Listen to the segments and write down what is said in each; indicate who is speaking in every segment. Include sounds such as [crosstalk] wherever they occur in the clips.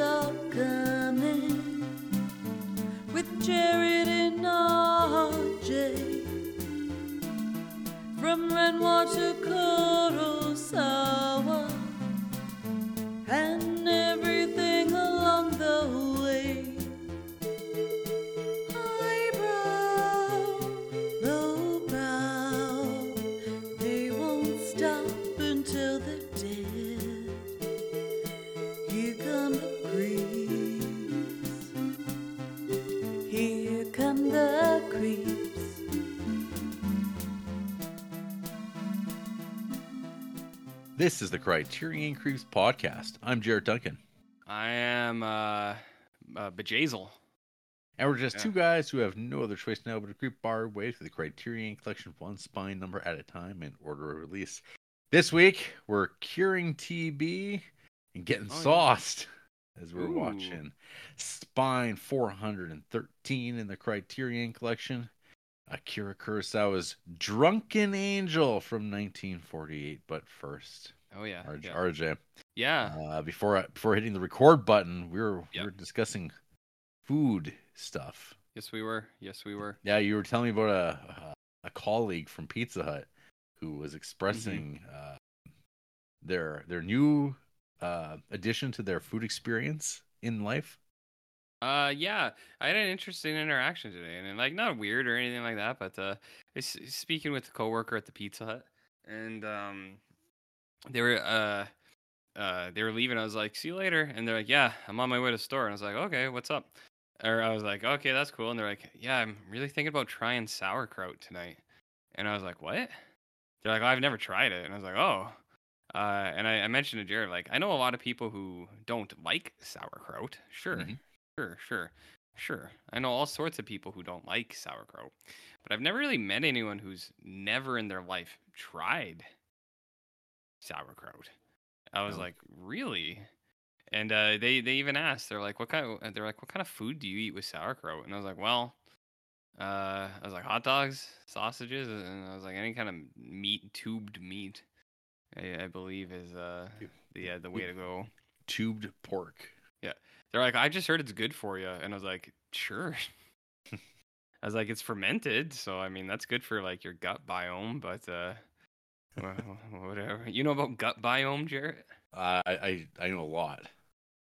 Speaker 1: are coming with charity and RJ from Renoir to Kurosawa and everything along the way. Highbrow, lowbrow, they won't stop until they're dead. Here come the creeps. Here come the creeps.
Speaker 2: This is the Criterion Creeps podcast. I'm Jared Duncan,
Speaker 3: I am uh, uh Bejazel.
Speaker 2: and we're just
Speaker 3: Yeah.
Speaker 2: two guys who have no other choice now but to creep our way through the Criterion collection one spine number at a time in order of release. This week, we're curing TB and getting
Speaker 3: Oh, yeah.
Speaker 2: sauced as we're
Speaker 3: Ooh.
Speaker 2: watching Spine 413 in the Criterion collection. Akira Kurosawa's Drunken Angel from 1948. But first,
Speaker 3: Oh yeah.
Speaker 2: RJ.
Speaker 3: yeah.
Speaker 2: RJ.
Speaker 3: Yeah.
Speaker 2: uh, before I- before hitting the record button, we were we
Speaker 3: Yep.
Speaker 2: were discussing food stuff.
Speaker 3: Yes, we were. Yes, we were.
Speaker 2: Yeah, you were telling me about a a colleague from Pizza Hut who
Speaker 3: Mm-hmm.
Speaker 2: was expressing uh, their their new uh, addition to their food experience in life.
Speaker 3: Uh, yeah. I had an interesting interaction today, and like not weird or anything like that, but uh, I was speaking with a coworker at the Pizza Hut, and um, they were uh. Uh, they were leaving. I was like, "See you later," and they're like, "Yeah, I'm on my way to the store." And I was like, "Okay, what's up?" Or I was like, "Okay, that's cool." And they're like, "Yeah, I'm really thinking about trying sauerkraut tonight." And I was like, "What?" They're like, oh, "I've never tried it," and I was like, "Oh." Uh, and I, I mentioned to Jared, like, I know a lot of people who don't like sauerkraut. Sure,
Speaker 2: Mhm.
Speaker 3: sure, sure, sure. I know all sorts of people who don't like sauerkraut, but I've never really met anyone who's never in their life tried sauerkraut. I was
Speaker 2: No.
Speaker 3: like, really? And uh, they they even asked, they're like, what kind? Of, they're like, what kind of food do you eat with sauerkraut? And I was like, well, uh, I was like hot dogs, sausages, and I was like any kind of meat, tubed meat. I, I believe is uh
Speaker 2: Tube.
Speaker 3: the uh, the way to go.
Speaker 2: Tubed pork.
Speaker 3: They're like, I just heard it's good for you, and I was like, sure. [laughs] I was like, it's fermented, so I mean that's good for like your gut biome, but uh, wha- wha- whatever. You know about gut biome, Jarrett?
Speaker 2: I I I know a lot.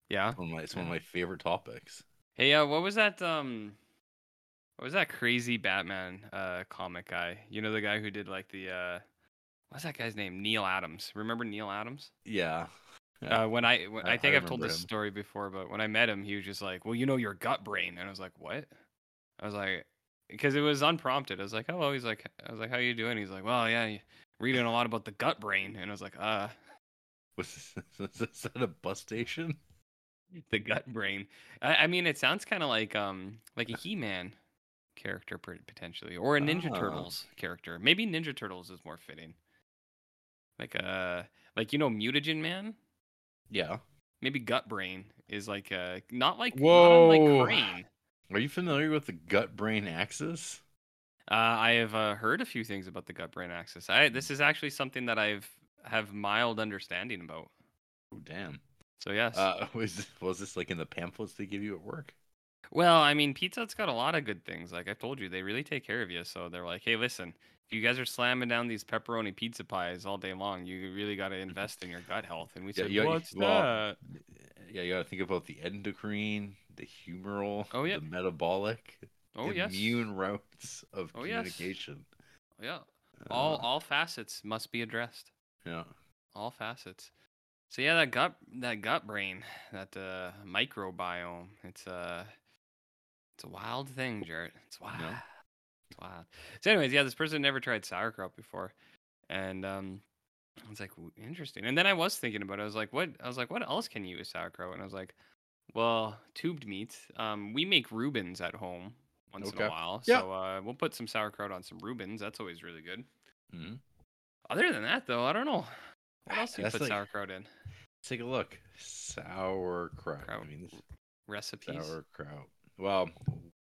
Speaker 3: Yeah.
Speaker 2: One of my, it's one of my favorite topics.
Speaker 3: Hey, uh, what was that? Um, what was that crazy Batman uh comic guy? You know the guy who did like the uh, what's that guy's name? Neil Adams. Remember Neil Adams?
Speaker 2: Yeah.
Speaker 3: Uh, when I when,
Speaker 2: I-
Speaker 3: I,
Speaker 2: I
Speaker 3: think I have told
Speaker 2: remember
Speaker 3: this
Speaker 2: him.
Speaker 3: story before, but when I met him, he was just like, "Well, you know your gut brain," and I was like, "What?" I was like, because it was unprompted. I was like, "Hello." He's like, "I was like, how you doing?" He's like, "Well, yeah, y- reading a lot about the gut brain," and I was like, "Uh,
Speaker 2: [laughs] Was this, [laughs] is that a bus station?
Speaker 3: the gut brain." I, I mean, it sounds kind of like um like
Speaker 2: Uh
Speaker 3: a He-Man character per- potentially, or a Ninja
Speaker 2: Ah.
Speaker 3: Turtles character. Maybe Ninja Turtles is more fitting. Like uh, like you know, Mutagen Man.
Speaker 2: Yeah.
Speaker 3: Maybe gut brain is like uh not like not
Speaker 2: Whoa.
Speaker 3: unlike crane.
Speaker 2: Are you familiar with the gut brain axis?
Speaker 3: Uh, I have uh, heard a few things about the gut brain axis. I this is actually something that I've have mild understanding about.
Speaker 2: Oh damn.
Speaker 3: So yes.
Speaker 2: Uh, [laughs] was was this like in the pamphlets they give you at work?
Speaker 3: well, I mean, Pizza Hut's got a lot of good things. Like I've told you, they really take care of you. So they're like, hey, listen, if you guys are slamming down these pepperoni pizza pies all day long, you really got to invest in your gut health. And we
Speaker 2: Yeah,
Speaker 3: said,
Speaker 2: you-
Speaker 3: what's
Speaker 2: well,
Speaker 3: that?
Speaker 2: Yeah, you got to think about the endocrine, the humoral,
Speaker 3: Oh, yeah.
Speaker 2: the metabolic,
Speaker 3: Oh yes.
Speaker 2: immune routes of
Speaker 3: Oh, yes.
Speaker 2: communication.
Speaker 3: Yeah. All
Speaker 2: Uh,
Speaker 3: all facets must be addressed.
Speaker 2: yeah.
Speaker 3: all facets. So yeah, that gut that gut brain, that uh, microbiome, it's uh, it's a wild thing, Jarrett. It's wild.
Speaker 2: No.
Speaker 3: It's wild. So anyways, yeah, this person never tried sauerkraut before, and um, I was like, "Ooh, interesting. And then I was thinking about it. I was like, what? I was like, what else can you use sauerkraut? And I was like, well, tubed meats. Um, we make Rubens at home once in
Speaker 2: Okay.
Speaker 3: a while,
Speaker 2: Yeah.
Speaker 3: so uh, we'll put some sauerkraut on some Rubens. That's always really good.
Speaker 2: Mhm.
Speaker 3: Other than that, though, I don't know.
Speaker 2: [sighs]
Speaker 3: What else do you
Speaker 2: That's
Speaker 3: put
Speaker 2: like-
Speaker 3: sauerkraut in?
Speaker 2: Let's take a look. Sauerkraut. I
Speaker 3: Kraut.
Speaker 2: mean, this
Speaker 3: Recipes.
Speaker 2: sauerkraut. Well,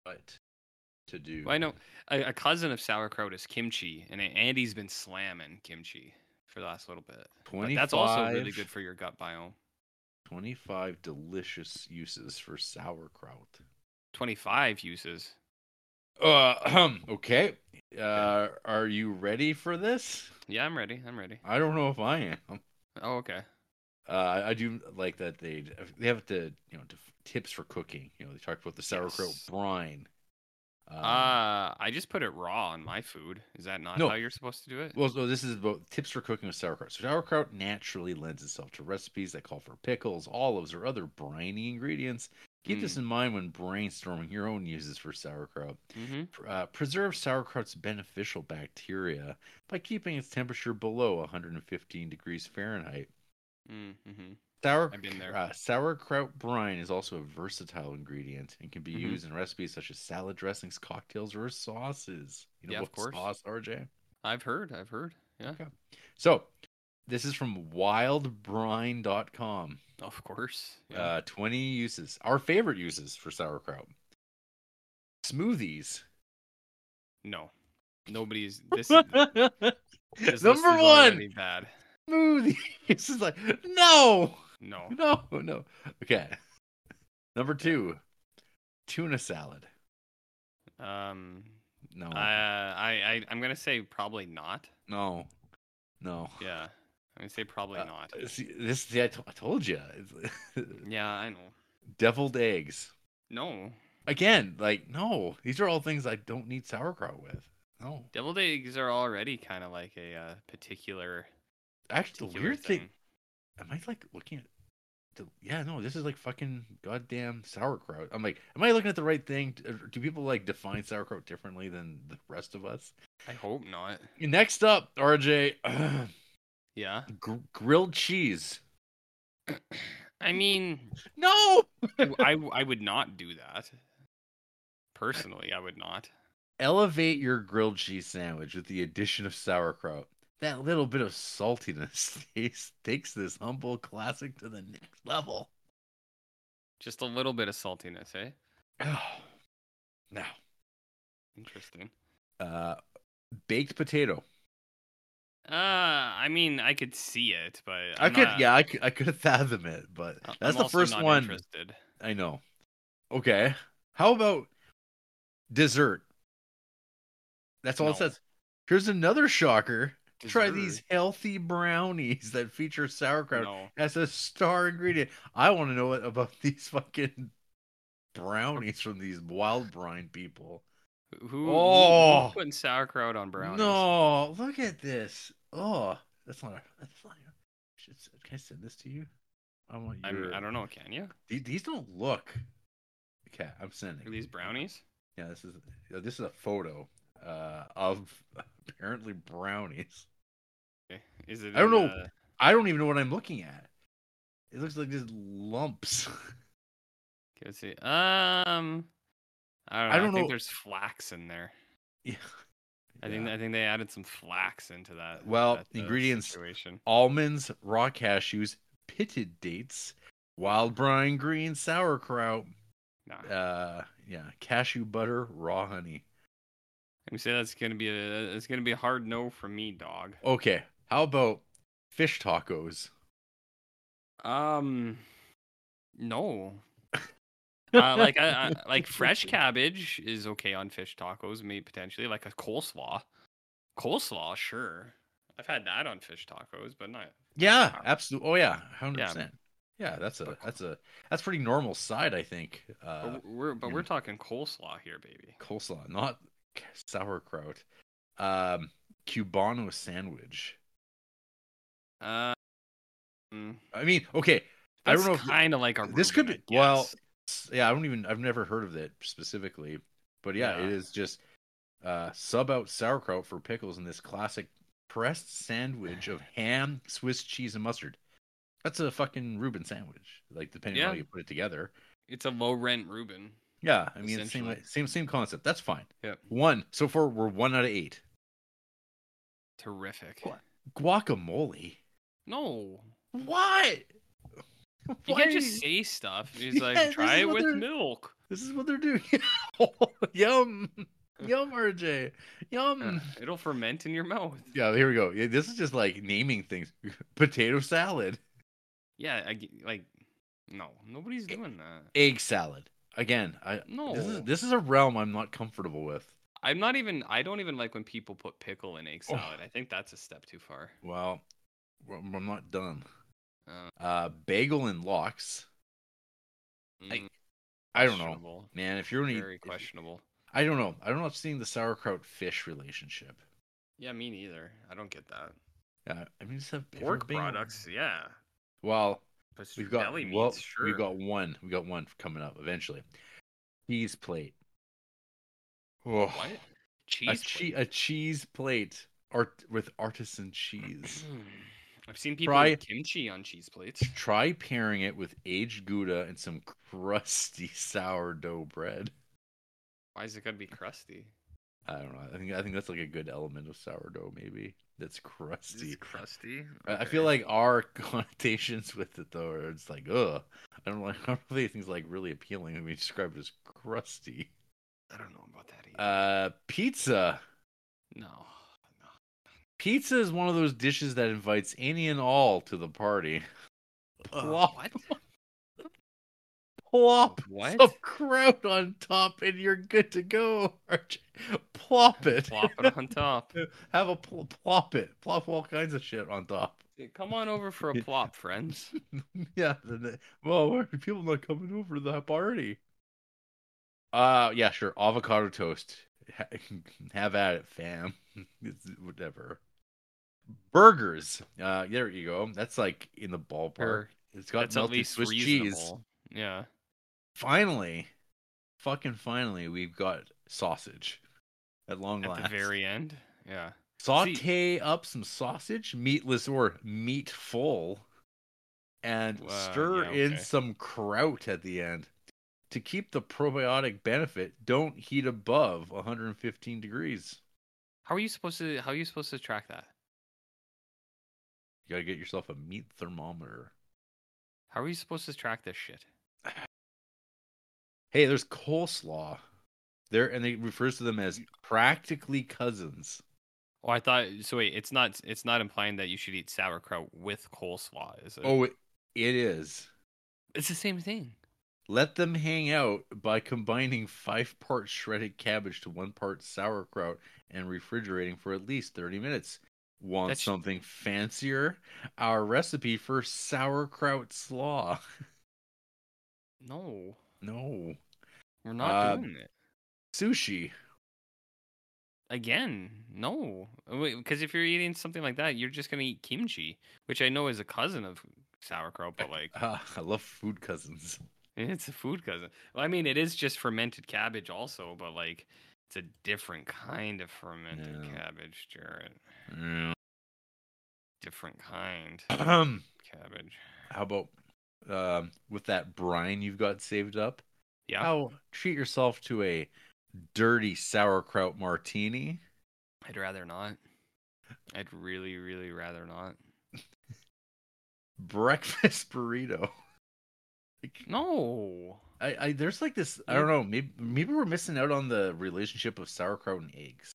Speaker 2: what to do?
Speaker 3: Well, I know a, a cousin of sauerkraut is kimchi, and Andy's been slamming kimchi for the last little bit. But that's also really
Speaker 2: 25
Speaker 3: good for your gut biome.
Speaker 2: 25 delicious uses for sauerkraut.
Speaker 3: 25 uses.
Speaker 2: Uh, [clears throat] okay. Uh, are you ready for this?
Speaker 3: Yeah, I'm ready. I'm ready.
Speaker 2: I don't know if I am.
Speaker 3: Oh, okay.
Speaker 2: Uh, I do like that they they have the you know dif- tips for cooking. You know they talk about the sauerkraut
Speaker 3: Yes.
Speaker 2: brine. Um,
Speaker 3: Uh, I just put it raw on my food. Is that not
Speaker 2: No.
Speaker 3: how you're supposed to do it?
Speaker 2: well, so this is about tips for cooking with sauerkraut. So sauerkraut naturally lends itself to recipes that call for pickles, olives, or other briny ingredients. Keep this in mind when brainstorming your own uses for sauerkraut.
Speaker 3: hmm
Speaker 2: Pr- Uh, preserve sauerkraut's beneficial bacteria by keeping its temperature below 115 degrees Fahrenheit.
Speaker 3: Mm-hmm.
Speaker 2: Sour,
Speaker 3: I've been there.
Speaker 2: uh, sauerkraut brine is also a versatile ingredient and can be
Speaker 3: Mhm.
Speaker 2: used in recipes such as salad dressings, cocktails, or sauces. You know
Speaker 3: Yeah, of
Speaker 2: what
Speaker 3: course.
Speaker 2: sauce, RJ?
Speaker 3: I've heard. I've heard. Yeah.
Speaker 2: So, this is from wildbrine.com.
Speaker 3: Of course. Yeah.
Speaker 2: Uh, 20 uses. Our favorite uses for sauerkraut. Smoothies.
Speaker 3: no. Nobody's.
Speaker 2: [laughs]
Speaker 3: This, this list is
Speaker 2: Number one,
Speaker 3: already Bad.
Speaker 2: smoothies. [laughs] It's just like, no,
Speaker 3: No.
Speaker 2: no, no. Okay. Number two, tuna salad.
Speaker 3: Um.
Speaker 2: No.
Speaker 3: Uh, I, I. I'm gonna say probably not.
Speaker 2: No, no.
Speaker 3: Yeah. I'm gonna say probably
Speaker 2: Uh,
Speaker 3: not.
Speaker 2: See, this see, I, to- I told you,
Speaker 3: Yeah, I know.
Speaker 2: [laughs] deviled eggs.
Speaker 3: No.
Speaker 2: Again, like no, these are all things I don't need sauerkraut with. No,
Speaker 3: Deviled eggs are already kind of like a uh, particular.
Speaker 2: actually, the
Speaker 3: particular
Speaker 2: weird
Speaker 3: thing.
Speaker 2: thing. Am I like looking at? The, yeah, no, this is like fucking goddamn sauerkraut. I'm like, am I looking at the right thing? D- or Do people like define sauerkraut differently than the rest of us?
Speaker 3: I hope not.
Speaker 2: Next up, RJ, [coughs]
Speaker 3: Yeah.
Speaker 2: [clears throat] gr- grilled cheese.
Speaker 3: I mean,
Speaker 2: No,
Speaker 3: w- I, w- I would not do that. Personally, I would not.
Speaker 2: elevate your grilled cheese sandwich with the addition of sauerkraut. That little bit of saltiness [laughs] takes- takes this humble classic to the next
Speaker 3: [sighs]
Speaker 2: level.
Speaker 3: Just a little bit of saltiness, eh?
Speaker 2: now,
Speaker 3: Interesting.
Speaker 2: uh, baked potato.
Speaker 3: Uh, I mean, I could see it, but
Speaker 2: i
Speaker 3: I'm
Speaker 2: could,
Speaker 3: not-
Speaker 2: yeah, I could, I could [laughs] fathom it, but
Speaker 3: I-
Speaker 2: that's
Speaker 3: I'm
Speaker 2: the
Speaker 3: also
Speaker 2: first
Speaker 3: not
Speaker 2: one
Speaker 3: Interested.
Speaker 2: I know. Okay, how about dessert? That's all it
Speaker 3: No.
Speaker 2: says. Here's another shocker. Try these
Speaker 3: Dessert?
Speaker 2: healthy brownies that feature sauerkraut
Speaker 3: No.
Speaker 2: as a star ingredient. I want to know what about [laughs] these fucking brownies from these wild brine people.
Speaker 3: Who, who-
Speaker 2: Oh.
Speaker 3: who's putting sauerkraut on brownies?
Speaker 2: No, look at this. Oh, that's not. A, that's not. A, should, can I send this to you? I want
Speaker 3: I mean,
Speaker 2: your.
Speaker 3: I don't know. Can you?
Speaker 2: These, these don't look. Okay, I'm sending.
Speaker 3: Are these brownies?
Speaker 2: Yeah, this is yeah, this is a photo uh, of apparently brownies.
Speaker 3: Okay. Eh, Is it?
Speaker 2: I don't know.
Speaker 3: in, uh,
Speaker 2: I don't even know what I'm looking at. It looks like just lumps.
Speaker 3: okay, let's see. Um, I don't know. I,
Speaker 2: I don't
Speaker 3: think
Speaker 2: know-
Speaker 3: there's flax in there.
Speaker 2: yeah.
Speaker 3: I think
Speaker 2: Yeah.
Speaker 3: I think they added some flax into that.
Speaker 2: Well,
Speaker 3: that, uh,
Speaker 2: ingredients-
Speaker 3: situation.
Speaker 2: almonds, raw cashews, pitted dates, wild brine green sauerkraut,
Speaker 3: Nah,
Speaker 2: uh, yeah, cashew butter, raw honey.
Speaker 3: let me say that's gonna be a it's gonna be a hard no for me, dog.
Speaker 2: Okay, how about fish tacos?
Speaker 3: Um,
Speaker 2: [laughs]
Speaker 3: no. uh, like I, I, like fresh cabbage is okay on fish tacos, maybe potentially like a coleslaw. Coleslaw, sure. I've had that on fish tacos, but not.
Speaker 2: Yeah, absolutely. Oh yeah, hundred
Speaker 3: Yeah.
Speaker 2: percent. Yeah, that's a that's a that's pretty normal side, I think.
Speaker 3: But
Speaker 2: Uh,
Speaker 3: we're but
Speaker 2: yeah.
Speaker 3: we're talking coleslaw here, baby.
Speaker 2: coleslaw, not ca- sauerkraut. Um, Cubano sandwich.
Speaker 3: Uh, mm,
Speaker 2: I mean, okay, I
Speaker 3: that's
Speaker 2: don't know if-
Speaker 3: kind of like a
Speaker 2: this could
Speaker 3: Reuben,
Speaker 2: be-
Speaker 3: I
Speaker 2: well,
Speaker 3: guess.
Speaker 2: S- yeah i don't even i've never heard of that specifically but yeah, it
Speaker 3: Yeah.
Speaker 2: is just uh sub out sauerkraut for pickles in this classic pressed sandwich
Speaker 3: [laughs]
Speaker 2: of ham swiss cheese and mustard that's a fucking reuben sandwich like depending on how
Speaker 3: Yeah.
Speaker 2: you put it together
Speaker 3: it's a low rent Reuben.
Speaker 2: yeah i mean it's same
Speaker 3: Essentially.
Speaker 2: same same concept that's fine
Speaker 3: Yep.
Speaker 2: one so far we're one out of eight
Speaker 3: Terrific.
Speaker 2: What? guacamole
Speaker 3: No.
Speaker 2: what
Speaker 3: You
Speaker 2: Why
Speaker 3: can't
Speaker 2: are
Speaker 3: just
Speaker 2: [laughs]
Speaker 3: say stuff. He's
Speaker 2: Yeah,
Speaker 3: like,
Speaker 2: this
Speaker 3: try
Speaker 2: is
Speaker 3: it
Speaker 2: what
Speaker 3: with
Speaker 2: they're-
Speaker 3: milk.
Speaker 2: this is what they're doing [laughs] yum yum rj yum
Speaker 3: Uh, It'll ferment in your mouth.
Speaker 2: Yeah, here we go. [laughs] Yeah, this is just like naming things. Potato salad.
Speaker 3: Yeah, I, g- like No, nobody's doing that.
Speaker 2: Egg salad. Again, I
Speaker 3: No,
Speaker 2: this is this is a realm I'm not comfortable with.
Speaker 3: I'm not even. I don't even like when people put pickle in egg
Speaker 2: Oh.
Speaker 3: salad. I think that's a step too far.
Speaker 2: Well, I'm I'm not done.
Speaker 3: Uh,
Speaker 2: Uh, bagel and lox. I,
Speaker 3: mm,
Speaker 2: I don't know,
Speaker 3: questionable.
Speaker 2: man. If you're any,
Speaker 3: Very questionable.
Speaker 2: I don't know. I don't know. if seeing the sauerkraut fish relationship.
Speaker 3: Yeah, me neither. I don't get that.
Speaker 2: Uh, I mean, just have if we're
Speaker 3: Pork
Speaker 2: being-
Speaker 3: products, yeah.
Speaker 2: Well,
Speaker 3: But
Speaker 2: we've got
Speaker 3: deli meats,
Speaker 2: well,
Speaker 3: sure.
Speaker 2: we got one. We got one coming up eventually. Cheese plate. Oh,
Speaker 3: what?
Speaker 2: a,
Speaker 3: Cheese.
Speaker 2: che-
Speaker 3: plate.
Speaker 2: a cheese plate art with artisan cheese.
Speaker 3: Hmm. I've seen people
Speaker 2: Fry-
Speaker 3: eat kimchi on cheese plates.
Speaker 2: Try pairing it with aged gouda and some crusty [laughs] sourdough bread.
Speaker 3: Why is it gonna be crusty?
Speaker 2: I don't know. I think I think that's like a good element of sourdough, maybe. That's crusty.
Speaker 3: crusty.
Speaker 2: I I feel like our [laughs] connotations with it though are it's like, ugh. I don't like [laughs] I don't really think it's like really appealing when we describe it as crusty.
Speaker 3: I don't know about that either.
Speaker 2: Uh pizza.
Speaker 3: no.
Speaker 2: Pizza is one of those dishes that invites any and all to the party. Plop,
Speaker 3: what?
Speaker 2: plop
Speaker 3: What?
Speaker 2: some kraut on top and you're good to go. RJ. Plop it.
Speaker 3: Plop it on top.
Speaker 2: [laughs] Have a pl- plop it. Plop all kinds of shit on top. [laughs]
Speaker 3: Come on over for a plop, friends.
Speaker 2: yeah. The, the, well, why are people not coming over to that party? Uh, yeah, sure. Avocado toast. Ha- [laughs] Have at it, fam. [laughs] It's whatever. Burgers. Uh, there you go. That's like in the ballpark.
Speaker 3: Or
Speaker 2: It's got
Speaker 3: that's at
Speaker 2: melted
Speaker 3: least
Speaker 2: Swiss
Speaker 3: reasonable.
Speaker 2: cheese.
Speaker 3: Yeah.
Speaker 2: Finally, fucking finally, we've got sausage. At long
Speaker 3: At
Speaker 2: last,
Speaker 3: the very end. Yeah.
Speaker 2: saute up some sausage, meatless or meat full, and
Speaker 3: Wow,
Speaker 2: stir
Speaker 3: yeah,
Speaker 2: in
Speaker 3: okay.
Speaker 2: some kraut at the end. To keep the probiotic benefit, don't heat above 115 degrees.
Speaker 3: How are you supposed to how are you supposed to track that?
Speaker 2: You gotta get yourself a meat thermometer.
Speaker 3: How are you supposed to track this shit?
Speaker 2: Hey, there's coleslaw. There and they refers to them as practically cousins.
Speaker 3: Oh, I thought so wait, it's not it's not implying that you should eat sauerkraut with coleslaw, is it?
Speaker 2: Oh, it, it is.
Speaker 3: it's the same thing.
Speaker 2: Let them hang out by combining five parts shredded cabbage to one part sauerkraut and refrigerating for at least 30 minutes. Want
Speaker 3: That's-
Speaker 2: something fancier? Our recipe for sauerkraut slaw. [laughs]
Speaker 3: No.
Speaker 2: No.
Speaker 3: We're not
Speaker 2: Uh,
Speaker 3: doing it.
Speaker 2: Sushi.
Speaker 3: Again, no. Because if you're eating something like that, you're just gonna eat kimchi, which I know is a cousin of sauerkraut, but like
Speaker 2: Ah, I love food cousins.
Speaker 3: It's a food cousin. Well, I mean, it is just fermented cabbage, also, but like it's a different kind of fermented
Speaker 2: Yeah.
Speaker 3: cabbage, Jarrett.
Speaker 2: [clears throat] Yeah.
Speaker 3: Different kind
Speaker 2: Ahem.
Speaker 3: cabbage.
Speaker 2: How about um, with that brine you've got saved up?
Speaker 3: Yeah.
Speaker 2: How treat yourself to a dirty sauerkraut martini?
Speaker 3: I'd rather not. I'd really, really rather not.
Speaker 2: breakfast [laughs] burrito. Like,
Speaker 3: No.
Speaker 2: I, I there's like this I don't know maybe maybe we're missing out on the relationship of sauerkraut and eggs.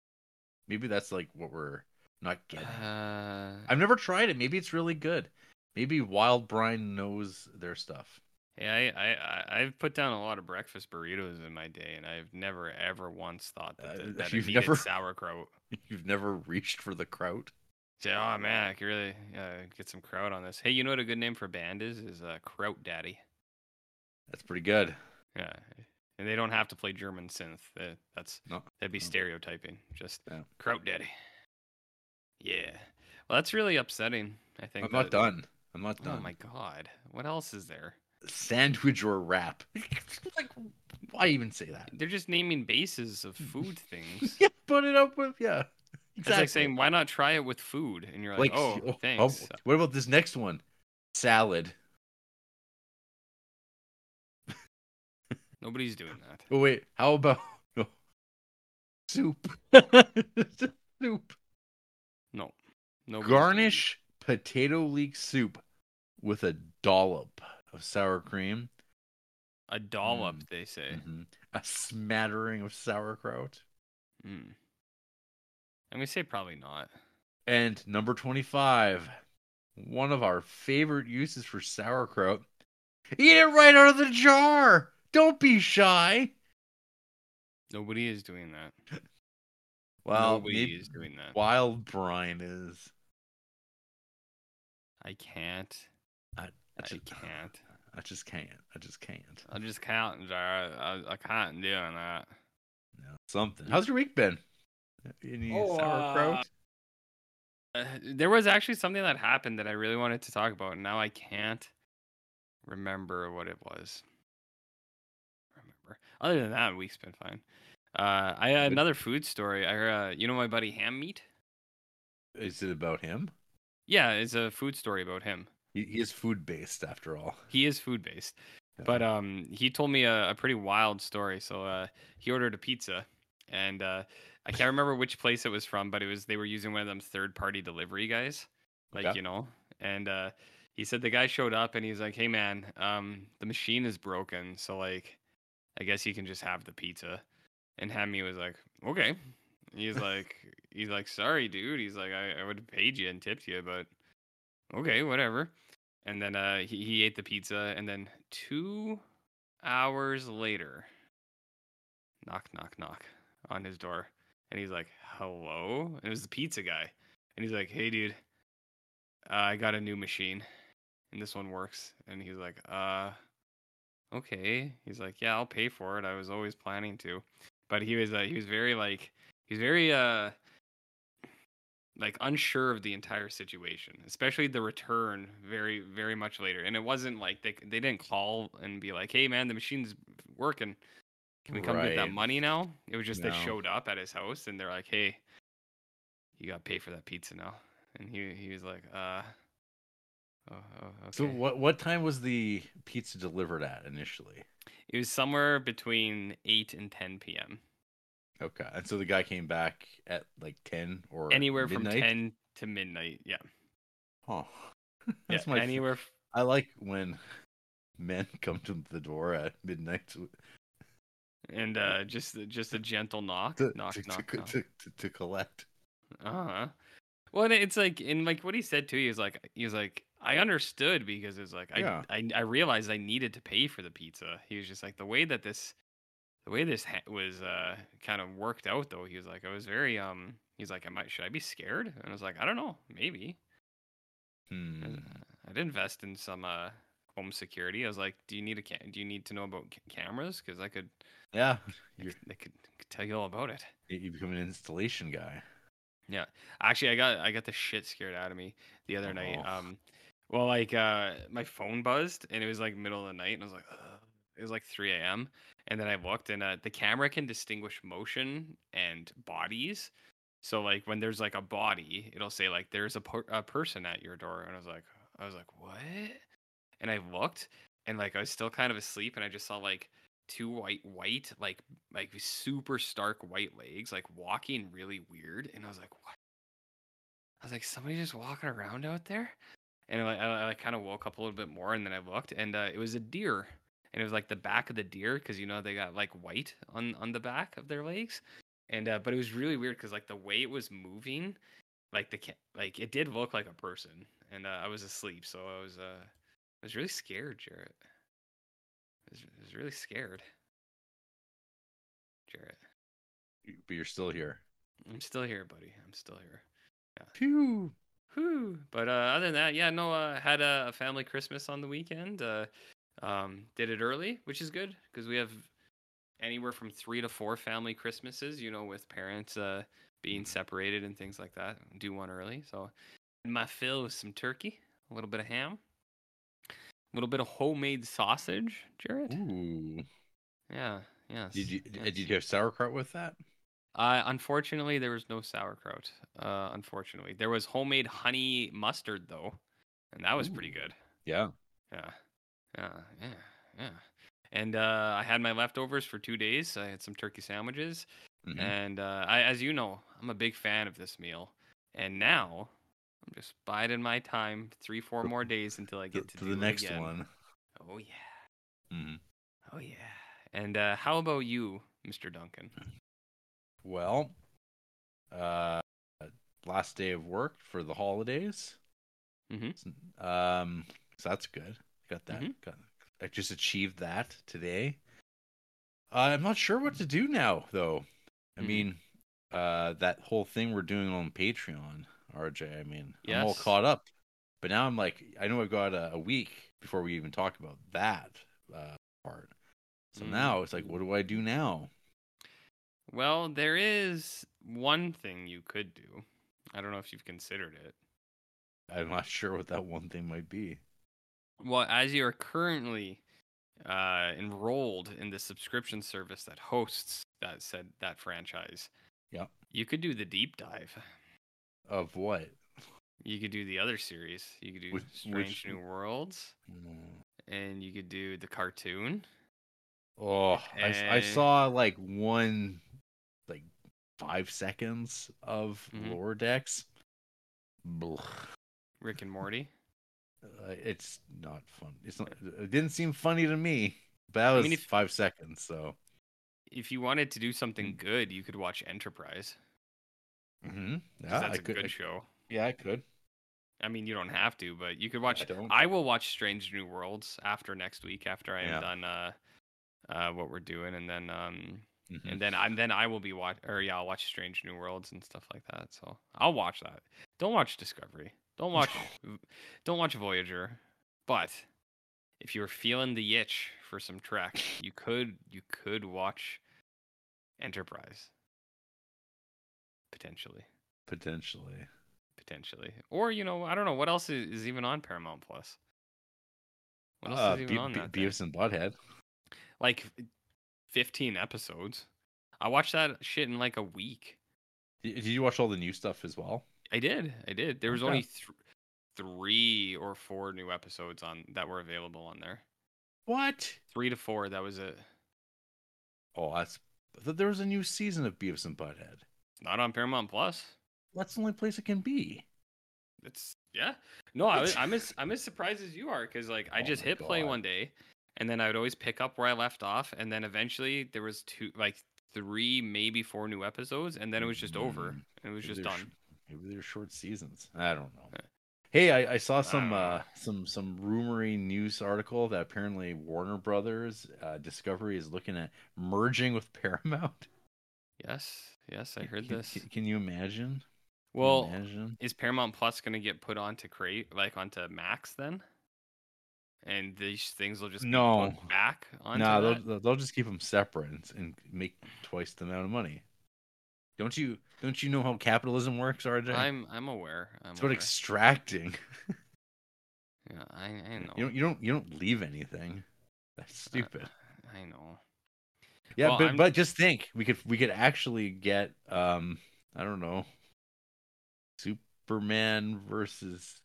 Speaker 2: Maybe that's like what we're not getting.
Speaker 3: Uh,
Speaker 2: I've never tried it. Maybe it's really good. Maybe Wild Brine knows their stuff. [laughs]
Speaker 3: yeah, I, I, I, I've put down a lot of breakfast burritos in my day, and I've never, ever once thought that,
Speaker 2: Uh,
Speaker 3: the- that
Speaker 2: you've
Speaker 3: it needed
Speaker 2: never- [laughs]
Speaker 3: sauerkraut.
Speaker 2: You've never reached for the kraut.
Speaker 3: Say, oh man, I could really uh, get some kraut on this. Hey, you know what a good name for a band is? Is uh, Kraut Daddy.
Speaker 2: That's pretty good.
Speaker 3: Yeah, and they don't have to play German synth. That, that's
Speaker 2: No,
Speaker 3: that'd be
Speaker 2: no.
Speaker 3: stereotyping. Just
Speaker 2: Yeah.
Speaker 3: Kraut Daddy. Yeah. Well, that's really upsetting. I think
Speaker 2: I'm not
Speaker 3: that-
Speaker 2: done. I'm not
Speaker 3: Oh
Speaker 2: done.
Speaker 3: my god, what else is there?
Speaker 2: Sandwich or wrap? [laughs] like, why even say
Speaker 3: [laughs]
Speaker 2: that?
Speaker 3: They're just naming bases
Speaker 2: [laughs]
Speaker 3: of food things.
Speaker 2: Hmm. Yeah, put it up with yeah.
Speaker 3: It's like saying, why not try it with food? And you're like, oh,
Speaker 2: [laughs] oh,
Speaker 3: thanks.
Speaker 2: oh, what about this next one? Salad.
Speaker 3: Nobody's doing that.
Speaker 2: Oh wait, how about [laughs] no. soup? soup.
Speaker 3: No. Nobody's doing
Speaker 2: Garnish potato leek soup with a dollop of sour cream,
Speaker 3: that. a dollop.
Speaker 2: Mm.
Speaker 3: They say.
Speaker 2: mhm, a smattering of sauerkraut, Mm-hmm.
Speaker 3: Mm. I'm gonna say probably not.
Speaker 2: and number twenty-five. One of our favorite uses for sauerkraut Eat it right out of the jar. Don't be shy.
Speaker 3: Nobody is doing that.
Speaker 2: [laughs] Well,
Speaker 3: Nobody
Speaker 2: maybe
Speaker 3: is doing that.
Speaker 2: Wild Brine is.
Speaker 3: I can't.
Speaker 2: I-
Speaker 3: I
Speaker 2: uh,
Speaker 3: can't.
Speaker 2: I just can't. I just can't.
Speaker 3: I just can't, Jared. I, I can't do that.
Speaker 2: No, something. How's your week been? Any
Speaker 3: Oh,
Speaker 2: sauerkraut?
Speaker 3: uh, Uh, there was actually something that happened that I really wanted to talk about, and now I can't remember what it was. Remember. Other than that, week's been fine. Uh, I had
Speaker 2: Good.
Speaker 3: another food story. I uh, you know my buddy Ham Meat.
Speaker 2: Is it about him?
Speaker 3: Yeah, it's a food story about him.
Speaker 2: He, he is food based after all.
Speaker 3: He is food based. But um, he told me a, a pretty wild story. So uh, he ordered a pizza, and uh, I can't remember which place it was from, but it was they were using one of them third party delivery guys, like
Speaker 2: Okay.
Speaker 3: you know. And uh, he said the guy showed up, and he's like, "Hey man, um, the machine is broken, so like, I guess you can just have the pizza." And Hammy was like, "Okay." He's like, he's like, "Sorry, dude." He's like, "I, I would have paid you and tipped you, but okay, whatever." and then uh, he, he ate the pizza and then two hours later knock knock knock on his door and he's like hello and it was the pizza guy and he's like hey dude uh, i got a new machine and this one works and he's like uh okay he's like yeah i'll pay for it i was always planning to but he was uh, he was very like he was very uh like unsure of the entire situation, especially the return very very much later. And it wasn't like they they didn't call and be like, "Hey man, the machine's working. Can we come get that
Speaker 2: Right.
Speaker 3: money now?" It was just they
Speaker 2: No.
Speaker 3: showed up at his house and they're like, "Hey, you got to pay for that pizza now." And he he was like, "Uh Oh, oh, okay.
Speaker 2: So what what time was the pizza delivered at initially?
Speaker 3: It was somewhere between 8 and 10 p.m.
Speaker 2: Okay, and so the guy came back at like ten or
Speaker 3: Anywhere
Speaker 2: midnight?
Speaker 3: from 10 to midnight. Yeah.
Speaker 2: Huh. [laughs]
Speaker 3: yeah.
Speaker 2: That's my. f-
Speaker 3: anywhere f-
Speaker 2: I like when men [laughs] come to the door at midnight to
Speaker 3: and uh just just a gentle knock,
Speaker 2: to,
Speaker 3: knock,
Speaker 2: to,
Speaker 3: knock,
Speaker 2: to,
Speaker 3: knock.
Speaker 2: to, to, to collect.
Speaker 3: Uh-huh. Well, and it's like and like what he said too, he was like he was like I understood because it was like I,
Speaker 2: Yeah.
Speaker 3: I I realized I needed to pay for the pizza. He was just like the way that this the way this ha- was uh kind of worked out though. He was like I was very um he's like am I should I be scared? And I was like I don't know, maybe. I-
Speaker 2: Hmm.
Speaker 3: I'd invest in some uh home security. I was like, do you need a ca- do you need to know about ca- cameras cuz I could
Speaker 2: Yeah,
Speaker 3: I
Speaker 2: You're-
Speaker 3: could, I could, could tell you all about it.
Speaker 2: you become an installation guy.
Speaker 3: Actually, I got I got the shit scared out of me the other night.
Speaker 2: Oh.
Speaker 3: Um, well, like uh, my phone buzzed and it was like middle of the night, and I was like, Ugh. it was like 3 a.m. And then I looked, and uh, the camera can distinguish motion and bodies. So like when there's like a body, it'll say like there's a, per- a person at your door, and I was like, I was like, what? And I looked, and like I was still kind of asleep, and I just saw like two white white like like super stark white legs like walking really weird and i was like what I was like, somebody just walking around out there, and I, I, I kind of woke up a little bit more, and then I looked, and uh, it was a deer, and it was like the back of the deer, because you know they got like white on on the back of their legs, and uh, but it was really weird because like the way it was moving, like the ca- like it did look like a person, and uh, I was asleep, so I was uh I was really scared, Jarrett. I was, I was really scared, Jarrett.
Speaker 2: You- But you're still here.
Speaker 3: I'm still here, buddy. I'm still here.
Speaker 2: Phew.
Speaker 3: Whew. But uh, other than that, yeah, no, uh, had a, a family Christmas on the weekend. Uh, um, did it early, which is good because we have anywhere from three to four family Christmases, you know, with parents uh, being
Speaker 2: Mm-hmm.
Speaker 3: separated and things like that. Do one early. So my fill was some turkey, a little bit of ham, a little bit of homemade sausage, Jared.
Speaker 2: Ooh.
Speaker 3: Yeah. Yes.
Speaker 2: Did you did-
Speaker 3: yes.
Speaker 2: did you have sauerkraut with that?
Speaker 3: Uh, unfortunately, there was no sauerkraut. Uh, unfortunately, there was homemade honey mustard though, and that was pretty
Speaker 2: Ooh.
Speaker 3: good.
Speaker 2: Yeah.
Speaker 3: Yeah, yeah, yeah, yeah. And uh, I had my leftovers for two days. I had some turkey sandwiches,
Speaker 2: Mhm.
Speaker 3: and uh, I, as you know, I'm a big fan of this meal. And now I'm just biding my time, three, four more days until I
Speaker 2: To,
Speaker 3: get to,
Speaker 2: to
Speaker 3: do
Speaker 2: the
Speaker 3: it
Speaker 2: next
Speaker 3: again.
Speaker 2: one.
Speaker 3: Oh yeah,
Speaker 2: Mhm.
Speaker 3: oh yeah. And uh, how about you, Mr. Duncan?
Speaker 2: Well, uh, last day of work for the holidays.
Speaker 3: Mhm.
Speaker 2: S- Um, so that's good. Got that.
Speaker 3: Mhm.
Speaker 2: Got I just achieved that today. Uh, I'm not sure what to do now, though. I
Speaker 3: Mhm.
Speaker 2: mean, uh, that whole thing we're doing on Patreon, RJ. I mean, I'm all
Speaker 3: Yes.
Speaker 2: caught up, but now I'm like, I know I've got a, a week before we even talk about that uh, part. So
Speaker 3: Mm.
Speaker 2: now it's like, what do I do now?
Speaker 3: Well, there is one thing you could do. I don't know if you've considered it.
Speaker 2: I'm not sure what that one thing might be.
Speaker 3: Well, as you are currently uh, enrolled in the subscription service that hosts that said that franchise,
Speaker 2: Yep.
Speaker 3: you could do the deep dive.
Speaker 2: Of what?
Speaker 3: You could do the other series. You could do
Speaker 2: Which-
Speaker 3: Strange
Speaker 2: which-
Speaker 3: New Worlds,
Speaker 2: Mm.
Speaker 3: and you could do the cartoon.
Speaker 2: Oh, I, s- I
Speaker 3: Eh.
Speaker 2: saw like one, like five seconds of
Speaker 3: Mhm.
Speaker 2: lore decks. Blah.
Speaker 3: Rick and Morty.
Speaker 2: Uh, it's not fun. It's not. It didn't seem funny to me. But that was
Speaker 3: mean, if-
Speaker 2: five seconds. So
Speaker 3: If you wanted to do
Speaker 2: Hmm.
Speaker 3: something good, you could watch Enterprise.
Speaker 2: Mhm.
Speaker 3: 'cause
Speaker 2: yeah, I
Speaker 3: that's a
Speaker 2: could.
Speaker 3: good
Speaker 2: I-
Speaker 3: show.
Speaker 2: yeah, I could.
Speaker 3: I mean, you don't have to, but you could watch.
Speaker 2: I don't.
Speaker 3: I, will watch Strange New Worlds after next week, after I am
Speaker 2: Yeah.
Speaker 3: done uh, uh, what we're doing, and then um,
Speaker 2: Mhm.
Speaker 3: and then and then I will be watch or yeah, I'll watch Strange New Worlds and stuff like that. So I'll watch that. Don't watch Discovery. Don't watch. Don't watch Voyager. But if you're feeling the itch for some Trek, you could you could watch Enterprise potentially
Speaker 2: Potentially.
Speaker 3: potentially. Or you know, I don't know what else is, is even on Paramount Plus. What else
Speaker 2: Uh,
Speaker 3: is
Speaker 2: Be-
Speaker 3: even on
Speaker 2: Be-
Speaker 3: that? thing?
Speaker 2: Beavis and Butthead.
Speaker 3: like fifteen episodes. I watched that shit in like a week.
Speaker 2: Y- Did you watch all the new stuff as well?
Speaker 3: I did. I did. There was
Speaker 2: Okay.
Speaker 3: only th- three or four new episodes on that were available on there.
Speaker 2: What?
Speaker 3: Three to four. That was it.
Speaker 2: Oh, that's. I thought there was a new season of Beavis and Butthead.
Speaker 3: Not on Paramount Plus.
Speaker 2: That's the only place it can be.
Speaker 3: It's yeah. No, I was, I'm as I'm as surprised as you are because like I
Speaker 2: Oh
Speaker 3: just
Speaker 2: my
Speaker 3: hit play
Speaker 2: God.
Speaker 3: one day, and then I would always pick up where I left off, and then eventually there was two like three maybe four new episodes, and then it was just over.
Speaker 2: Mm.
Speaker 3: It was
Speaker 2: Maybe
Speaker 3: just
Speaker 2: they're
Speaker 3: done.
Speaker 2: sh- Maybe they're short seasons. I don't know.
Speaker 3: Yeah.
Speaker 2: Hey, I, I saw
Speaker 3: don't
Speaker 2: some
Speaker 3: know.
Speaker 2: uh, some some rumory news article that apparently Warner Brothers uh, Discovery is looking at merging with Paramount.
Speaker 3: Yes, yes, [laughs] I
Speaker 2: Can-
Speaker 3: heard
Speaker 2: can-
Speaker 3: this.
Speaker 2: Can, you imagine? Can you
Speaker 3: Well,
Speaker 2: imagine?
Speaker 3: is Paramount Plus gonna get put onto create like onto Max then? And these things will just be
Speaker 2: No.
Speaker 3: plugged back onto
Speaker 2: Nah,
Speaker 3: that?
Speaker 2: they'll, they'll they'll just keep them separate and, and make twice the amount of money. Don't you don't you know how capitalism works, RJ?
Speaker 3: I'm I'm aware. I'm
Speaker 2: it's about
Speaker 3: aware.
Speaker 2: extracting.
Speaker 3: yeah, I, I know.
Speaker 2: You don't you don't you don't leave anything. That's stupid.
Speaker 3: I know.
Speaker 2: Yeah,
Speaker 3: Well,
Speaker 2: but
Speaker 3: I'm-
Speaker 2: but just think we could we could actually get um I don't know Superman versus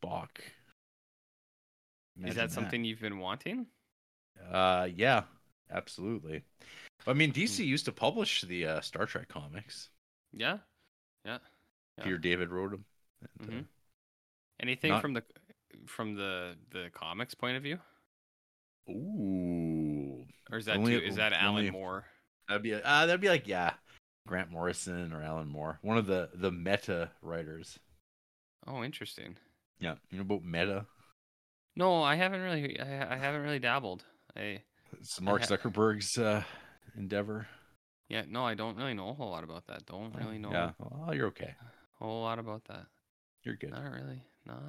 Speaker 2: Bach.
Speaker 3: is that something you've been wanting?
Speaker 2: Uh yeah, absolutely. I mean DC
Speaker 3: Hmm.
Speaker 2: used to publish the uh, Star Trek comics.
Speaker 3: Yeah, yeah. Yeah.
Speaker 2: Peter David wrote them. And,
Speaker 3: Mhm.
Speaker 2: uh,
Speaker 3: Anything
Speaker 2: Not-
Speaker 3: from the from the the comics point of view, Mm-hmm.
Speaker 2: Ooh,
Speaker 3: or is that
Speaker 2: Only-
Speaker 3: too, is that
Speaker 2: only-
Speaker 3: Alan Moore?
Speaker 2: that'd be uh, that'd be like yeah, Grant Morrison or Alan Moore, one of the the meta writers.
Speaker 3: Oh, interesting.
Speaker 2: Yeah, you know about meta.
Speaker 3: No, I haven't really I, I haven't really dabbled. I
Speaker 2: It's Mark
Speaker 3: ha-
Speaker 2: Zuckerberg's uh, endeavor.
Speaker 3: yeah, no, I don't really know a whole lot about that. Don't really know
Speaker 2: Yeah. Oh, you're okay.
Speaker 3: a whole lot about that.
Speaker 2: You're good.
Speaker 3: Not really. Not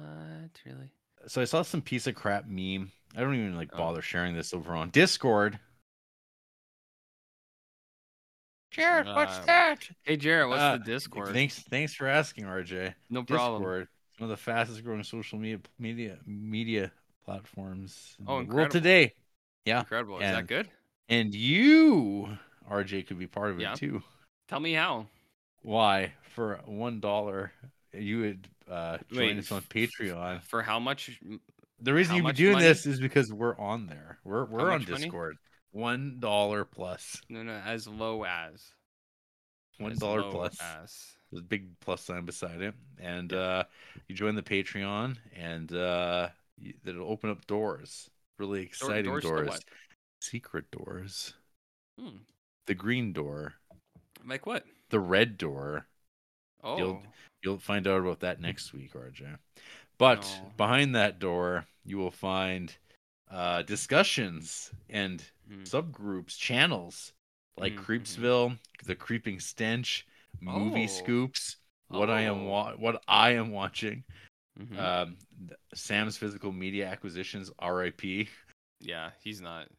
Speaker 3: really.
Speaker 2: So I saw some piece of crap meme. I don't even like
Speaker 3: Oh.
Speaker 2: bother sharing this over on Discord. Jared, what's
Speaker 3: Uh,
Speaker 2: that?
Speaker 3: Hey Jared, what's
Speaker 2: Uh,
Speaker 3: the Discord?
Speaker 2: Thanks, thanks for asking, RJ.
Speaker 3: no problem.
Speaker 2: Discord, one of the fastest growing social media media media platforms in
Speaker 3: Oh,
Speaker 2: the world
Speaker 3: incredible.
Speaker 2: today,
Speaker 3: Incredible. Is that
Speaker 2: and-
Speaker 3: good?
Speaker 2: and you, RJ, could be part of it
Speaker 3: Yeah.
Speaker 2: too.
Speaker 3: Tell me how.
Speaker 2: Why? For one dollar, you would uh, join
Speaker 3: Wait,
Speaker 2: us on
Speaker 3: f-
Speaker 2: Patreon.
Speaker 3: For how much?
Speaker 2: The reason
Speaker 3: How
Speaker 2: you'd be
Speaker 3: much
Speaker 2: doing
Speaker 3: money?
Speaker 2: this is because we're on there. We're we're on
Speaker 3: much money?
Speaker 2: Discord. One dollar plus.
Speaker 3: No, no, as low as.
Speaker 2: One
Speaker 3: As
Speaker 2: dollar
Speaker 3: low Uh,
Speaker 2: plus.
Speaker 3: As.
Speaker 2: There's a big plus sign beside it. And uh you join the Patreon and uh y- it'll open up doors. Really
Speaker 3: Door-
Speaker 2: exciting
Speaker 3: doors to
Speaker 2: doors.
Speaker 3: what?
Speaker 2: Secret doors.
Speaker 3: Hmm.
Speaker 2: The green door.
Speaker 3: Like what?
Speaker 2: The red door.
Speaker 3: Oh.
Speaker 2: You'll find out about that next week, RJ. But
Speaker 3: Mm-hmm. No.
Speaker 2: behind that door, you will find uh, discussions and
Speaker 3: Mhm.
Speaker 2: subgroups, channels like
Speaker 3: Mhm, mhm.
Speaker 2: Creepsville, The Creeping Stench, Movie
Speaker 3: Oh.
Speaker 2: Scoops, what I am
Speaker 3: Oh.
Speaker 2: wa- what I am watching,
Speaker 3: Mhm.
Speaker 2: um, th- Sam's Physical Media Acquisitions, R.I.P.
Speaker 3: yeah, he's not.
Speaker 2: [laughs]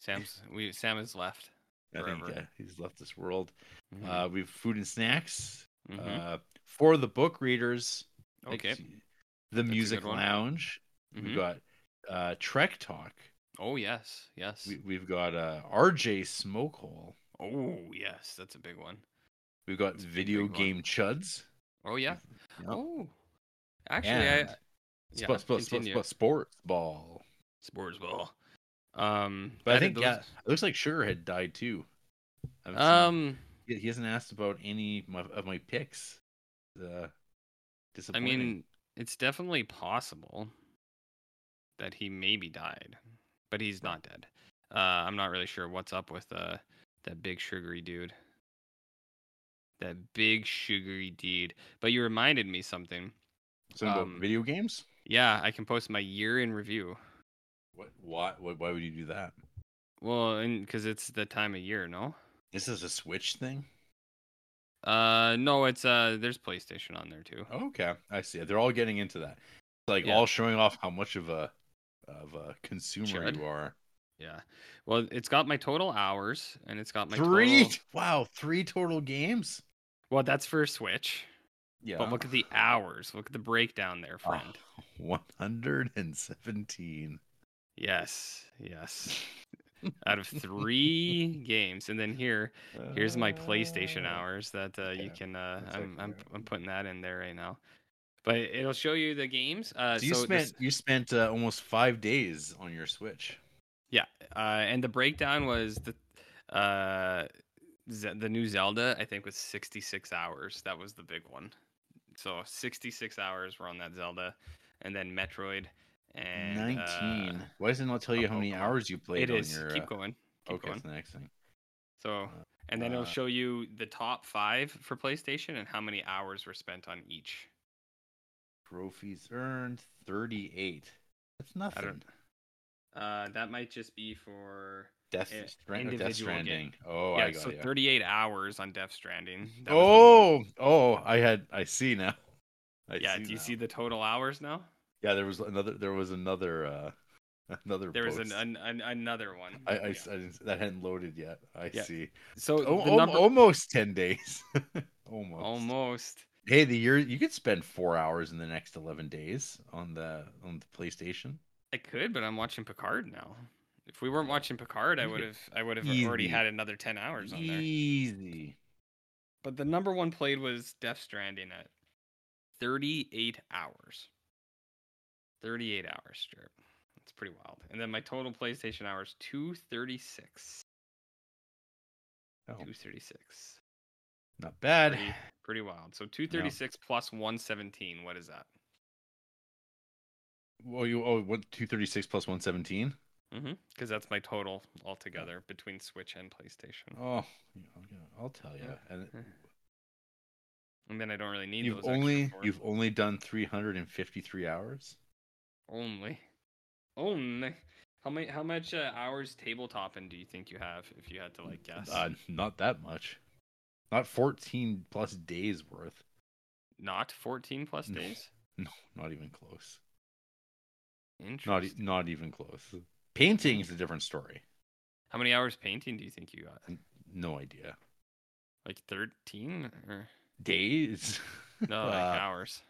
Speaker 3: Sam's we Sam has left.
Speaker 2: I think
Speaker 3: Forever.
Speaker 2: uh, he's left this world.
Speaker 3: Mhm.
Speaker 2: Uh, we've food and snacks
Speaker 3: Mhm.
Speaker 2: uh, for the book readers. like,
Speaker 3: okay.
Speaker 2: the music
Speaker 3: good one.
Speaker 2: lounge.
Speaker 3: Mhm.
Speaker 2: We've got uh, Trek Talk.
Speaker 3: Oh yes, yes.
Speaker 2: We, we've got uh, R.J. Smokehole.
Speaker 3: Oh yes, that's a big one.
Speaker 2: We've got
Speaker 3: That's a big,
Speaker 2: video
Speaker 3: big one.
Speaker 2: game chuds.
Speaker 3: Oh yeah.
Speaker 2: Mm-hmm. Yep.
Speaker 3: Oh, actually,
Speaker 2: and uh,
Speaker 3: I yeah,
Speaker 2: sports, sports, sports,
Speaker 3: continue.
Speaker 2: sports, sports ball.
Speaker 3: sports ball. Um,
Speaker 2: But I,
Speaker 3: did
Speaker 2: think
Speaker 3: those-
Speaker 2: yeah, it looks like Sugar had died too. I haven't seen-
Speaker 3: Um,
Speaker 2: he he hasn't asked about any my- of my picks. Uh,
Speaker 3: I
Speaker 2: disappointing.
Speaker 3: mean, it's definitely possible that he maybe died, but he's not dead. Uh, I'm not really sure what's up with uh that big sugary dude. That big sugary dude. But you reminded me something.
Speaker 2: so about
Speaker 3: um,
Speaker 2: video games.
Speaker 3: Yeah, I can post my year in review.
Speaker 2: What? Why? Why why would you do that?
Speaker 3: Well, because it's the time of year, no?
Speaker 2: This is a Switch thing.
Speaker 3: Uh, no, it's uh, there's PlayStation on there too.
Speaker 2: Oh, Okay, I see. They're all getting into that, like
Speaker 3: Yeah.
Speaker 2: all showing off how much of a of a consumer
Speaker 3: Chud?
Speaker 2: you are.
Speaker 3: Yeah. Well, it's got my total hours and it's got my
Speaker 2: three,
Speaker 3: Total...
Speaker 2: [laughs] wow, three total games.
Speaker 3: Well, that's for Switch.
Speaker 2: Yeah,
Speaker 3: But look at the hours. Look at the breakdown
Speaker 2: Ah.
Speaker 3: there, friend.
Speaker 2: one hundred and seventeen.
Speaker 3: Yes. Yes. Out
Speaker 2: [laughs]
Speaker 3: of three games, and then here, here's my PlayStation hours that uh, you
Speaker 2: okay.
Speaker 3: can. Uh,
Speaker 2: That's
Speaker 3: I'm, I'm
Speaker 2: okay.
Speaker 3: I'm putting that in there right now, but it'll show you the games. Uh,
Speaker 2: So you
Speaker 3: so
Speaker 2: spent
Speaker 3: this-
Speaker 2: you spent uh, almost five days on your Switch.
Speaker 3: Yeah, uh, and the breakdown was the uh, Ze- the new Zelda. I think was sixty six hours. That was the big one. So sixty six hours were on that Zelda, and then Metroid and uh,
Speaker 2: Nineteen. Why does it not tell you how many
Speaker 3: Pokemon.
Speaker 2: hours you played
Speaker 3: it
Speaker 2: on
Speaker 3: is.
Speaker 2: your?
Speaker 3: keep
Speaker 2: uh,
Speaker 3: going. Keep
Speaker 2: okay,
Speaker 3: going.
Speaker 2: that's the next thing.
Speaker 3: So and then
Speaker 2: uh,
Speaker 3: it'll show you the top five for PlayStation and how many hours were spent on each.
Speaker 2: Trophies earned thirty-eight. That's nothing.
Speaker 3: don't- Uh, that might just be for
Speaker 2: Death,
Speaker 3: i-
Speaker 2: Strand- or Death
Speaker 3: Eh, individual game.
Speaker 2: Stranding. Oh,
Speaker 3: yeah.
Speaker 2: I got
Speaker 3: so
Speaker 2: you.
Speaker 3: thirty eight hours on Death Stranding. That was the one.
Speaker 2: Oh, oh, I had I see now. I
Speaker 3: yeah. Do you
Speaker 2: now.
Speaker 3: see the total hours now?
Speaker 2: Yeah, there was another there was another uh [laughs] another
Speaker 3: There was an,
Speaker 2: post.
Speaker 3: an, an another one.
Speaker 2: I, I,
Speaker 3: Yeah.
Speaker 2: I didn't, that hadn't loaded yet. I
Speaker 3: Yeah.
Speaker 2: see.
Speaker 3: so the
Speaker 2: Oh, al-
Speaker 3: number
Speaker 2: almost 10 days. [laughs] almost.
Speaker 3: almost
Speaker 2: Hey, the year you could spend 4 hours in the next 11 days on the on the PlayStation.
Speaker 3: I could, but I'm watching Picard now. If we weren't watching Picard, I
Speaker 2: You
Speaker 3: would
Speaker 2: could
Speaker 3: have I would have
Speaker 2: easily-
Speaker 3: already had another ten hours on there.
Speaker 2: Easy.
Speaker 3: But the number one played was Death Stranding at thirty eight hours. Thirty eight hours strip. That's pretty wild. And then my total PlayStation hours two thirty six.
Speaker 2: Oh,
Speaker 3: Two thirty six.
Speaker 2: not bad.
Speaker 3: Pretty, pretty
Speaker 2: [sighs]
Speaker 3: wild. So two thirty six plus one seventeen. What is that?
Speaker 2: Well, you oh, what 236 plus 117?
Speaker 3: Mm-hmm. Because that's my total altogether between Switch and PlayStation.
Speaker 2: Oh, yeah, I'll get- I'll tell you.
Speaker 3: Yeah.
Speaker 2: And
Speaker 3: [sighs] And then I don't really need
Speaker 2: you've
Speaker 3: those. extra
Speaker 2: only
Speaker 3: four.
Speaker 2: you've only done 353 hours?
Speaker 3: only, only. How many? How much uh, hours tabletopping do you think you have? If you had to like guess,
Speaker 2: Uh, not that much. Not 14 plus days worth.
Speaker 3: not fourteen plus
Speaker 2: no.
Speaker 3: days.
Speaker 2: No, not even close. [laughs] Not e-
Speaker 3: Interesting.
Speaker 2: not even close. Painting is a different story.
Speaker 3: How many hours painting do you think you got?
Speaker 2: No idea.
Speaker 3: Like thirteen
Speaker 2: [laughs]
Speaker 3: or
Speaker 2: Days?
Speaker 3: [laughs] no, like
Speaker 2: Uh, hours.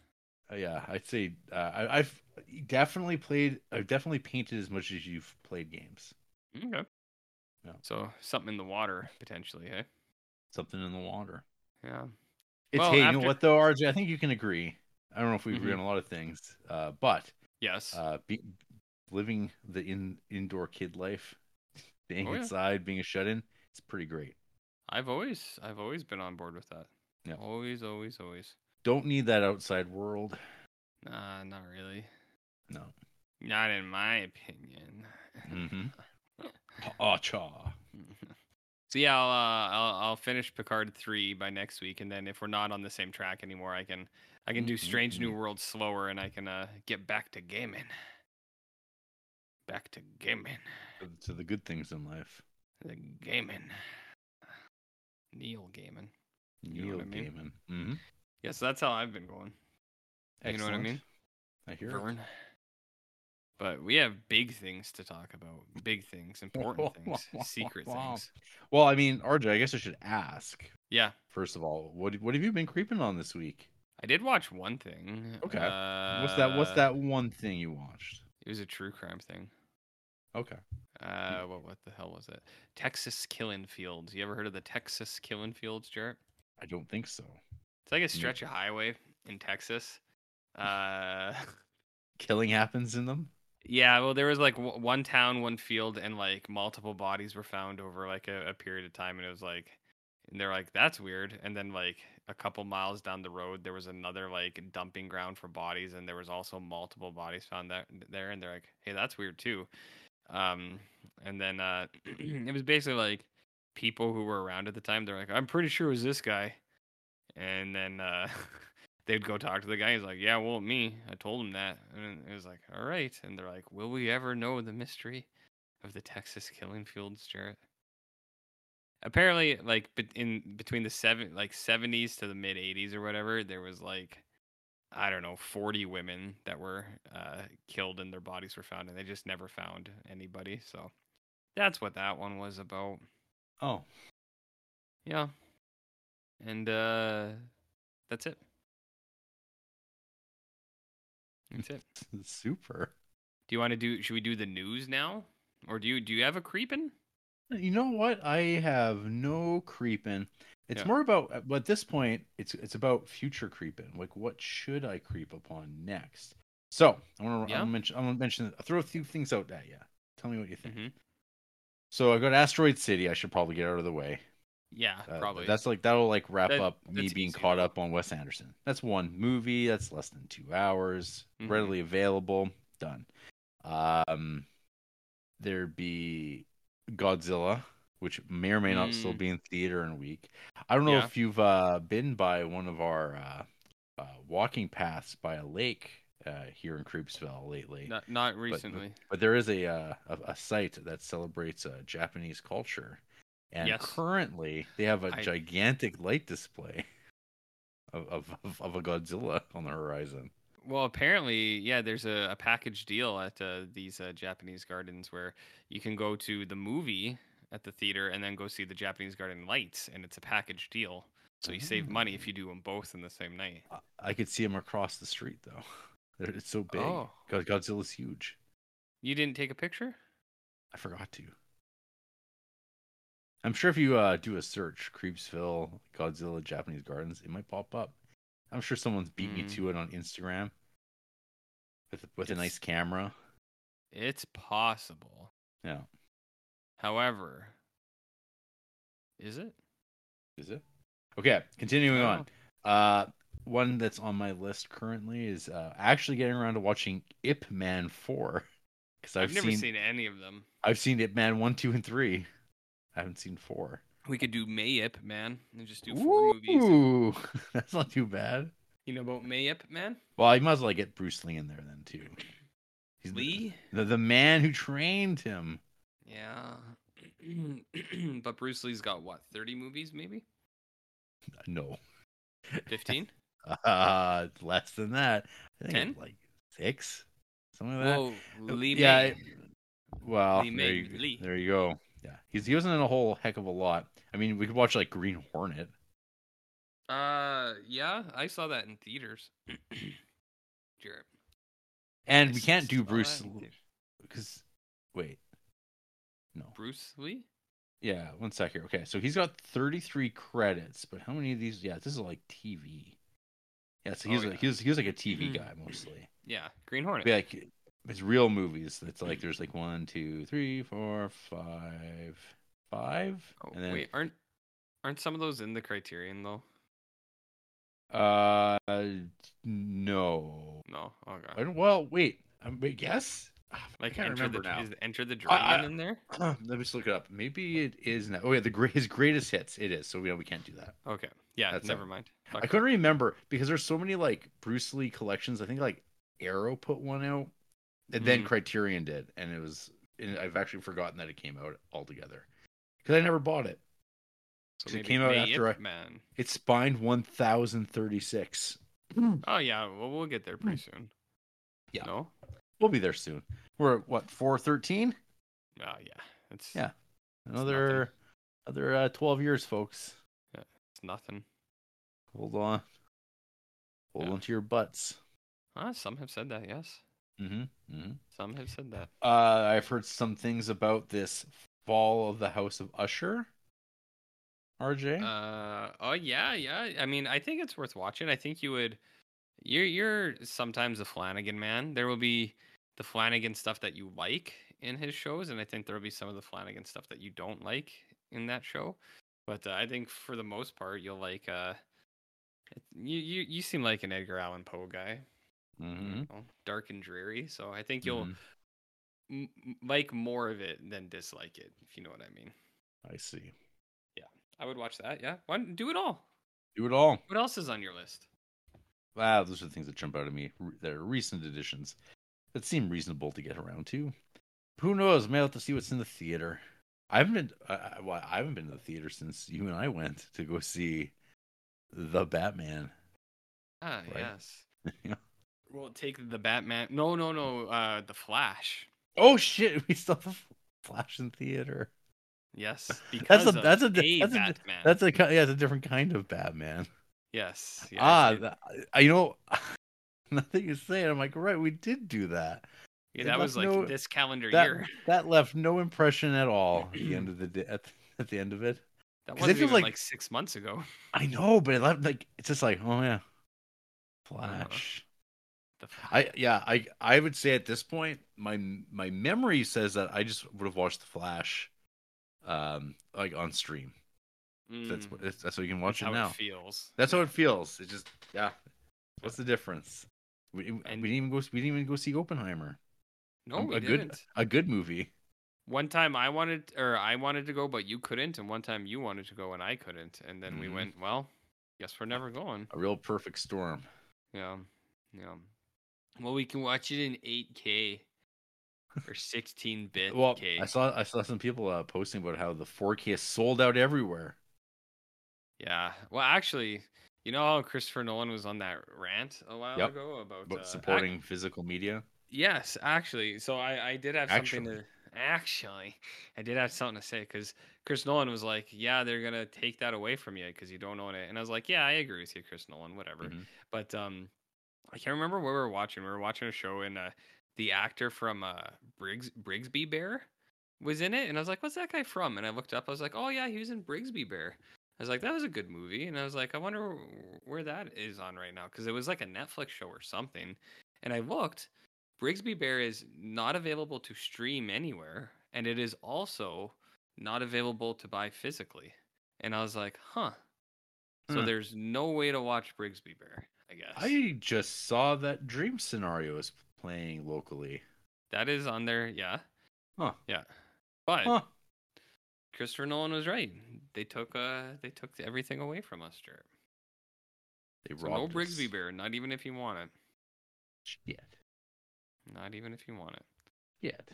Speaker 3: hours.
Speaker 2: yeah, I'd say uh, I, I've definitely played. I've definitely painted as much as you've played games.
Speaker 3: Okay.
Speaker 2: no.
Speaker 3: So something in the water potentially, hey?
Speaker 2: Something in the water.
Speaker 3: Yeah.
Speaker 2: It's
Speaker 3: Well,
Speaker 2: hey, you know
Speaker 3: after-
Speaker 2: what though, RJ? I think you can agree. I don't know if we agree
Speaker 3: Mhm.
Speaker 2: on a lot of things, uh, but
Speaker 3: Yes.
Speaker 2: uh, be, living the in indoor kid life, being
Speaker 3: Oh, yeah.
Speaker 2: inside, being a shut in, it's pretty great.
Speaker 3: I've always I've always been on board with that.
Speaker 2: Yeah.
Speaker 3: Always, always, always.
Speaker 2: Don't need that outside world.
Speaker 3: Nah, not really. [laughs]
Speaker 2: No.
Speaker 3: Not in my opinion.
Speaker 2: Mhm. Ah, cha.
Speaker 3: so yeah, I'll, uh, I'll I'll finish Picard three by next week, and then if we're not on the same track anymore, I can I
Speaker 2: Mm-hmm.
Speaker 3: can do Strange New World slower, and I can uh, get back to gaming. Back to gaming.
Speaker 2: to- to the good things in life.
Speaker 3: The gaming. Neil Gaiman. You know
Speaker 2: Neil
Speaker 3: what I mean?
Speaker 2: Gaiman. Mhm.
Speaker 3: Yes, that's how I've been going. You know what I
Speaker 2: Excellent.
Speaker 3: mean?
Speaker 2: I hear it.
Speaker 3: Vern. But we have big things to talk about. Big
Speaker 2: [laughs]
Speaker 3: things, important things, secret things.
Speaker 2: Well, I mean, RJ, I guess I should ask
Speaker 3: Yeah,
Speaker 2: first of all, what what have you been creeping on this week?
Speaker 3: I did watch one thing.
Speaker 2: Okay. what's that? What's
Speaker 3: uh,
Speaker 2: that one thing you watched?
Speaker 3: It was a true crime thing.
Speaker 2: Okay.
Speaker 3: Uh, what what the hell was it? Texas Killing Fields. You ever heard of the Texas Killing Fields, Jarrett?
Speaker 2: I don't think so.
Speaker 3: It's like a stretch of highway in Texas. Uh, [laughs]
Speaker 2: Killing happens in them.
Speaker 3: yeah. Well, there was like w- one town, one field, and like multiple bodies were found over like a, a period of time, and it was like, and they're like, that's weird. And then like a couple miles down the road, there was another like dumping ground for bodies, and there was also multiple bodies found that there, and they're like, hey, that's weird too. Um, and then uh, [clears throat] it was basically like people who were around at the time. They're like, I'm pretty sure it was this guy, and then uh, [laughs] they'd go talk to the guy. He's like, Yeah, well, me, I told him that, and it was like, All right. And they're like, Will we ever know the mystery of the Texas killing fields, Jarrett? Apparently, like bet- in between the seven like seventies to the mid eighties or whatever, there was like. I don't know, 40 women that were uh, killed and their bodies were found, and they just never found anybody. So, that's what that one was about.
Speaker 2: Oh, [laughs]
Speaker 3: Yeah. And uh that's it. That's it.
Speaker 2: super.
Speaker 3: Do you want to do should we do the news now? Or do you do you have a creeping?
Speaker 2: Uh, You know what? I have no creeping. It's
Speaker 3: Yeah.
Speaker 2: more about uh, well, at this point, it's it's about future creeping. Like, what should I creep upon next? So I want to
Speaker 3: Yeah.
Speaker 2: mention. I'm gonna mention. I'll throw a few things out at you. Tell me what you think.
Speaker 3: Mm-hmm.
Speaker 2: So I got Asteroid City. I should probably get out of the way.
Speaker 3: Yeah,
Speaker 2: Uh,
Speaker 3: probably.
Speaker 2: That's like that'll like wrap
Speaker 3: That-
Speaker 2: up me
Speaker 3: that's
Speaker 2: being
Speaker 3: easy.
Speaker 2: caught up on Wes Anderson. That's one movie. That's less than two hours.
Speaker 3: Mhm.
Speaker 2: Readily available. Done. Um, there'd be Godzilla, which may or may not still
Speaker 3: Mm.
Speaker 2: be in theater in a week. I don't know
Speaker 3: Yeah.
Speaker 2: if you've uh, been by one of our uh, uh, walking paths by a lake uh, here in Creepsville lately,
Speaker 3: not not recently.
Speaker 2: but there is a, uh, a a site that celebrates uh, Japanese culture, and
Speaker 3: Yes.
Speaker 2: currently they have a
Speaker 3: I-
Speaker 2: gigantic light display of, of of of a Godzilla on the horizon.
Speaker 3: Well, apparently, yeah, there's a, a package deal at uh, these uh, Japanese gardens where you can go to the movie at the theater and then go see the Japanese garden lights, and it's a package deal. So you save money
Speaker 2: Ah.
Speaker 3: if you do them both in the same night.
Speaker 2: I- I could see him across the street though. [laughs] They're- It's so big.
Speaker 3: Oh.
Speaker 2: God, Godzilla's huge.
Speaker 3: You didn't take a picture?
Speaker 2: I forgot to. I'm sure if you uh, do a search, Creepsville Godzilla Japanese Gardens, it might pop up. I'm sure someone's beat me
Speaker 3: Mm.
Speaker 2: to it on Instagram with with a
Speaker 3: It's-
Speaker 2: nice camera.
Speaker 3: It's possible.
Speaker 2: Yeah.
Speaker 3: However, is it?
Speaker 2: Is it? Okay, continuing
Speaker 3: I
Speaker 2: on.
Speaker 3: don't-
Speaker 2: Uh, one that's on my list currently is uh, actually getting around to watching Ip Man four because
Speaker 3: I've,
Speaker 2: I've,
Speaker 3: never
Speaker 2: seen,
Speaker 3: seen any of them.
Speaker 2: I've seen Ip Man one, two, and three. I haven't seen four.
Speaker 3: We could do Mayip Man and just do four movies.
Speaker 2: Ooh, [laughs] that's not too bad.
Speaker 3: You know about Mayip Man?
Speaker 2: Well, I might as well get Bruce Lee in there then too. He's the-
Speaker 3: Lee?
Speaker 2: the, the man who trained him.
Speaker 3: Yeah. [clears throat] but Bruce Lee's got what? 30 movies maybe?
Speaker 2: No, [laughs]
Speaker 3: 15?
Speaker 2: uh, less than that. I think
Speaker 3: Ten?
Speaker 2: it's like six, something like that.
Speaker 3: Whoa, Lee
Speaker 2: uh, yeah,
Speaker 3: May.
Speaker 2: Well,
Speaker 3: Lee
Speaker 2: there
Speaker 3: May-
Speaker 2: you,
Speaker 3: Lee.
Speaker 2: there you go. Yeah, he's he wasn't in a whole heck of a lot. I mean, we could watch like Green Hornet.
Speaker 3: Uh, yeah, I saw that
Speaker 2: [clears throat]
Speaker 3: in theaters. Jared.
Speaker 2: And
Speaker 3: I
Speaker 2: we can't do
Speaker 3: saw
Speaker 2: Bruce
Speaker 3: that in theaters.
Speaker 2: because wait, no,
Speaker 3: Bruce Lee?
Speaker 2: yeah, one sec here. Okay, so he's got 33 credits, but how many of these? Yeah, this is like TV. Yeah, so he's
Speaker 3: Oh,
Speaker 2: like
Speaker 3: yeah.
Speaker 2: he's he's like a TV
Speaker 3: Mhm.
Speaker 2: guy mostly.
Speaker 3: Yeah, Green Hornet.
Speaker 2: But, like it's real movies. It's
Speaker 3: Mm-hmm.
Speaker 2: like there's like one, two, three, four, five, five,
Speaker 3: Oh,
Speaker 2: and then
Speaker 3: wait, aren't aren't some of those in the Criterion though?
Speaker 2: uh no,
Speaker 3: No. Okay.
Speaker 2: I don't, well, wait. Um, wait, yes. Ah,
Speaker 3: Like
Speaker 2: I can't
Speaker 3: enter the
Speaker 2: remember now.
Speaker 3: is enter the dragon
Speaker 2: I-
Speaker 3: in there?
Speaker 2: [clears throat] Let me just look it up. Maybe it is now. Oh yeah, the great, his greatest hits. It is. So we we can't do that.
Speaker 3: Okay. Yeah.
Speaker 2: That's
Speaker 3: never
Speaker 2: it.
Speaker 3: mind.
Speaker 2: I
Speaker 3: Fuck.
Speaker 2: couldn't remember because there's so many like Bruce Lee collections. I think like Arrow put one out. And then
Speaker 3: Mhm.
Speaker 2: Criterion did, and it was. And I've actually forgotten that it came out altogether because I never bought it.
Speaker 3: So
Speaker 2: So it
Speaker 3: maybe
Speaker 2: came out
Speaker 3: May
Speaker 2: after
Speaker 3: Ip
Speaker 2: I-
Speaker 3: Man.
Speaker 2: It's Spined 1036.
Speaker 3: Oh yeah, well we'll get there pretty soon.
Speaker 2: Mm. Yeah.
Speaker 3: No.
Speaker 2: We'll be there soon. We're at what 413?
Speaker 3: Oh yeah. It's
Speaker 2: Yeah. Another another uh, 12 years, folks.
Speaker 3: it's nothing.
Speaker 2: Hold on. Hold
Speaker 3: Yeah.
Speaker 2: on to your butts.
Speaker 3: Ah, some have said that. Yes.
Speaker 2: Mm-hmm. Mm-hmm.
Speaker 3: Some have said that.
Speaker 2: Uh, I've heard some things about this fall of the House of Usher. RJ,
Speaker 3: Uh, oh yeah, yeah. I mean, I think it's worth watching. I think you would. You're you're sometimes the Flanagan man. There will be the Flanagan stuff that you like in his shows, and I think there will be some of the Flanagan stuff that you don't like in that show. But uh, I think for the most part, you'll like. Uh, you you you seem like an Edgar Allan Poe guy.
Speaker 2: mm-hmm.
Speaker 3: you know, dark and dreary. So I think you'll m- m- like more of it than dislike it, if you know what I mean.
Speaker 2: I see.
Speaker 3: I would watch that. Yeah, Why, do it all.
Speaker 2: Do it all.
Speaker 3: What else is on your list?
Speaker 2: Wow, those are the things that jump out at me. R- They're recent additions that seem reasonable to get around to. Who knows? May have to see what's in the theater. I haven't been. I, I- well, I haven't been to the theater since you and I went to go see the Batman.
Speaker 3: Ah,
Speaker 2: Right.
Speaker 3: yes.
Speaker 2: [laughs] Yeah.
Speaker 3: We'll take the Batman. No, no, no. Uh, the Flash.
Speaker 2: Oh shit! [laughs] We saw the Flash in theater.
Speaker 3: Yes,
Speaker 2: [laughs] That's
Speaker 3: because
Speaker 2: a-
Speaker 3: of
Speaker 2: that's a di- that's a di-
Speaker 3: Batman.
Speaker 2: That's a ki- yeah, it's a different kind of Batman.
Speaker 3: yes. yes,
Speaker 2: ah,
Speaker 3: it-
Speaker 2: that, I, you know, [laughs] nothing you say. I'm like, right, we did do that.
Speaker 3: yeah,
Speaker 2: it
Speaker 3: that was
Speaker 2: must
Speaker 3: like
Speaker 2: know
Speaker 3: this calendar
Speaker 2: That
Speaker 3: year.
Speaker 2: that left no impression at all. At [clears throat] the end of the day, at, at the end of it. 'cause
Speaker 3: That
Speaker 2: it
Speaker 3: wasn't
Speaker 2: feels
Speaker 3: even
Speaker 2: like-
Speaker 3: like... six months ago. [laughs]
Speaker 2: I know, but it left like it's just like, oh yeah, Flash.
Speaker 3: The
Speaker 2: I yeah, I I would say at this point, my my memory says that I just would have watched the Flash, um, like on stream. That's
Speaker 3: Mm,
Speaker 2: what that's, that's what you can watch
Speaker 3: that's how
Speaker 2: Hmm. it now.
Speaker 3: it feels.
Speaker 2: that's how it feels. It's just yeah. What's the difference? We, we
Speaker 3: And-
Speaker 2: didn't even go. We didn't even go see Oppenheimer.
Speaker 3: No,
Speaker 2: a-
Speaker 3: we
Speaker 2: a
Speaker 3: didn't.
Speaker 2: good a good movie.
Speaker 3: One time I wanted or I wanted to go, but you couldn't, and one time you wanted to go and I couldn't, and then we
Speaker 2: Mhm.
Speaker 3: went. Well, guess we're never going.
Speaker 2: A real perfect storm.
Speaker 3: Yeah, yeah. Well, we can watch it in
Speaker 2: [laughs]
Speaker 3: 8K or 16 bit.
Speaker 2: Well,
Speaker 3: K.
Speaker 2: I saw I saw some people uh, posting about how the 4K is sold out everywhere.
Speaker 3: Yeah. Well, actually, you know how Christopher Nolan was on that rant a while
Speaker 2: Yep.
Speaker 3: ago about
Speaker 2: But
Speaker 3: uh, ac-
Speaker 2: supporting physical media.
Speaker 3: yes, actually. So I I did have something
Speaker 2: Actually.
Speaker 3: to actually I did have something to say because Chris Nolan was like, yeah, they're gonna take that away from you because you don't own it, and I was like, yeah, I agree with you, Chris Nolan, whatever.
Speaker 2: Mhm.
Speaker 3: But um, I can't remember what we were watching. We were watching a show and uh, the actor from uh Briggs Brigsby Bear was in it, and I was like, what's that guy from? And I looked up, I was like, oh yeah, he was in Brigsby Bear. I was like, that was a good movie, and I was like, I wonder wh- where that is on right now because it was like a Netflix show or something. And I looked, Brigsby Bear is not available to stream anywhere, and it is also not available to buy physically. And I was like, huh. So
Speaker 2: Huh.
Speaker 3: there's no way to watch Brigsby Bear, I guess.
Speaker 2: Hmm. I just saw that Dream Scenario is playing locally.
Speaker 3: That is on there, yeah.
Speaker 2: Huh.
Speaker 3: Yeah. But
Speaker 2: Huh.
Speaker 3: Christopher Nolan was right. They took uh they took everything away from us, Jared.
Speaker 2: They
Speaker 3: So no
Speaker 2: robbed us.
Speaker 3: Brigsby Bear, not even if you want it.
Speaker 2: Shit.
Speaker 3: Not even if you want it.
Speaker 2: Shit.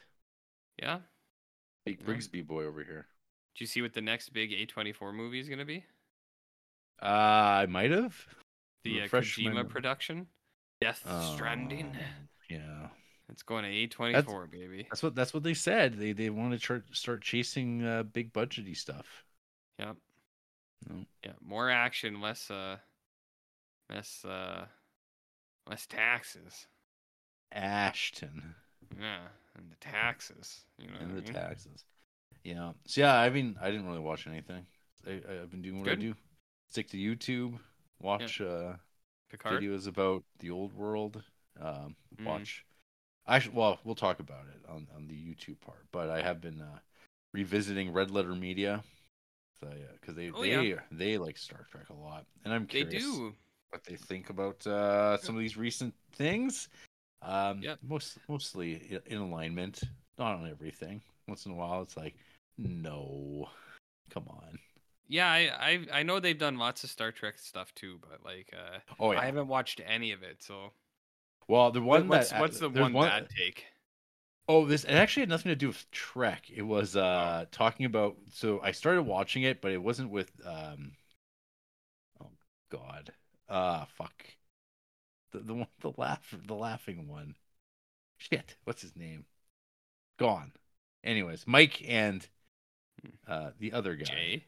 Speaker 3: Yeah?
Speaker 2: Big
Speaker 3: Yeah.
Speaker 2: Brigsby boy over here.
Speaker 3: Do you see what the next big A24 movie is going to be?
Speaker 2: Uh, I might have.
Speaker 3: The uh,
Speaker 2: Refresh my
Speaker 3: Kojima
Speaker 2: memory. Uh,
Speaker 3: production? Death Stranding.
Speaker 2: Um, yeah.
Speaker 3: It's going to A24, baby.
Speaker 2: That's what that's what they said. They they want to tr- start chasing uh, big budgety stuff.
Speaker 3: Yep.
Speaker 2: No.
Speaker 3: Yeah, more action, less uh less uh less taxes.
Speaker 2: Ashton.
Speaker 3: Yeah, and the taxes, you know.
Speaker 2: and
Speaker 3: what
Speaker 2: the
Speaker 3: I mean?
Speaker 2: taxes. Yeah. So yeah, I mean, I didn't really watch anything. I, I- I've been doing what
Speaker 3: Good.
Speaker 2: I do. Stick to YouTube. Watch uh,
Speaker 3: Picard?
Speaker 2: videos about the old world. Um,
Speaker 3: Mm.
Speaker 2: watch. Actually, well, we'll talk about it on on the YouTube part. But I have been uh, revisiting Red Letter Media. So yeah, because they
Speaker 3: Oh, yeah.
Speaker 2: they they like Star Trek a lot, and I'm
Speaker 3: They
Speaker 2: curious
Speaker 3: do.
Speaker 2: what they think about uh, some of these recent things. Um,
Speaker 3: Yep.
Speaker 2: most mostly i- in alignment, not on everything. Once in a while, it's like, no, come on.
Speaker 3: Yeah, I, I I know they've done lots of Star Trek stuff too, but like uh
Speaker 2: Oh yeah.
Speaker 3: I haven't watched any of it. So
Speaker 2: Well, the one
Speaker 3: what's
Speaker 2: that
Speaker 3: what's the
Speaker 2: there's
Speaker 3: one, bad take?
Speaker 2: Oh, this it actually had nothing to do with Trek. It was uh talking about so I started watching it, but it wasn't with um oh god. Ah fuck. The the one the laugh the laughing one. Shit, what's his name? Gone. Anyways, Mike and uh the other guy.
Speaker 3: Hmm. Jay.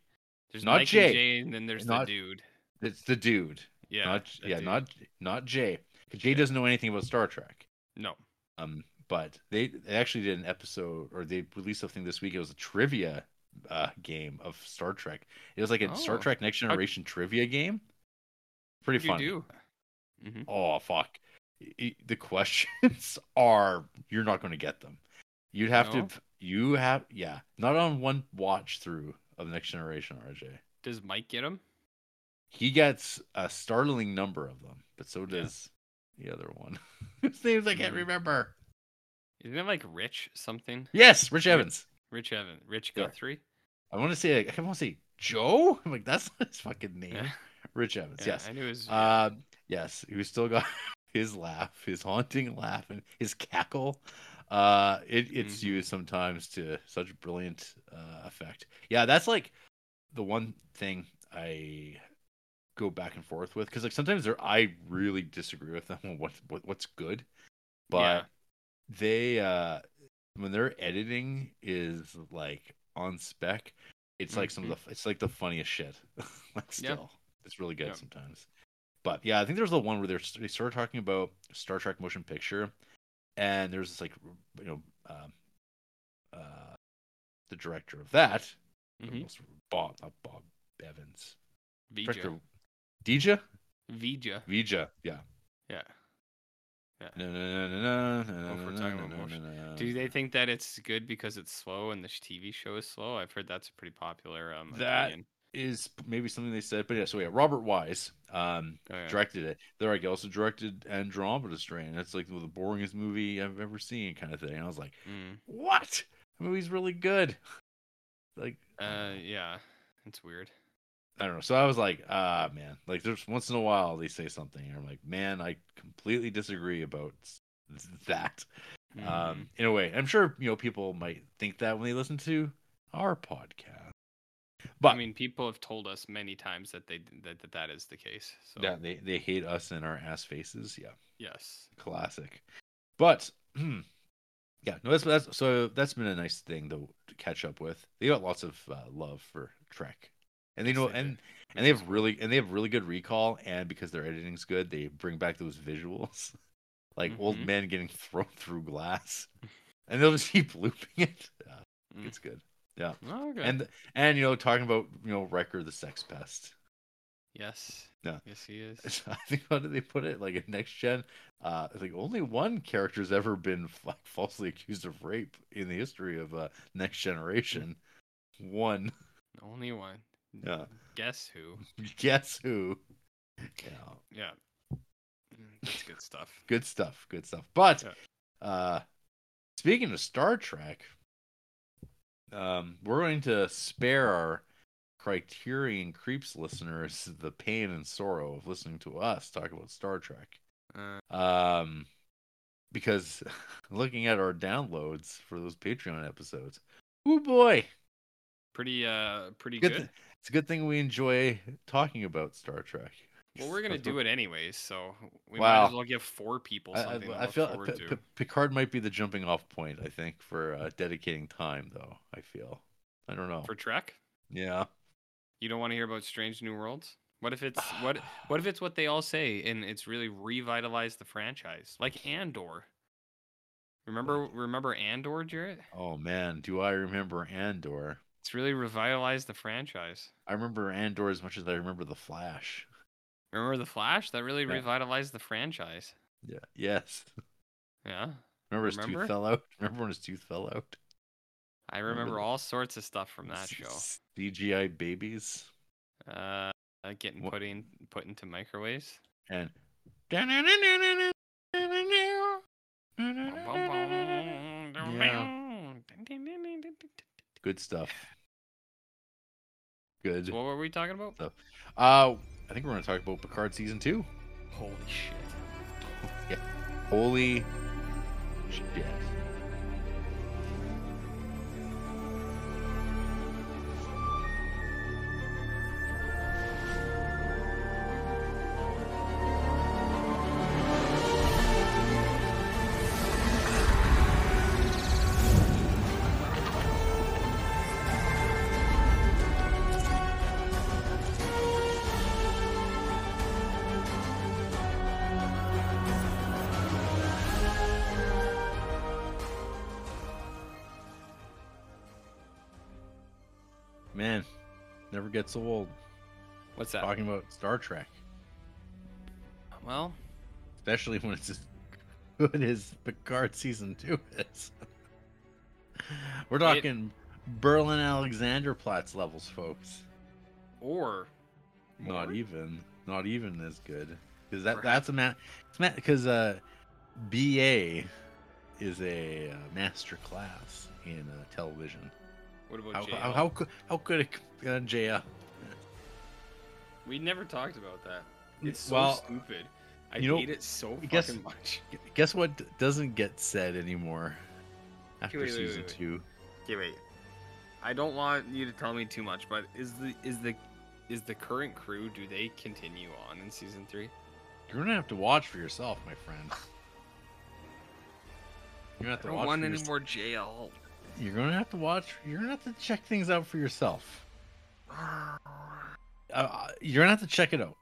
Speaker 3: There's
Speaker 2: Not
Speaker 3: Mike and
Speaker 2: Jay.
Speaker 3: and then there's
Speaker 2: Not-
Speaker 3: the dude.
Speaker 2: It's the dude.
Speaker 3: Yeah.
Speaker 2: not
Speaker 3: the
Speaker 2: yeah,
Speaker 3: dude.
Speaker 2: not not Jay. 'Cause Jay doesn't know anything about Star Trek.
Speaker 3: No.
Speaker 2: Um, but they, they actually did an episode, or they released something this week. It was a trivia uh, game of Star Trek. It was like a Star
Speaker 3: Oh.
Speaker 2: Trek Next Generation trivia game. Pretty
Speaker 3: What'd
Speaker 2: fun.
Speaker 3: you do? Mhm.
Speaker 2: Oh fuck! I- I- The [laughs] questions are you're not going to get them. You'd have
Speaker 3: No?
Speaker 2: to. You have yeah, not on one watch through of Next Generation RJ.
Speaker 3: Does Mike get him?
Speaker 2: He gets a startling number of them, but so
Speaker 3: Yeah.
Speaker 2: does the other one. [laughs] His names I can't
Speaker 3: Mhm.
Speaker 2: remember.
Speaker 3: Isn't it like Rich something?
Speaker 2: Yes, Rich
Speaker 3: Yeah.
Speaker 2: Evans.
Speaker 3: Rich Evan, Rich
Speaker 2: Yeah.
Speaker 3: Guthrie.
Speaker 2: I want to say like, I want to say Joe. [laughs] I'm like that's not his fucking
Speaker 3: [laughs]
Speaker 2: name.
Speaker 3: Yeah.
Speaker 2: Rich Evans.
Speaker 3: Yeah,
Speaker 2: yes.
Speaker 3: I knew it was.
Speaker 2: Uh, yes. Who still got [laughs] his laugh, his haunting laugh, and his cackle. Uh, it, it's
Speaker 3: Mhm.
Speaker 2: used sometimes to such brilliant uh, effect. Yeah, that's like the one thing I go back and forth with because like sometimes there I really disagree with them [laughs] on what, what what's good, but
Speaker 3: Yeah.
Speaker 2: they uh when their editing is like on spec, it's like some of the it's like the funniest shit. [laughs] like still,
Speaker 3: Mm-hmm. Yeah.
Speaker 2: it's really good
Speaker 3: Yeah.
Speaker 2: sometimes. But yeah, I think there's the one where they're, they started talking about Star Trek motion picture, and there's this like you know um, uh, the director of that, the
Speaker 3: Mhm.
Speaker 2: most- Bob not Bob Evans,
Speaker 3: Vija.
Speaker 2: director Deja
Speaker 3: Vija.
Speaker 2: Vija, yeah.
Speaker 3: Yeah.
Speaker 2: No, no, no, no, no,
Speaker 3: Oh, if
Speaker 2: no,
Speaker 3: we're
Speaker 2: no,
Speaker 3: talking
Speaker 2: no,
Speaker 3: about
Speaker 2: no,
Speaker 3: motion.
Speaker 2: no, no.
Speaker 3: Do they think that it's good because it's slow and the sh- TV show is slow? I've heard that's a pretty popular. Um,
Speaker 2: That-
Speaker 3: opinion.
Speaker 2: is maybe something they said, but yeah. So yeah, Robert Wise um,
Speaker 3: Oh, yeah.
Speaker 2: directed it. They're like also directed Andromeda Strain. That's like the boringest movie I've ever seen, kind of thing. And I was like,
Speaker 3: Mm.
Speaker 2: what? The movie's really good. [laughs] Like
Speaker 3: Uh, yeah, it's weird.
Speaker 2: I don't know. So I was like, ah, man. Like there's once in a while they say something, and I'm like, man, I completely disagree about that.
Speaker 3: Mm.
Speaker 2: Um, in a way, I'm sure you know people might think that when they listen to our podcast. But
Speaker 3: I mean, people have told us many times that they that that, that is the case. So
Speaker 2: yeah, they they hate us and our ass faces. Yeah.
Speaker 3: yes,
Speaker 2: classic. But hmm. yeah, no, that's that's so that's been a nice thing to, to catch up with. They got lots of uh, love for Trek, and they
Speaker 3: Yes,
Speaker 2: know
Speaker 3: they do.
Speaker 2: and
Speaker 3: Which
Speaker 2: and they
Speaker 3: is
Speaker 2: have
Speaker 3: cool.
Speaker 2: really and they have really good recall, and because their editing's good, they bring back those visuals, [laughs] like old
Speaker 3: Mhm.
Speaker 2: men getting [laughs] thrown through glass, and they'll just keep [laughs] looping it. Uh,
Speaker 3: Mm.
Speaker 2: It's good,
Speaker 3: Oh, okay.
Speaker 2: and and you know talking about you know Riker the sex pest.
Speaker 3: yes,
Speaker 2: Yeah.
Speaker 3: yes,
Speaker 2: [laughs]
Speaker 3: he is.
Speaker 2: I think how did they put it? Like in next gen, uh, I think only one character's ever been [laughs] like falsely accused of rape in the history of uh, next generation. One,
Speaker 3: Only one.
Speaker 2: Yeah.
Speaker 3: Guess who?
Speaker 2: [laughs] guess who? Yeah,
Speaker 3: Yeah. Mm, That's good stuff.
Speaker 2: good stuff, good stuff. But
Speaker 3: Yeah.
Speaker 2: uh, speaking of Star Trek, um, we're going to spare our Criterion Creeps listeners the pain and sorrow of listening to us talk about Star Trek.
Speaker 3: Uh,
Speaker 2: um because [laughs] looking at our downloads for those patreon episodes oh boy
Speaker 3: pretty uh, pretty
Speaker 2: good
Speaker 3: good.
Speaker 2: thi- it's a good thing we enjoy talking about star trek
Speaker 3: Well,
Speaker 2: [laughs]
Speaker 3: we're gonna do it anyways, so we might as
Speaker 2: Wow.
Speaker 3: well give four people
Speaker 2: I,
Speaker 3: something
Speaker 2: I-
Speaker 3: to
Speaker 2: I
Speaker 3: look
Speaker 2: feel
Speaker 3: forward
Speaker 2: P-
Speaker 3: to.
Speaker 2: P- picard might be the jumping off point i think for uh, dedicating time though i feel i don't know
Speaker 3: For Trek,
Speaker 2: yeah
Speaker 3: you don't want to hear about Strange New Worlds. What if [sighs] it's
Speaker 2: [sighs]
Speaker 3: what? What if it's what they all say, and it's really revitalized the franchise, like Andor. Remember, remember Andor, Jarrett?
Speaker 2: oh man do i remember andor
Speaker 3: It's really revitalized the franchise.
Speaker 2: i remember andor as much as i remember the flash
Speaker 3: Remember the Flash? That really
Speaker 2: Yeah.
Speaker 3: revitalized the franchise.
Speaker 2: yeah yes [laughs]
Speaker 3: Yeah,
Speaker 2: remember his
Speaker 3: Remember?
Speaker 2: tooth fell out [laughs] remember when his tooth fell out
Speaker 3: I
Speaker 2: Remember
Speaker 3: remember
Speaker 2: the-
Speaker 3: all sorts of stuff from that
Speaker 2: S- [laughs]
Speaker 3: show.
Speaker 2: s- CGI babies
Speaker 3: Uh, uh, getting
Speaker 2: Wha-
Speaker 3: put in, put into microwaves.
Speaker 2: [laughs] and good stuff. Good.
Speaker 3: So what were we talking about?
Speaker 2: Uh, I think we're going to talk about Picard season two.
Speaker 3: Holy shit.
Speaker 2: Holy shit! man, never gets old.
Speaker 3: What's that?
Speaker 2: Talking about Star Trek,
Speaker 3: Well,
Speaker 2: especially when it's as [laughs] good as Picard season two is. [laughs] We're talking Berlin Alexander Platz levels, folks.
Speaker 3: or
Speaker 2: Not
Speaker 3: More?
Speaker 2: even, not even as good because that
Speaker 3: Perhaps.
Speaker 2: that's a ma- it's ma- because uh, BA is a uh, master class in uh, television.
Speaker 3: what about
Speaker 2: How,
Speaker 3: JL?
Speaker 2: how, how, cou- how could it c- uh, JL?
Speaker 3: We never talked about that. It's so
Speaker 2: Well,
Speaker 3: stupid. I
Speaker 2: you know,
Speaker 3: hate it so fucking
Speaker 2: guess-
Speaker 3: much. [laughs]
Speaker 2: Gu- Guess what d- doesn't get said anymore after
Speaker 3: wait, wait,
Speaker 2: season
Speaker 3: wait, wait.
Speaker 2: two?
Speaker 3: Okay, wait. I don't want you to tell me too much, but is the is the is the current crew do they continue on in season three?
Speaker 2: You're gonna have to watch for yourself, my friend. You're gonna have
Speaker 3: I
Speaker 2: to
Speaker 3: don't
Speaker 2: watch.
Speaker 3: want
Speaker 2: for
Speaker 3: any
Speaker 2: yours-
Speaker 3: more JL.
Speaker 2: You're gonna have to watch. You're gonna have to check things out for yourself. Uh, Uh, you're gonna have to check it out.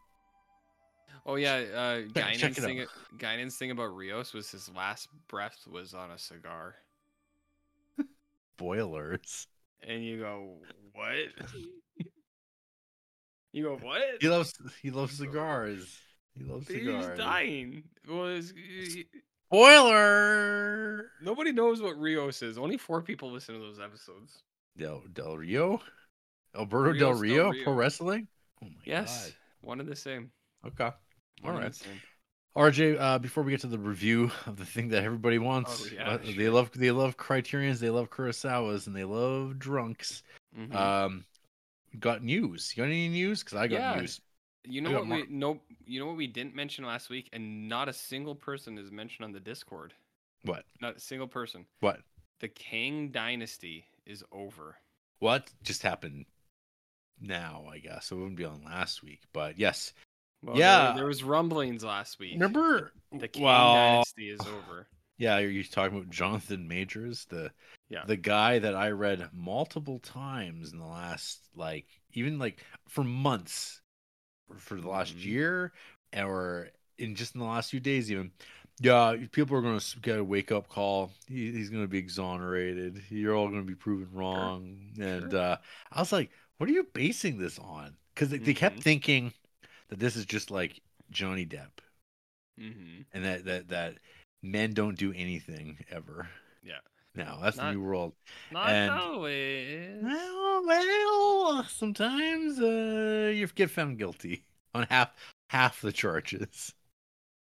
Speaker 3: Oh yeah, uh,
Speaker 2: Check- check
Speaker 3: Guinan's
Speaker 2: it out.
Speaker 3: thing. Guinan's thing about Rios was his last breath was on a cigar,
Speaker 2: Spoilers.
Speaker 3: and you go what?
Speaker 2: [laughs]
Speaker 3: you go what?
Speaker 2: He loves. He loves cigars. He loves
Speaker 3: He was
Speaker 2: cigars.
Speaker 3: dying. Well, it was- he-
Speaker 2: Spoiler.
Speaker 3: nobody knows what Rios is. Only four people listen to those episodes.
Speaker 2: Del Del Rio, Alberto Del
Speaker 3: Rios Del
Speaker 2: Rio,
Speaker 3: Rio.
Speaker 2: pro wrestling. Oh my
Speaker 3: Yes, one and the same.
Speaker 2: God. Okay.
Speaker 3: One
Speaker 2: All
Speaker 3: and the
Speaker 2: right.
Speaker 3: same.
Speaker 2: RJ, uh, before we get to the review of the thing that everybody wants,
Speaker 3: Oh, yeah,
Speaker 2: uh, they
Speaker 3: sure.
Speaker 2: love they love Criterion's, they love Kurosawas, and they love drunks.
Speaker 3: Mhm.
Speaker 2: Um, got news? You got any news? Because I got
Speaker 3: Yeah.
Speaker 2: news.
Speaker 3: You
Speaker 2: I
Speaker 3: know
Speaker 2: got
Speaker 3: what
Speaker 2: more.
Speaker 3: we no you know what we didn't mention last week and not a single person is mentioned on the Discord.
Speaker 2: What?
Speaker 3: Not a single person.
Speaker 2: What?
Speaker 3: The Kang dynasty is over.
Speaker 2: What just happened? Now, I guess it wouldn't be on last week, but yes.
Speaker 3: Well, there-
Speaker 2: Yeah.
Speaker 3: There, was rumblings last week.
Speaker 2: Remember?
Speaker 3: the Kang
Speaker 2: well, [sighs]
Speaker 3: dynasty is over.
Speaker 2: yeah, you're talking about Jonathan Majors, the
Speaker 3: Yeah.
Speaker 2: the guy that I read multiple times in the last like even like for months for the last
Speaker 3: Mhm.
Speaker 2: year or in just in the last few days even yeah people are going to get a wake up call he, he's going to be exonerated you're all going to be proven wrong and
Speaker 3: Sure.
Speaker 2: uh i was like what are you basing this on because they, they kept
Speaker 3: Mhm.
Speaker 2: thinking that this is just like johnny depp
Speaker 3: hmm
Speaker 2: and that that that men don't do anything ever
Speaker 3: Yeah.
Speaker 2: now that's
Speaker 3: Not-
Speaker 2: the new world
Speaker 3: Not
Speaker 2: And-
Speaker 3: always.
Speaker 2: well, well, sometimes uh, you get found guilty on half half the charges.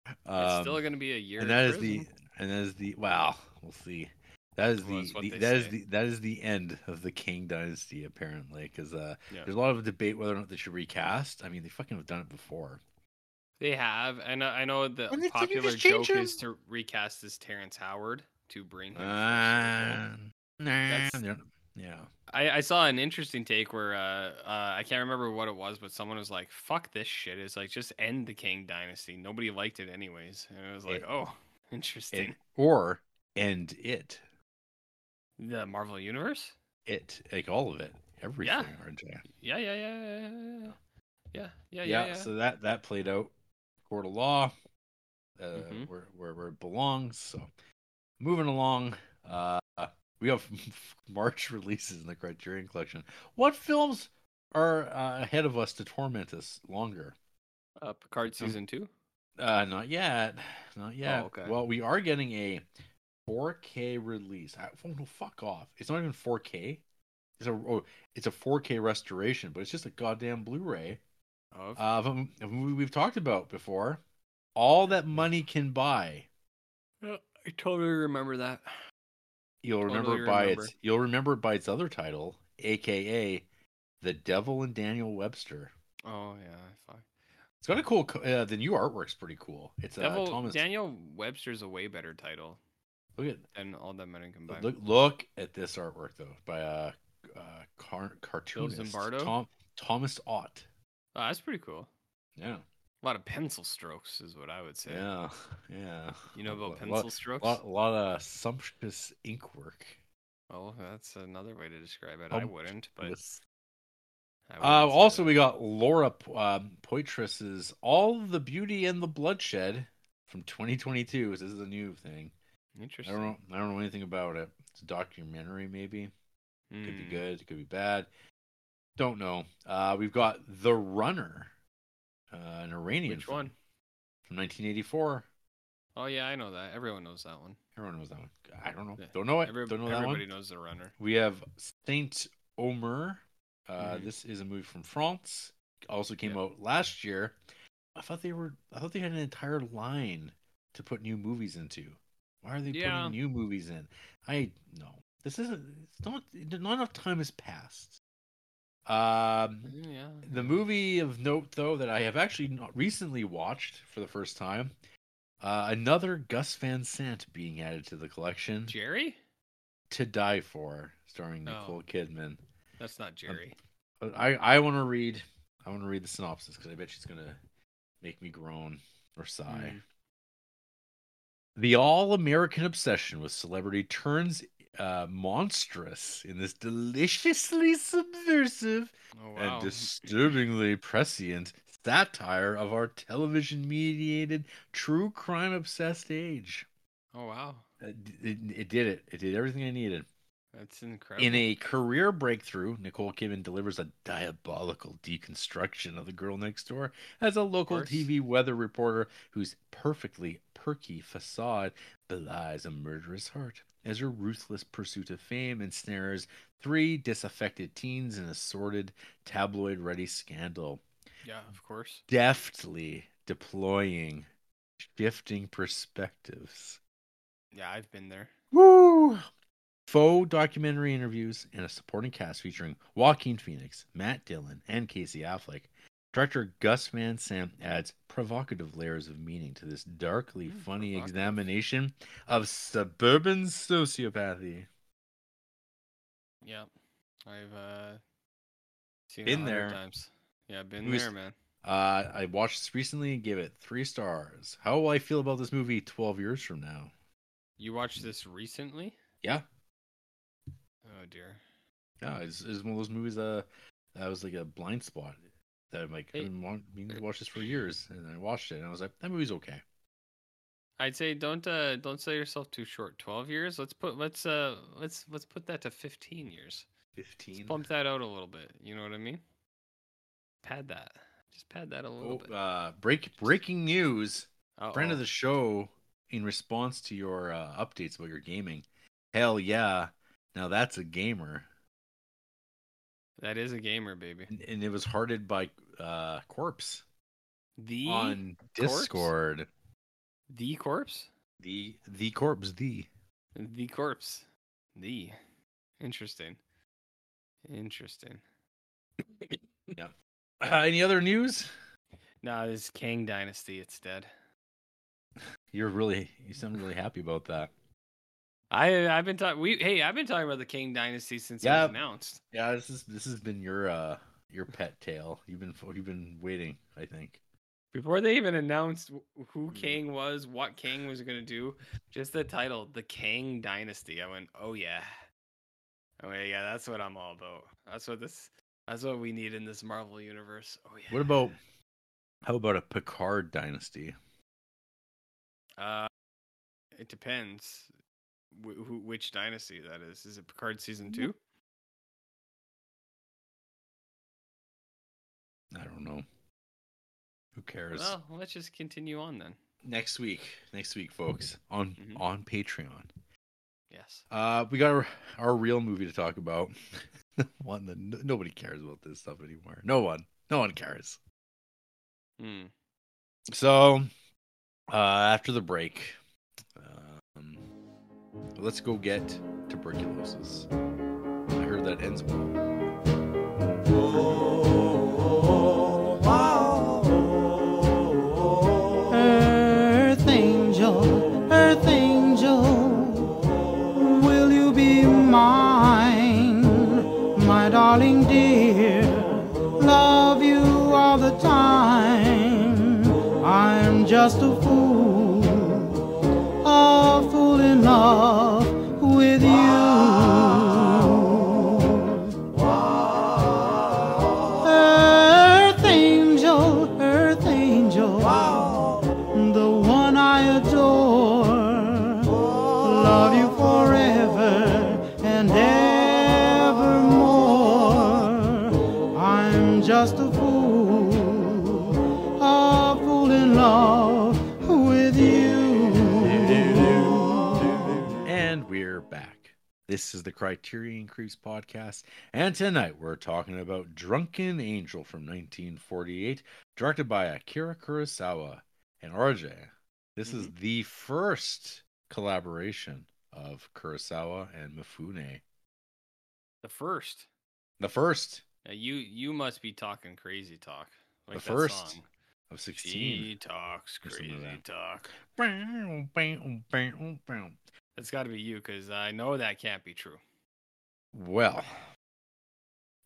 Speaker 3: it's
Speaker 2: Um,
Speaker 3: still gonna be a year.
Speaker 2: and
Speaker 3: in
Speaker 2: that is
Speaker 3: prison.
Speaker 2: the and that is the wow. We'll see. That is
Speaker 3: Well,
Speaker 2: the,
Speaker 3: that's what
Speaker 2: the
Speaker 3: they
Speaker 2: that is
Speaker 3: say.
Speaker 2: the that is the end of the King dynasty apparently because uh,
Speaker 3: Yeah.
Speaker 2: there's a lot of debate whether or not they should recast. I mean, they fucking have done it before.
Speaker 3: They have, and I I know the
Speaker 2: And they- didn't you
Speaker 3: popular
Speaker 2: just change
Speaker 3: joke is to recast as Terrence Howard to bring him.
Speaker 2: Uh, nah,
Speaker 3: That's-
Speaker 2: they don't- yeah.
Speaker 3: I, I saw an interesting take where uh, uh, I can't remember what it was, but someone was like, "Fuck this shit!" It's like just end the Kang dynasty. Nobody liked it anyways, and it was like,
Speaker 2: It-
Speaker 3: "Oh, [laughs] interesting."
Speaker 2: It- or end it.
Speaker 3: the Marvel Universe?
Speaker 2: It like all of it, everything. RJ.
Speaker 3: Yeah, yeah, yeah, yeah, yeah, yeah, yeah, yeah,
Speaker 2: yeah,
Speaker 3: yeah. yeah.
Speaker 2: so that that played out court of law uh,
Speaker 3: Mhm.
Speaker 2: where, where where it belongs so moving along uh we have [laughs] march releases in the criterion collection what films are uh, ahead of us to torment us longer
Speaker 3: uh, Picard
Speaker 2: Um,
Speaker 3: season two.
Speaker 2: uh not yet not yet
Speaker 3: Oh, okay.
Speaker 2: well we are getting a 4k release I, oh no fuck off it's not even 4k it's a oh, it's a 4k restoration but it's just a goddamn blu-ray
Speaker 3: Of
Speaker 2: of a m- a movie we've talked about before. All that money can buy.
Speaker 3: Yeah, I totally remember that.
Speaker 2: You'll remember
Speaker 3: Totally
Speaker 2: it by
Speaker 3: remember.
Speaker 2: its. You'll remember it by its other title, aka "The Devil and Daniel Webster."
Speaker 3: Oh yeah, fuck.
Speaker 2: It's got a cool. co- Uh, the new artwork's pretty cool. It's uh,
Speaker 3: Devil,
Speaker 2: Thomas.
Speaker 3: Daniel Webster's a way better title
Speaker 2: Look at
Speaker 3: than all that men combined. Oh,
Speaker 2: look, look at this artwork though by a uh, uh, car- cartoonist
Speaker 3: Zimbardo?
Speaker 2: Tom, Thomas Ott.
Speaker 3: Oh, that's pretty cool.
Speaker 2: Yeah,
Speaker 3: A lot of pencil strokes is what I would say.
Speaker 2: yeah, yeah.
Speaker 3: You know
Speaker 2: A
Speaker 3: about pencil
Speaker 2: lot-
Speaker 3: strokes?
Speaker 2: A lot, a lot of sumptuous ink work.
Speaker 3: Oh, that's another way to describe it. I
Speaker 2: Um,
Speaker 3: wouldn't, but
Speaker 2: Yes.
Speaker 3: I would
Speaker 2: Uh,
Speaker 3: consider
Speaker 2: also,
Speaker 3: that.
Speaker 2: we got Laura P- um, Poitras's "All the Beauty and the Bloodshed" from 2022. This is a new thing. I
Speaker 3: interesting.
Speaker 2: don't know. I don't know anything about it. It's a documentary, maybe. Could be
Speaker 3: Hmm.
Speaker 2: good. It could be bad. Don't know. Uh, we've got The Runner, uh, an Iranian
Speaker 3: Which
Speaker 2: film
Speaker 3: one?
Speaker 2: from 1984.
Speaker 3: Oh yeah, I know that. Everyone knows that one.
Speaker 2: Everyone knows that one. I don't know.
Speaker 3: Yeah.
Speaker 2: Don't know it.
Speaker 3: Every-
Speaker 2: don't know that one.
Speaker 3: everybody knows the runner.
Speaker 2: We have Saint Omer. Uh,
Speaker 3: Mhm.
Speaker 2: This is a movie from France. Also came
Speaker 3: Yep.
Speaker 2: out last year. I thought they were. I thought they had an entire line to put new movies into. Why are they
Speaker 3: Yeah.
Speaker 2: putting new movies in? I no. This isn't. It's not. Not enough time has passed. Um,
Speaker 3: Mm, Yeah.
Speaker 2: the movie of note, though, that I have actually not recently watched for the first time, uh, another Gus Van Sant being added to the collection,
Speaker 3: Jerry?
Speaker 2: "To Die For," starring
Speaker 3: Oh.
Speaker 2: Nicole Kidman.
Speaker 3: That's
Speaker 2: Um,
Speaker 3: not Jerry.
Speaker 2: But I I want to read I want to read the synopsis because I bet she's gonna make me groan or sigh.
Speaker 3: Mm.
Speaker 2: The all-American obsession with celebrity turns uh, monstrous in this deliciously subversive
Speaker 3: Oh wow.
Speaker 2: and disturbingly prescient satire of our television mediated true crime obsessed age.
Speaker 3: oh wow.
Speaker 2: Uh, d- It, it did it. It did everything I needed.
Speaker 3: That's incredible.
Speaker 2: In a career breakthrough, Nicole Kidman delivers a diabolical deconstruction of the girl next door as a local
Speaker 3: course.
Speaker 2: TV weather reporter whose perfectly perky facade belies a murderous heart as her ruthless pursuit of fame ensnares three disaffected teens in a sordid tabloid ready scandal
Speaker 3: yeah, of course.
Speaker 2: deftly deploying shifting perspectives.
Speaker 3: Yeah, I've been there.
Speaker 2: Woo! Faux documentary interviews and a supporting cast featuring Joaquin Phoenix, Matt Dillon, and Casey Affleck. Director Gus Van Sant adds provocative layers of meaning to this darkly
Speaker 3: Mm,
Speaker 2: funny
Speaker 3: provocative.
Speaker 2: examination of suburban sociopathy.
Speaker 3: Yeah. I've uh seen
Speaker 2: Been
Speaker 3: it a hundred
Speaker 2: there.
Speaker 3: times. Yeah, been
Speaker 2: It was-
Speaker 3: there, man.
Speaker 2: Uh, I watched this recently and gave it three stars. How will I feel about this movie 12 years from now?
Speaker 3: You watched this recently?
Speaker 2: Yeah,
Speaker 3: Oh dear.
Speaker 2: Yeah, it's, it's one of those movies that, that was like a blind spot that I'm like,
Speaker 3: Hey.
Speaker 2: I've been want- meaning to watch this for years, and I watched it, and I was like, that movie's okay.
Speaker 3: I'd say don't uh don't sell yourself too short. Twelve years. Let's put let's uh let's let's put that to fifteen years. Let's
Speaker 2: Fifteen.
Speaker 3: bump that out a little bit. You know what I mean? Pad that. Just pad that a little bit.
Speaker 2: uh, break breaking news.
Speaker 3: Uh-oh.
Speaker 2: Friend of the show, in response to your uh, updates about your gaming, hell yeah, now that's a gamer,
Speaker 3: that is a gamer, baby.
Speaker 2: and, and it was hearted by uh, Corpse
Speaker 3: The
Speaker 2: on
Speaker 3: Corpse?
Speaker 2: Discord.
Speaker 3: the corpse.
Speaker 2: The the Corpse the.
Speaker 3: The corpse. The. Interesting. Interesting.
Speaker 2: Uh, any other news?
Speaker 3: Nah, this Kang Dynasty. It's dead.
Speaker 2: You're really you sound really happy about that.
Speaker 3: I I've been talking. We hey, I've been talking about the Kang Dynasty since it
Speaker 2: Yeah.
Speaker 3: was announced.
Speaker 2: Yeah, this is this has been your uh your pet tale. You've been you've been waiting, I think.
Speaker 3: Before they even announced wh- who
Speaker 2: Mm.
Speaker 3: Kang was, what Kang was going to do, just the title, The Kang Dynasty. I went, oh yeah. Oh yeah, yeah, that's what I'm all about. That's what this, that's what we need in this Marvel universe. Oh yeah.
Speaker 2: What about how about a Picard dynasty?
Speaker 3: Uh, it depends wh- who, which dynasty that is. Is it Picard season two?
Speaker 2: I don't know. Who cares?
Speaker 3: Well, let's just continue on then.
Speaker 2: next week, next week, folks, on
Speaker 3: Mhm.
Speaker 2: on Patreon.
Speaker 3: Yes.
Speaker 2: Uh, we got our, our real movie to talk about. [laughs] one that n- nobody cares about this stuff anymore. No one, no one cares.
Speaker 3: Hmm.
Speaker 2: So, uh, after the break, um, let's go get tuberculosis. I heard that ends well.
Speaker 4: Earth angel, earth angel, will you be mine, my darling dear? Love you all the time. I'm just a fool, a fool in love with you. Earth angel, earth angel, the one I adore. Love you forever and evermore. just a fool, a fool in love with you.
Speaker 2: And we're back. This is the Criterion Creeps podcast, and tonight we're talking about Drunken Angel from 1948, directed by Akira Kurosawa and RJ. This is the first collaboration of Kurosawa and Mifune.
Speaker 3: The first.
Speaker 2: The first
Speaker 3: Now you you must be talking crazy talk. Like
Speaker 2: The
Speaker 3: that
Speaker 2: first.
Speaker 3: song.
Speaker 2: of
Speaker 3: She
Speaker 2: 16.
Speaker 3: talks
Speaker 2: or something
Speaker 3: crazy
Speaker 2: like that.
Speaker 3: talk.
Speaker 2: Well,
Speaker 3: That's got to be you, because I know that can't be true.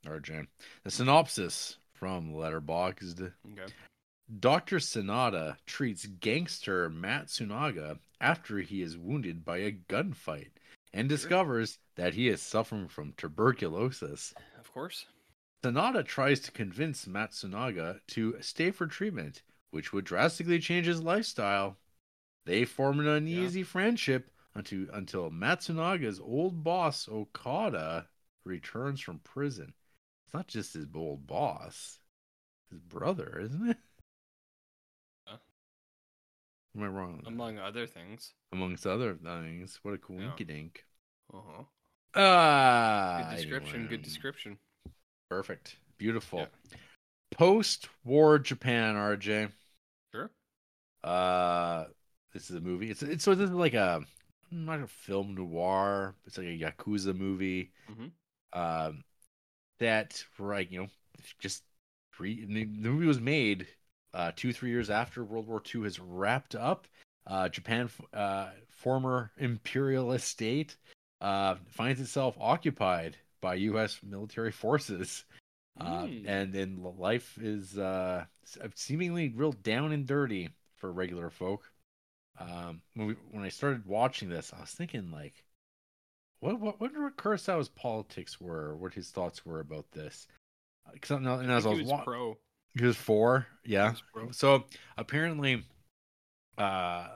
Speaker 2: RJ, the synopsis from Letterboxd
Speaker 3: Okay.
Speaker 2: Dr. Sonata treats gangster Matsunaga after he is wounded by a gunfight and discovers that he is suffering from tuberculosis.
Speaker 3: Of course.
Speaker 2: Sonata tries to convince Matsunaga to stay for treatment, which would drastically change his lifestyle. They form an uneasy friendship until, until Matsunaga's old boss, Okada, returns from prison. It's not just his old boss, his brother, isn't it?
Speaker 3: Huh? Um,
Speaker 2: Am I wrong? on that?
Speaker 3: Among other things.
Speaker 2: Amongst other things, what a coinkydink.
Speaker 3: Uh huh.
Speaker 2: Ah,
Speaker 3: Good description. Good
Speaker 2: anyone.
Speaker 3: description.
Speaker 2: Perfect. Beautiful.
Speaker 3: Yeah.
Speaker 2: Post war Japan, RJ.
Speaker 3: Sure.
Speaker 2: Uh this is a movie. It's it's so this is like a not a film noir. It's like a Yakuza movie.
Speaker 3: Mhm.
Speaker 2: Um that right, you know, just three the, the movie was made uh two, three years after World War II has wrapped up. Uh Japan f- uh former imperialist state uh finds itself occupied by US military forces. Uh,
Speaker 3: Mm.
Speaker 2: and then l- life is uh, s- seemingly real down and dirty for regular folk. Um, when we, when I started watching this, I was thinking like, what what wonder what Kurosawa's politics were, what his thoughts were about this. Because and as I
Speaker 3: Think
Speaker 2: was, was
Speaker 3: he was pro.
Speaker 2: he was four, yeah.
Speaker 3: He was pro.
Speaker 2: So apparently, uh,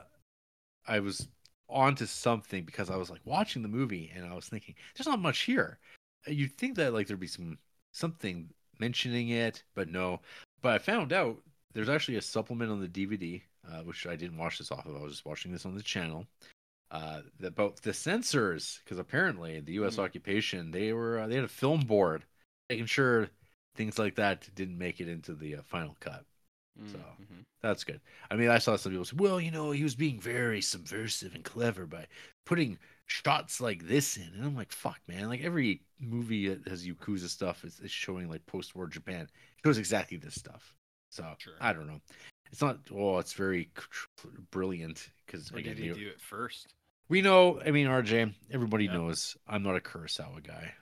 Speaker 2: I was onto something because I was like watching the movie and I was thinking, there's not much here. You'd think that like there'd be some something mentioning it, but no. But I found out there's actually a supplement on the DVD, uh, which I didn't watch this off of. I was just watching this on the channel. Uh, about the censors, because apparently the U.S.
Speaker 3: Hmm.
Speaker 2: occupation, they were uh, they had a film board making sure things like that didn't make it into the uh, final cut.
Speaker 3: Mm,
Speaker 2: So.
Speaker 3: mhm.
Speaker 2: That's good. I mean, I saw some people say, well, you know, he was being very subversive and clever by putting shots like this in. And I'm like, fuck, man. Like every movie that has Yakuza stuff is, is showing like post war Japan. It shows exactly this stuff. So
Speaker 3: Sure.
Speaker 2: I don't know. It's not, oh, it's very c- brilliant because
Speaker 3: Or did he do it first?
Speaker 2: we know, I mean, RJ, everybody
Speaker 3: Yeah.
Speaker 2: knows I'm not a Kurosawa guy.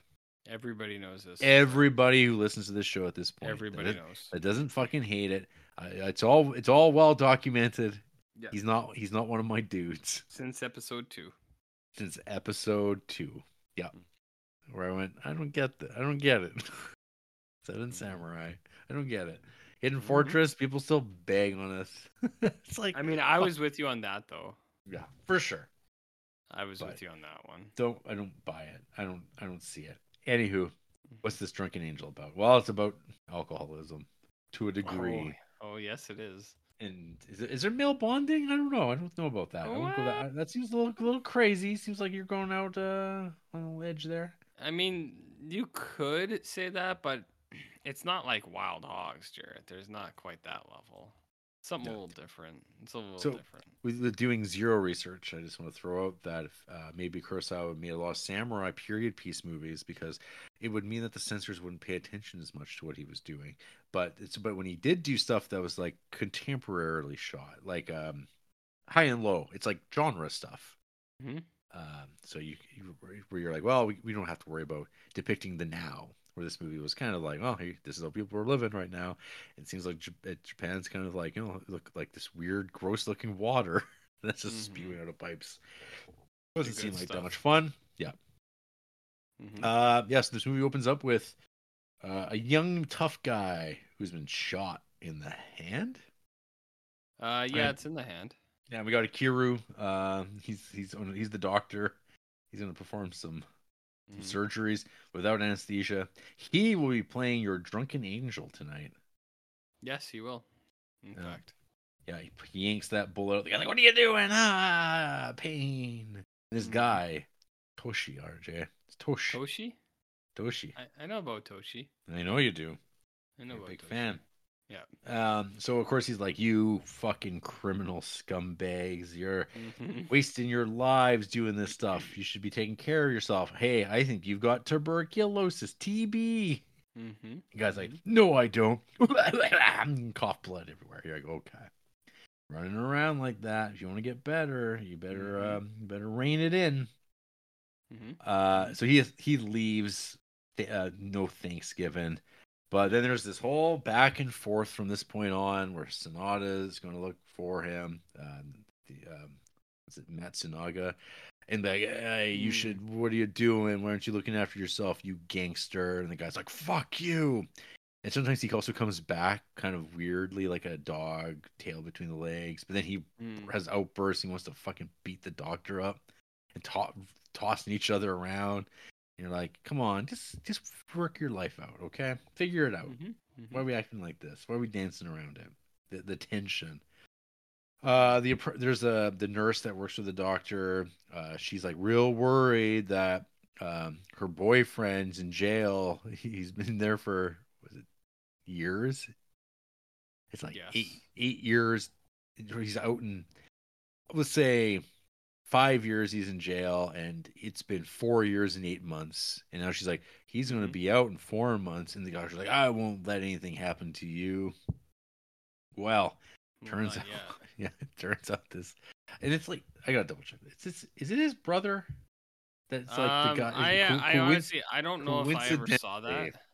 Speaker 3: Everybody knows this.
Speaker 2: Everybody who listens to this show at this point,
Speaker 3: Everybody
Speaker 2: that,
Speaker 3: knows.
Speaker 2: that doesn't fucking hate it. I, it's all it's all well documented.
Speaker 3: Yeah.
Speaker 2: He's not he's not one of my dudes
Speaker 3: Since episode two.
Speaker 2: since episode two. Yeah. Where I went, I don't get that. I don't get it. [laughs] Seven Mm.
Speaker 3: Mhm.
Speaker 2: Samurai. I don't get it. Hidden
Speaker 3: Mhm.
Speaker 2: Fortress, people still bang on us. it's like
Speaker 3: I mean, I
Speaker 2: fuck.
Speaker 3: was with you on that though.
Speaker 2: Yeah, for sure.
Speaker 3: I was
Speaker 2: But-
Speaker 3: with you on that one.
Speaker 2: Don't I don't buy it. I don't I don't see it. Anywho, what's this drunken angel about? Well, it's about alcoholism to a degree.
Speaker 3: Oh, oh yes, it is.
Speaker 2: and is there, is there male bonding? I don't know. I don't know about that. I wouldn't go that, that seems a little, a little crazy. Seems like you're going out uh, on a ledge there.
Speaker 3: I mean, you could say that, but it's not like Wild Hogs, Jarrett. There's not quite that level. Something
Speaker 2: No.
Speaker 3: a little different. It's a little
Speaker 2: So-
Speaker 3: different.
Speaker 2: With the doing zero research, I just want to throw out that if, uh, maybe Kurosawa made a lot of samurai period piece movies because it would mean that the censors wouldn't pay attention as much to what he was doing. But it's but when he did do stuff that was like contemporarily shot, like um, high and low, it's like genre stuff.
Speaker 3: Mhm.
Speaker 2: Um, so you, you where you're like, well, we, we don't have to worry about depicting the now. Where this movie was kind of like, oh, hey, this is how people are living right now. It seems like J- uh, Japan's kind of like, you know, look like this weird, gross-looking water [laughs] that's just
Speaker 3: Mhm.
Speaker 2: spewing out of pipes. Doesn't
Speaker 3: good
Speaker 2: seem like that
Speaker 3: stuff.
Speaker 2: much fun.
Speaker 3: Mhm.
Speaker 2: Uh, yes, this movie opens up with uh, a young tough guy who's been shot in the hand.
Speaker 3: Uh, yeah,
Speaker 2: I-
Speaker 3: it's in the hand.
Speaker 2: Yeah, we got Akiru. Uh, he's he's on, he's the doctor. He's gonna perform some from
Speaker 3: Mm.
Speaker 2: surgeries without anesthesia. He will be playing your drunken angel tonight.
Speaker 3: Yes, he will. In
Speaker 2: Yeah.
Speaker 3: fact.
Speaker 2: Yeah, he, he yanks that bullet out. The guy's like, "What are you doing? Ah, pain." This
Speaker 3: Mhm.
Speaker 2: guy, Toshi RJ, it's Tosh,
Speaker 3: Toshi?
Speaker 2: Toshi.
Speaker 3: I, I know about Toshi.
Speaker 2: I know you do.
Speaker 3: I
Speaker 2: You're
Speaker 3: know
Speaker 2: a
Speaker 3: about
Speaker 2: big
Speaker 3: Toshi.
Speaker 2: fan.
Speaker 3: Yeah.
Speaker 2: Um. So of course he's like, "You fucking criminal scumbags! You're
Speaker 3: Mhm.
Speaker 2: wasting your lives doing this stuff. You should be taking care of yourself. Hey, I think you've got tuberculosis, TB."
Speaker 3: Mhm.
Speaker 2: The guy's like, no, I don't. [laughs] Cough blood everywhere. You're like, okay. Running around like that. If you want to get better, you better
Speaker 3: Mhm.
Speaker 2: um, you better rein it in.
Speaker 3: Mhm.
Speaker 2: Uh, so he he leaves. th- Uh, no Thanksgiving. But then there's this whole back and forth from this point on, where Sonata is going to look for him. Uh, the um, is it Matsunaga? And like, hey, you
Speaker 3: Hmm.
Speaker 2: should. What are you doing? Why aren't you looking after yourself, you gangster? And the guy's like, "Fuck you." And sometimes he also comes back kind of weirdly, like a dog, tail between the legs. But then he
Speaker 3: Mm.
Speaker 2: has outbursts. He wants to fucking beat the doctor up and to- tossing each other around. And you're like, come on, just just work your life out, okay? Figure it out.
Speaker 3: Mhm. Mhm.
Speaker 2: Why are we acting like this? Why are we dancing around it? The, the tension. Uh, the appro- there's a the nurse that works with the doctor. Uh, she's like real worried that um her boyfriend's in jail. [laughs] He's been there for was it years? It's like
Speaker 3: Yes.
Speaker 2: eight eight years. He's out in let's say five years. He's in jail, and it's been four years and eight months. And now she's like, he's going to
Speaker 3: Mhm.
Speaker 2: be out in four months. And the doctor's like, I won't let anything happen to you. Well,
Speaker 3: Well,
Speaker 2: turns
Speaker 3: not
Speaker 2: out, [laughs]
Speaker 3: yet.
Speaker 2: yeah, it turns out this, and it's like I gotta double check. Is this is it his brother? That's like
Speaker 3: um,
Speaker 2: the guy.
Speaker 3: I,
Speaker 2: who-
Speaker 3: uh, I
Speaker 2: who wins-
Speaker 3: honestly, I don't know if I ever saw that.
Speaker 2: coincidentally-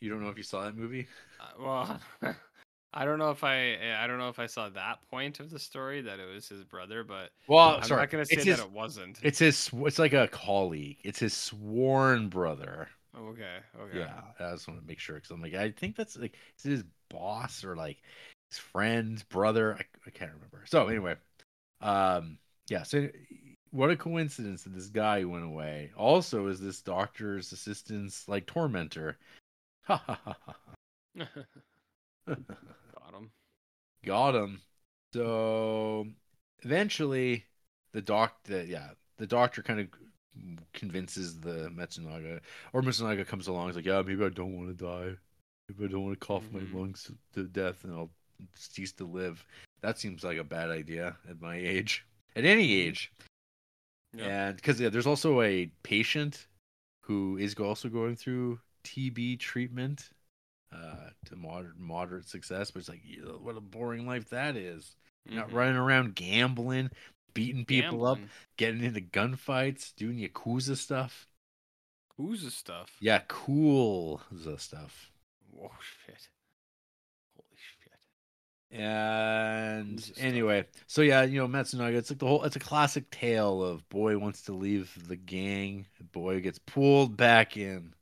Speaker 2: you don't know if you saw that movie.
Speaker 3: Uh, well, [laughs] I don't know if I, I don't know if I saw that point of the story that it was his brother, but
Speaker 2: Well,
Speaker 3: I'm
Speaker 2: sorry,
Speaker 3: not gonna say
Speaker 2: Oh, it's
Speaker 3: that
Speaker 2: his,
Speaker 3: it wasn't.
Speaker 2: it's his. sw- It's like a colleague. It's his sworn brother.
Speaker 3: Oh, okay, okay. [laughs]
Speaker 2: Yeah, I just want to make sure because I'm like, I think that's like is it his boss or like his friend, brother. I, I can't remember. So anyway, um, yeah. So what a coincidence that this guy went away. Also, is this doctor's assistant's like tormentor? Ha ha ha ha. ha. [laughs]
Speaker 3: Got him.
Speaker 2: Got him. So eventually, the doc, the, yeah, the doctor kind of convinces the Matsunaga, or Matsunaga comes along. He's like, "Yeah, maybe I don't want to die. Maybe I don't want to cough
Speaker 3: Mhm.
Speaker 2: my lungs to death, and I'll cease to live." That seems like a bad idea at my age, at any age,
Speaker 3: Yeah.
Speaker 2: and because yeah, there's also a patient who is also going through TB treatment uh, to moderate moderate success, but it's like, "Yeah, what a boring life that is. You're
Speaker 3: Mhm.
Speaker 2: Not running around gambling, beating people up,
Speaker 3: Gambling.
Speaker 2: getting into gunfights, doing yakuza stuff.
Speaker 3: Who's the stuff?
Speaker 2: Yeah, cool stuff.
Speaker 3: Whoa, shit. Holy shit.
Speaker 2: And
Speaker 3: Yakuza stuff.
Speaker 2: anyway, so yeah, you know Matsunaga. It's like the whole. It's a classic tale of boy wants to leave the gang, boy gets pulled back in.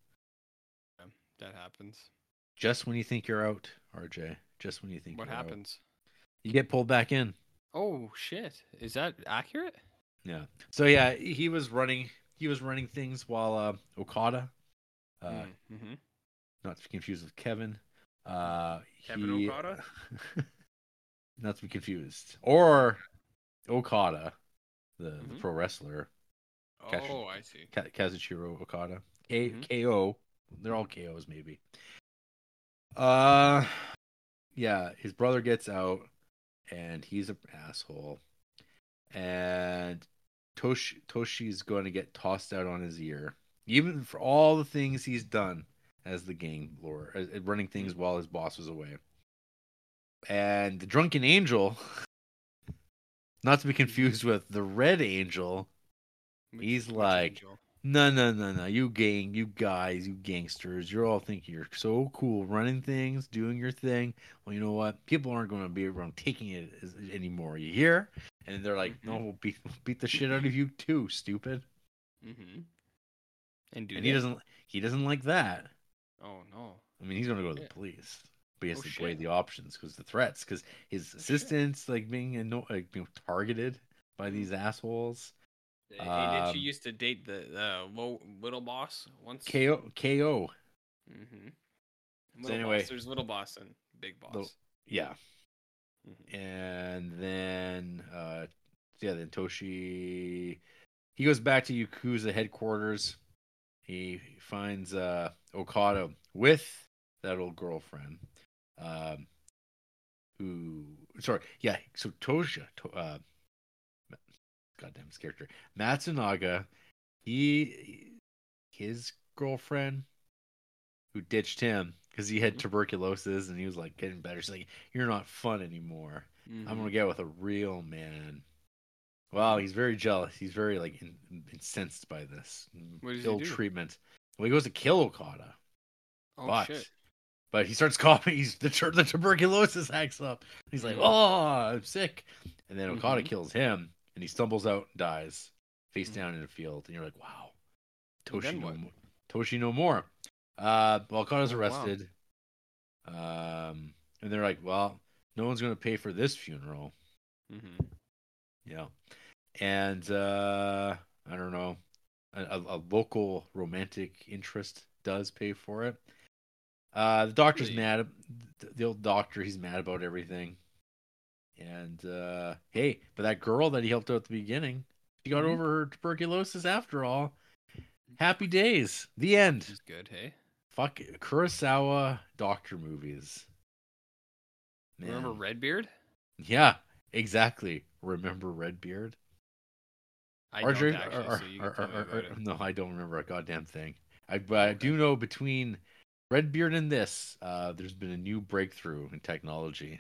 Speaker 3: That happens.
Speaker 2: Just when you think you're out, RJ. Just when you think
Speaker 3: What
Speaker 2: you're out,
Speaker 3: happens?
Speaker 2: you get pulled back in.
Speaker 3: Oh shit! Is that accurate?
Speaker 2: Yeah. So yeah, he was running. He was running things while uh, Okada, uh,
Speaker 3: mm-hmm.
Speaker 2: not to be confused with Kevin. Uh,
Speaker 3: Kevin
Speaker 2: he-
Speaker 3: Okada?
Speaker 2: [laughs] not to be confused, or Okada, the, the
Speaker 3: Mhm.
Speaker 2: pro wrestler Cash-
Speaker 3: Oh, I see.
Speaker 2: Ka- Kazuchiro Okada, K-
Speaker 3: Mhm.
Speaker 2: KO. They're all KOs, maybe. Uh, yeah. His brother gets out, and he's an asshole. And Tosh Toshi's going to get tossed out on his ear, even for all the things he's done as the gang lord, as- as running things while his boss was away. And the drunken angel, [laughs] not to be confused with the red angel.
Speaker 3: Which-
Speaker 2: He's
Speaker 3: which
Speaker 2: like-
Speaker 3: angel?
Speaker 2: No, no, no, no. You gang, you guys, you gangsters, you're all thinking you're so cool running things, doing your thing. Well, you know what? People aren't going to be around taking it as, anymore. You hear? And they're like, no, we'll beat, we'll beat the shit out of you too, stupid.
Speaker 3: Mm-hmm. And do
Speaker 2: And he
Speaker 3: that.
Speaker 2: doesn't, he doesn't like that.
Speaker 3: Oh no.
Speaker 2: I mean, he's going to go to the
Speaker 3: Yeah.
Speaker 2: police. But he has
Speaker 3: Oh,
Speaker 2: to weigh
Speaker 3: shit. Oh,
Speaker 2: the options because the threats, because his
Speaker 3: shit. Mm-hmm.
Speaker 2: assistants like being anno- like being targeted by these assholes.
Speaker 3: Hey, didn't
Speaker 2: Um,
Speaker 3: you used to date the the wo- little boss once?
Speaker 2: KO KO.
Speaker 3: Mm-hmm.
Speaker 2: So
Speaker 3: Little
Speaker 2: anyway-
Speaker 3: boss. there's little boss and big boss.
Speaker 2: Yeah.
Speaker 3: Mhm.
Speaker 2: And then uh yeah, then Toshi he goes back to Yakuza headquarters. He finds uh Okada with that old girlfriend. Um who sorry, yeah, so Tosha to, uh goddamn his character. Matsunaga, he his girlfriend who ditched him because he had
Speaker 3: Mhm.
Speaker 2: tuberculosis and he was like getting better. She's like, You're not fun anymore. I'm
Speaker 3: Mhm.
Speaker 2: gonna get with a real man. Wow, he's very jealous. He's very like in, incensed by this
Speaker 3: What does he
Speaker 2: ill
Speaker 3: do?
Speaker 2: treatment. Well, he goes to kill Okada,
Speaker 3: Oh
Speaker 2: but
Speaker 3: shit!
Speaker 2: but he starts [laughs] coughing. He's the, tur- the tuberculosis acts up. He's like,
Speaker 3: Mhm.
Speaker 2: "Oh, I'm sick," and then Okada
Speaker 3: Mhm.
Speaker 2: kills him, and he stumbles out and dies
Speaker 3: Mm.
Speaker 2: face down in a field. And you're like, "Wow,
Speaker 3: And
Speaker 2: Toshi
Speaker 3: then
Speaker 2: no,
Speaker 3: what?
Speaker 2: mo- Toshi no more." Uh, well, Okada's
Speaker 3: Oh, wow.
Speaker 2: arrested, um, and they're like, "Well, no one's going to pay for this funeral."
Speaker 3: Mm-hmm.
Speaker 2: Yeah. And uh I don't know. A, a, a local romantic interest does pay for it. Uh the doctor's
Speaker 3: Really?
Speaker 2: mad the, the old doctor, he's mad about everything. And uh hey, but that girl that he helped out at the beginning, she got
Speaker 3: Mhm.
Speaker 2: over her tuberculosis after all.
Speaker 3: Mm-hmm.
Speaker 2: Happy days. The end.
Speaker 3: She's good, hey.
Speaker 2: Fuck it. Kurosawa doctor movies.
Speaker 3: Remember
Speaker 2: Man.
Speaker 3: Redbeard?
Speaker 2: Yeah, exactly. Remember Redbeard?
Speaker 3: I
Speaker 2: Archer-
Speaker 3: don't actually.
Speaker 2: or-
Speaker 3: so you
Speaker 2: or- or-
Speaker 3: can tell me
Speaker 2: or-
Speaker 3: about it.
Speaker 2: no, I don't remember a goddamn thing. I, but I do know between Redbeard and this, uh, there's been a new breakthrough in technology.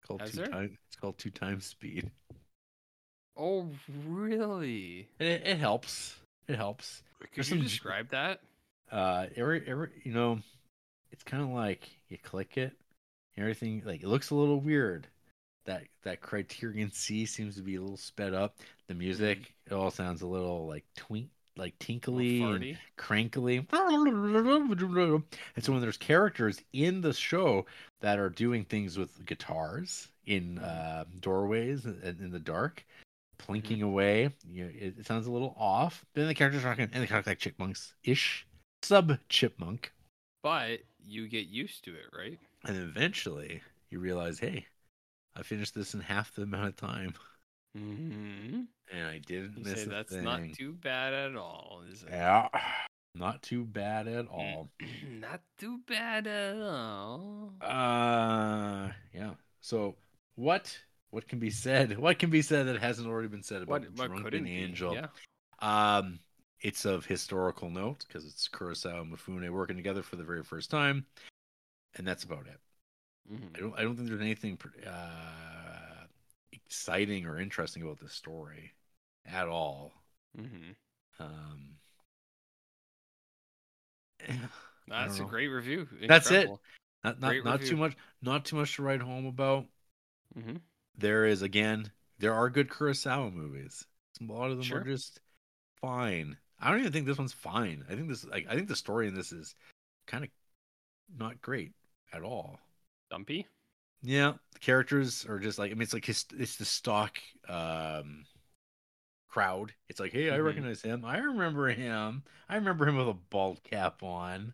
Speaker 2: It's called
Speaker 3: Has
Speaker 2: two
Speaker 3: there?
Speaker 2: time. It's called two times speed,
Speaker 3: Oh really?
Speaker 2: and it, it helps. It helps.
Speaker 3: Could
Speaker 2: some
Speaker 3: you
Speaker 2: j-
Speaker 3: describe that?
Speaker 2: Uh, every every you know, it's kind of like you click it, everything like it looks a little weird. That that Criterion C seems to be a little sped up.
Speaker 3: Mm-hmm.
Speaker 2: The music, it all sounds a little like twink, like
Speaker 3: Or
Speaker 2: tinkly. and-
Speaker 3: farty?
Speaker 2: crankily. And so when there's characters in the show that are doing things with guitars in
Speaker 3: Mm-hmm.
Speaker 2: uh, doorways and in the dark, plinking away, you know, it, it sounds a little off. Then the characters are kind of kind of like chipmunks ish, sub chipmunk,
Speaker 3: But you get used to it, right?
Speaker 2: and eventually you realize, hey, I finished this in half the amount of time,
Speaker 3: Mm-hmm.
Speaker 2: and I didn't
Speaker 3: You
Speaker 2: miss
Speaker 3: say
Speaker 2: a
Speaker 3: that's
Speaker 2: thing.
Speaker 3: not too bad Mm. at all, is it?
Speaker 2: yeah, not too bad at all.
Speaker 3: [clears throat] not too bad at all.
Speaker 2: Uh, yeah. So what what can be said? What can be said that hasn't already been said about
Speaker 3: What, what
Speaker 2: Drunken
Speaker 3: couldn't
Speaker 2: Angel?
Speaker 3: Be? Yeah.
Speaker 2: Um, it's of historical note because it's Kurosawa and Mifune working together for the very first time, and that's about it.
Speaker 3: Mhm.
Speaker 2: I don't I don't think there's anything pr- uh, exciting or interesting about this story at all.
Speaker 3: Mhm.
Speaker 2: Um, [sighs] I
Speaker 3: That's a
Speaker 2: don't know.
Speaker 3: great review.
Speaker 2: That's it.
Speaker 3: Incredible.
Speaker 2: not not,
Speaker 3: Great
Speaker 2: not too
Speaker 3: review.
Speaker 2: much not too much to write home about.
Speaker 3: Mhm.
Speaker 2: there is again there are good Kurosawa movies. A lot of them
Speaker 3: Sure.
Speaker 2: are just fine. I don't even think this one's fine. I think this like I think the story in this is kind of not great at all. [laughs]
Speaker 3: Dumpy.
Speaker 2: Yeah, the characters are just like I mean it's like his, it's the stock um crowd. It's like, "Hey, I
Speaker 3: Mhm.
Speaker 2: recognize him. I remember him. I remember him with a bald cap on."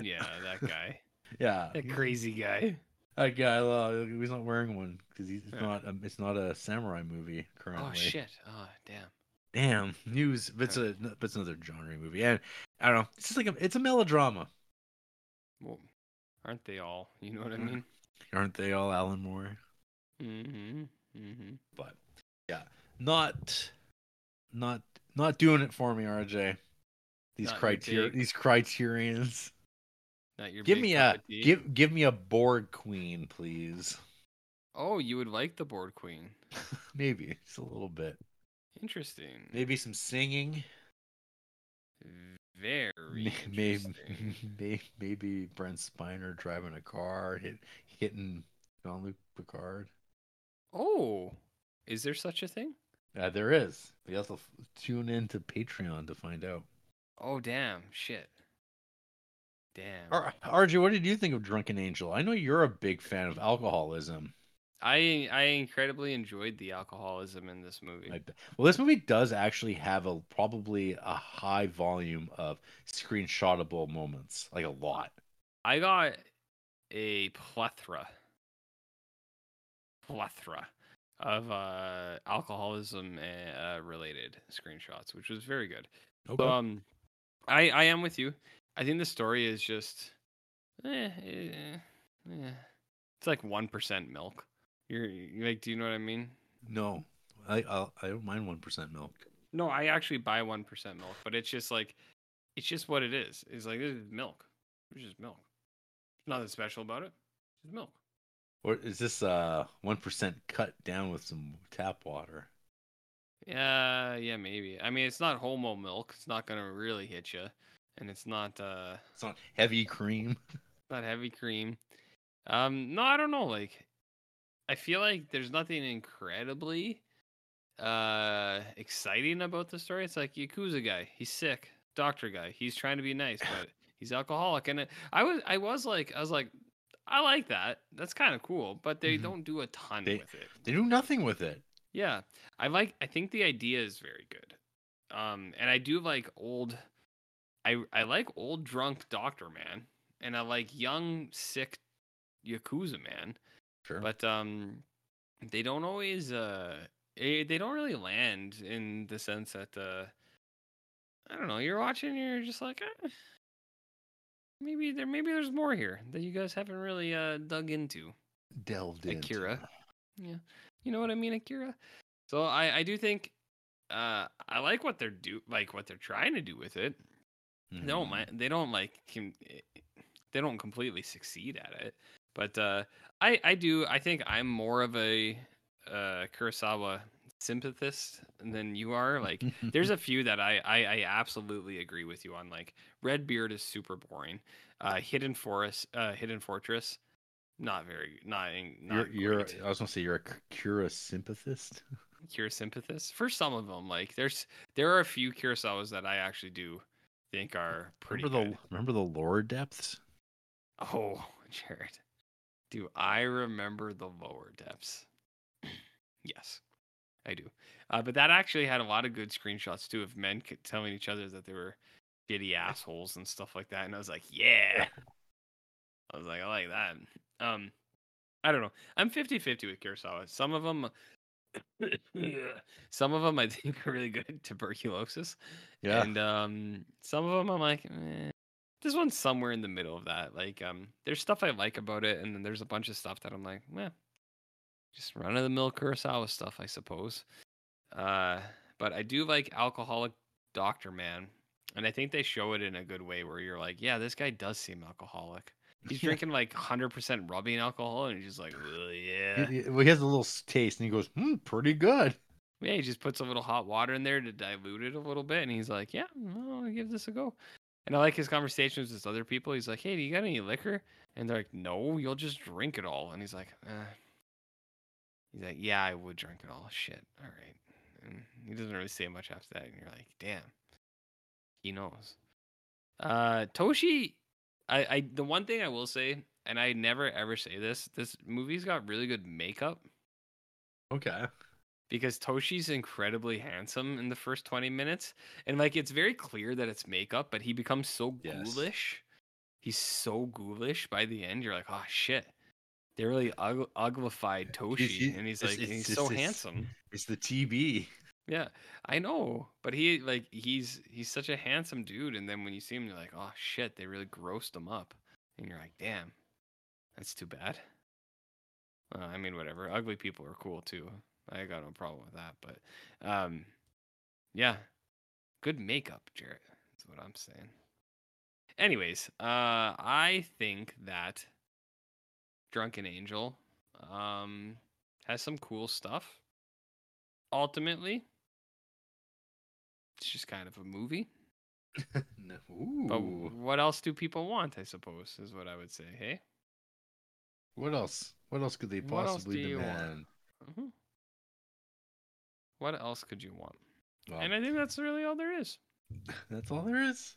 Speaker 3: Yeah,
Speaker 2: [laughs]
Speaker 3: that guy.
Speaker 2: Yeah.
Speaker 3: [laughs] that crazy guy.
Speaker 2: That guy, uh, he's not wearing one cuz he's it's
Speaker 3: Yeah.
Speaker 2: not um, it's not a samurai movie currently.
Speaker 3: Oh shit. Oh damn.
Speaker 2: damn news but it's a but it's another genre movie and i don't know it's just like a, it's a melodrama
Speaker 3: Well, aren't they all? You know what I
Speaker 2: Mm. [laughs]
Speaker 3: mean?
Speaker 2: aren't they all alan moore
Speaker 3: Mm-hmm. Mm-hmm.
Speaker 2: but yeah not not not doing it for me rj these
Speaker 3: Not your
Speaker 2: criteria
Speaker 3: big-
Speaker 2: these criterions
Speaker 3: Not your
Speaker 2: give
Speaker 3: big
Speaker 2: me
Speaker 3: cup
Speaker 2: a
Speaker 3: of tea.
Speaker 2: give give me a board queen please
Speaker 3: Oh, you would like the board queen.
Speaker 2: maybe just a little bit
Speaker 3: Interesting.
Speaker 2: maybe some singing
Speaker 3: Very.
Speaker 2: maybe [laughs]
Speaker 3: interesting.
Speaker 2: maybe, maybe brent spiner driving a car hit, hitting jean-luc picard
Speaker 3: Oh, is there such a thing?
Speaker 2: Uh, there is. But you have to f- tune in to Patreon to find out.
Speaker 3: Oh damn! Shit. Damn.
Speaker 2: Ar- Arjun, what did you think of Drunken Angel? I know you're a big fan of alcoholism.
Speaker 3: I I incredibly enjoyed the alcoholism in this movie.
Speaker 2: I d- Well, this movie does actually have a probably a high volume of screenshotable moments, like a lot.
Speaker 3: I got a plethora, plethora of uh, alcoholism uh, related screenshots, which was very good.
Speaker 2: Okay.
Speaker 3: But, um, I I am with you. I think the story is just, eh, eh, eh. it's like one percent milk. You're you- like, do you know what I mean?
Speaker 2: no, I I'll, I don't mind one percent milk.
Speaker 3: No, I actually buy one percent milk, but it's just like, it's just what it is. It's like this is milk. It's just milk. Nothing special about it. It's milk.
Speaker 2: Or is this uh one percent cut down with some tap water?
Speaker 3: Yeah, yeah, maybe. I mean, it's not homo milk. It's not gonna really hit you, and it's not uh,
Speaker 2: It's not heavy cream.
Speaker 3: not heavy cream. Um, no, I don't know. Like, I feel like there's nothing incredibly uh exciting about the story. It's like Yakuza guy. He's sick. Doctor guy. He's trying to be nice, but he's alcoholic. And it- I was, I was like, I was like, I like that. That's kind of cool. But they
Speaker 2: Mhm.
Speaker 3: don't do a ton
Speaker 2: They-
Speaker 3: with it.
Speaker 2: They do nothing with it.
Speaker 3: Yeah, I like. I think the idea is very good. Um, and I do like old. I I like old drunk doctor man, and I like young sick yakuza man.
Speaker 2: Sure.
Speaker 3: But um, they don't always uh, eh, they don't really land in the sense that uh, I don't know. You're watching, you're just like. "Eh, Maybe there, maybe there's more here that you guys haven't really uh, dug into.
Speaker 2: delved in.
Speaker 3: Akira. Yeah. You know what I mean, Akira? So I, I do think uh I like what they're do like what they're trying to do with it. They don't
Speaker 2: Mm-hmm.
Speaker 3: mi- they don't like com- they don't completely succeed at it. But uh I I do I think I'm more of a uh Kurosawa sympathist than you
Speaker 2: [laughs]
Speaker 3: are. Like there's a few that I, I I absolutely agree with you on. Like Red Beard is super boring. Uh Hidden Forest uh Hidden Fortress not very not in-
Speaker 2: you're,
Speaker 3: not
Speaker 2: you're
Speaker 3: great.
Speaker 2: I was gonna say you're a Cura sympathist.
Speaker 3: Cure sympathist for some of them. Like there's there are a few Kurosawas that I actually do think are pretty
Speaker 2: remember
Speaker 3: good.
Speaker 2: the remember the lower depths?
Speaker 3: Oh, [laughs] Jared, do I remember the lower depths? [clears throat] yes, I do. Uh, but that actually had a lot of good screenshots too of men c- telling each other that they were shitty assholes and stuff like that. And I was like, yeah, I was like, I like that. Um, I don't know. I'm 50 50 with Kurosawa. Some of them. [coughs] Some of them I [laughs] think are really good at tuberculosis.
Speaker 2: Yeah.
Speaker 3: And um, some of them I'm like, eh. this one's somewhere in the middle of that. Like, um, there's stuff I like about it, and then there's a bunch of stuff that I'm like, well, just run of the mill Kurosawa stuff, I suppose. Uh, but I do like alcoholic Doctor Man, and I think they show it in a good way where you're like, yeah, this guy does seem
Speaker 2: [laughs]
Speaker 3: alcoholic. He's
Speaker 2: Yeah.
Speaker 3: drinking like 100% rubbing alcohol, and he's just like, "Ugh, yeah.
Speaker 2: He, he- well, he has a little s- taste, and he goes, "Hmm, pretty good."
Speaker 3: Yeah, he just puts a little hot water in there to dilute it a little bit, and he's like, "Yeah, well, I'll give this a go." And I like his conversations with other people. He's like, "Hey, do you got any liquor?" And they're like, "No, you'll just drink it all." And he's like, uh. "He's like, yeah, I would drink it all. Shit, all right." And he doesn't really say much after that, and you're like, "Damn, he knows." Uh, Toshi, I, I the one thing I will say, and I never ever say this, this movie's got really good makeup
Speaker 2: Okay.
Speaker 3: because Toshi's incredibly handsome in the first 20 minutes. And like it's very clear that it's makeup, but he becomes so
Speaker 2: Yes.
Speaker 3: ghoulish. He's so ghoulish by the end. You're like, oh shit. They really ug- uglified Toshi.
Speaker 2: he-
Speaker 3: and he's
Speaker 2: it's-
Speaker 3: like, and
Speaker 2: it's-
Speaker 3: he's so
Speaker 2: it's- it's-
Speaker 3: handsome.
Speaker 2: It's the TB.
Speaker 3: Yeah, I know, but he like he's he's such a handsome dude, and then when you see him, you're like, oh shit, they really grossed him up, and you're like, damn, that's too bad. Uh, I mean, whatever. Ugly people are cool too. I got no problem with that, but um, yeah, good makeup, Jarrett. That's what I'm saying. Anyways, uh, I think that Drunken Angel um has some cool stuff ultimately it's just kind of a movie
Speaker 2: No.
Speaker 3: but
Speaker 2: Ooh.
Speaker 3: what else do people want i suppose is what i would say hey
Speaker 2: What else? What else could they
Speaker 3: What else
Speaker 2: possibly
Speaker 3: do you want?
Speaker 2: demand?
Speaker 3: Mhm. what else could you want
Speaker 2: Well,
Speaker 3: and i think that's really all there is
Speaker 2: [laughs] that's all there is.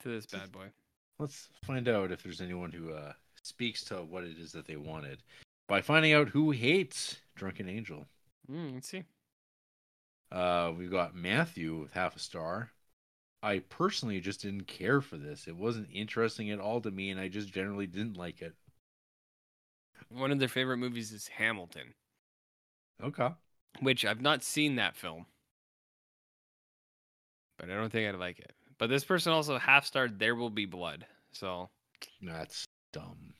Speaker 3: to this
Speaker 2: Just-
Speaker 3: bad boy
Speaker 2: Let's find out if there's anyone who uh, speaks to what it is that they wanted. by finding out who hates Drunken Angel.
Speaker 3: Mm, let's see.
Speaker 2: Uh, we've got Matthew with half a star. I personally just didn't care for this. It wasn't interesting at all to me, and I just generally didn't like it.
Speaker 3: One of their favorite movies is Hamilton,
Speaker 2: Okay.
Speaker 3: which I've not seen that film, but I don't think I'd like it. But this person also half starred There Will Be Blood. So
Speaker 2: That's dumb.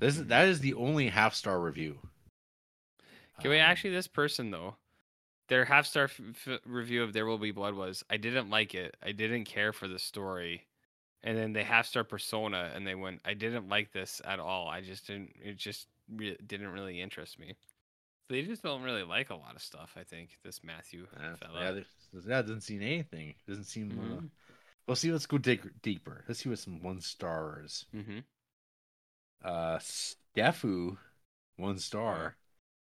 Speaker 2: This is that is the only half star review.
Speaker 3: Can we
Speaker 2: Um,
Speaker 3: actually this person though? Their half star f- f- review of There Will Be Blood was I didn't like it. I didn't care for the story. And then they half star persona and they went I didn't like this at all. I just didn't it just re- didn't really interest me. They just don't really like a lot of stuff, I think. This Matthew
Speaker 2: Uh,
Speaker 3: fella.
Speaker 2: yeah, there's- that doesn't seem anything. Doesn't seem. Uh,
Speaker 3: Mhm.
Speaker 2: well, see, let's go dig deeper. Let's see what some one stars.
Speaker 3: Mhm.
Speaker 2: Uh, Stefu, one star.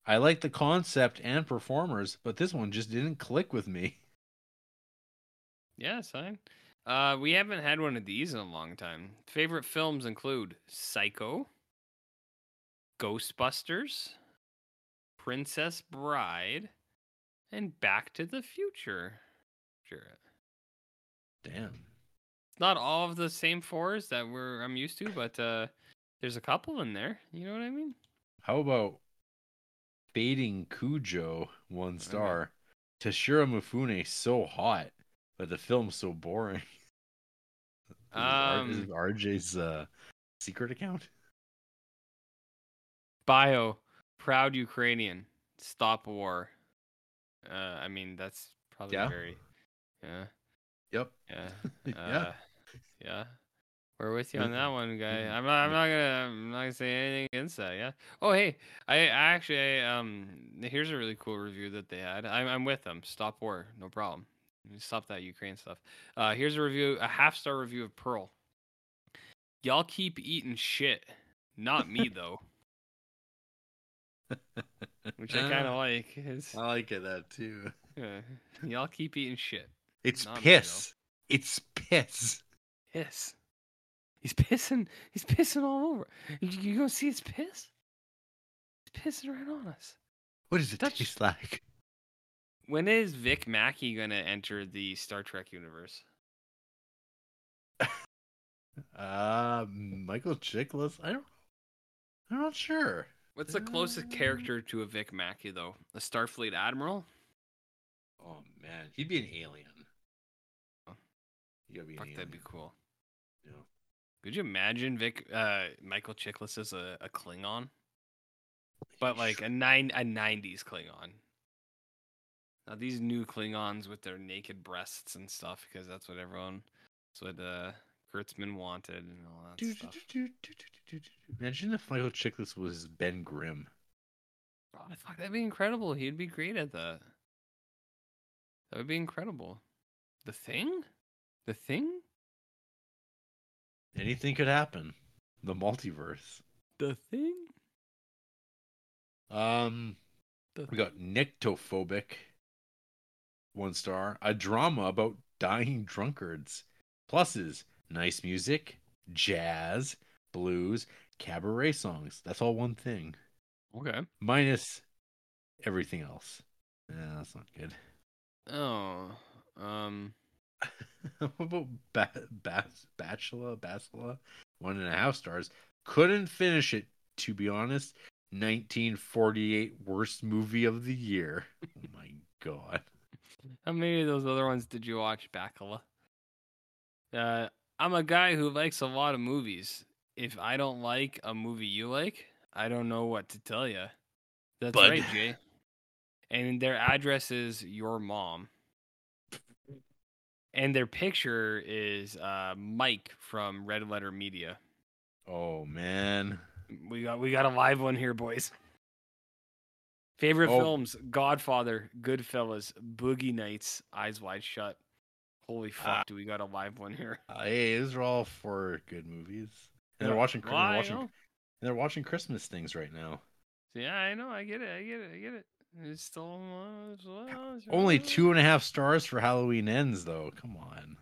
Speaker 2: I like the concept and performers, but this one just didn't click with me.
Speaker 3: Yeah, sign. Uh, we haven't had one of these in a long time. Favorite films include Psycho, Ghostbusters, Princess Bride, and Back to the Future. Sure.
Speaker 2: Damn.
Speaker 3: It's not all of the same fours that we're I'm used to, but uh, there's a couple in there. You know what I mean?
Speaker 2: How about Fading Cujo, one star? Toshiro Mifune so hot, but the film's so boring. [laughs] This is R- this is RJ's
Speaker 3: Um,
Speaker 2: uh, secret account.
Speaker 3: bio, proud Ukrainian, stop war. Uh, I mean that's probably
Speaker 2: Yeah.
Speaker 3: very. Yeah.
Speaker 2: Yep.
Speaker 3: Yeah.
Speaker 2: [laughs] yeah.
Speaker 3: Uh, yeah. We're with you
Speaker 2: Yeah.
Speaker 3: on that one, guy.
Speaker 2: Yeah.
Speaker 3: I'm not. I'm not gonna. I'm not gonna say anything against that. Yeah. Oh, hey. I, I actually. I, um. Here's a really cool review that they had. I'm. I'm with them. Stop war. No problem. Stop that Ukraine stuff. Uh. Here's a review. A half star review of Pearl. Y'all keep eating shit. Not
Speaker 2: [laughs]
Speaker 3: me though. Which I
Speaker 2: Uh.
Speaker 3: kind of like. Is
Speaker 2: I like it that too.
Speaker 3: uh, y'all keep eating shit.
Speaker 2: It's
Speaker 3: Not me, though.
Speaker 2: piss. It's piss.
Speaker 3: piss. He's pissing. He's pissing all over. You, you gonna see his piss? He's pissing right on us.
Speaker 2: What does it
Speaker 3: That's-
Speaker 2: taste like?
Speaker 3: When is Vic Mackey gonna enter the Star Trek universe?
Speaker 2: Uh, Michael Chiklis. I don't. I'm not sure.
Speaker 3: What's the closest character to a Vic Mackey though? A Starfleet admiral?
Speaker 2: Oh man, he'd be an alien.
Speaker 3: Oh.
Speaker 2: You gotta be an
Speaker 3: Fuck, that'd
Speaker 2: alien.
Speaker 3: be cool.
Speaker 2: you know.
Speaker 3: Could you imagine Vic uh, Michael Chiklis as a, a Klingon, but like a nine a '90s Klingon? Now these new Klingons with their naked breasts and stuff, because that's what everyone, that's what uh, Kurtzman wanted and all that
Speaker 2: Do, do,
Speaker 3: stuff. [laughs]
Speaker 2: do, do, do, do, do, do. Imagine if Michael Chiklis was Ben Grimm.
Speaker 3: Oh, fuck, that'd be incredible. He'd be great at that. That would be incredible. The thing, the thing,
Speaker 2: Anything could happen. The multiverse.
Speaker 3: the thing.
Speaker 2: Um,
Speaker 3: The
Speaker 2: we got Nictophobic. One star. A drama about dying drunkards. Pluses. Nice music, jazz, blues, cabaret songs. That's all one thing.
Speaker 3: Okay.
Speaker 2: Minus everything else. Yeah, that's not good. [laughs]
Speaker 3: Oh, um.
Speaker 2: what about ba- ba- Bachelor? Bachelor? One and a half stars. Couldn't finish it, to be honest. 1948 worst movie of the year. [laughs] Oh my god.
Speaker 3: How many of those other ones did you watch, Bacala? Uh, I'm a guy who likes a lot of movies. If I don't like a movie you like, I don't know what to tell you. That's
Speaker 2: Bud.
Speaker 3: right, Jay. And their address is your mom. And their picture is uh, Mike from Red Letter Media.
Speaker 2: Oh man.
Speaker 3: We got we got a live one here, boys. Favorite
Speaker 2: Oh.
Speaker 3: films: Godfather, Goodfellas, Boogie Nights, Eyes Wide Shut. Holy fuck!
Speaker 2: Ah.
Speaker 3: do we got a live one here?
Speaker 2: Uh, hey, these are all four good movies. And [laughs] they're watching
Speaker 3: Well, I
Speaker 2: they're watching,
Speaker 3: know.
Speaker 2: they're watching Christmas things right now.
Speaker 3: oh, Yeah, I know. I get it. I get it. I get it. It's still it's-
Speaker 2: Only two and a half stars for Halloween ends though. Come on.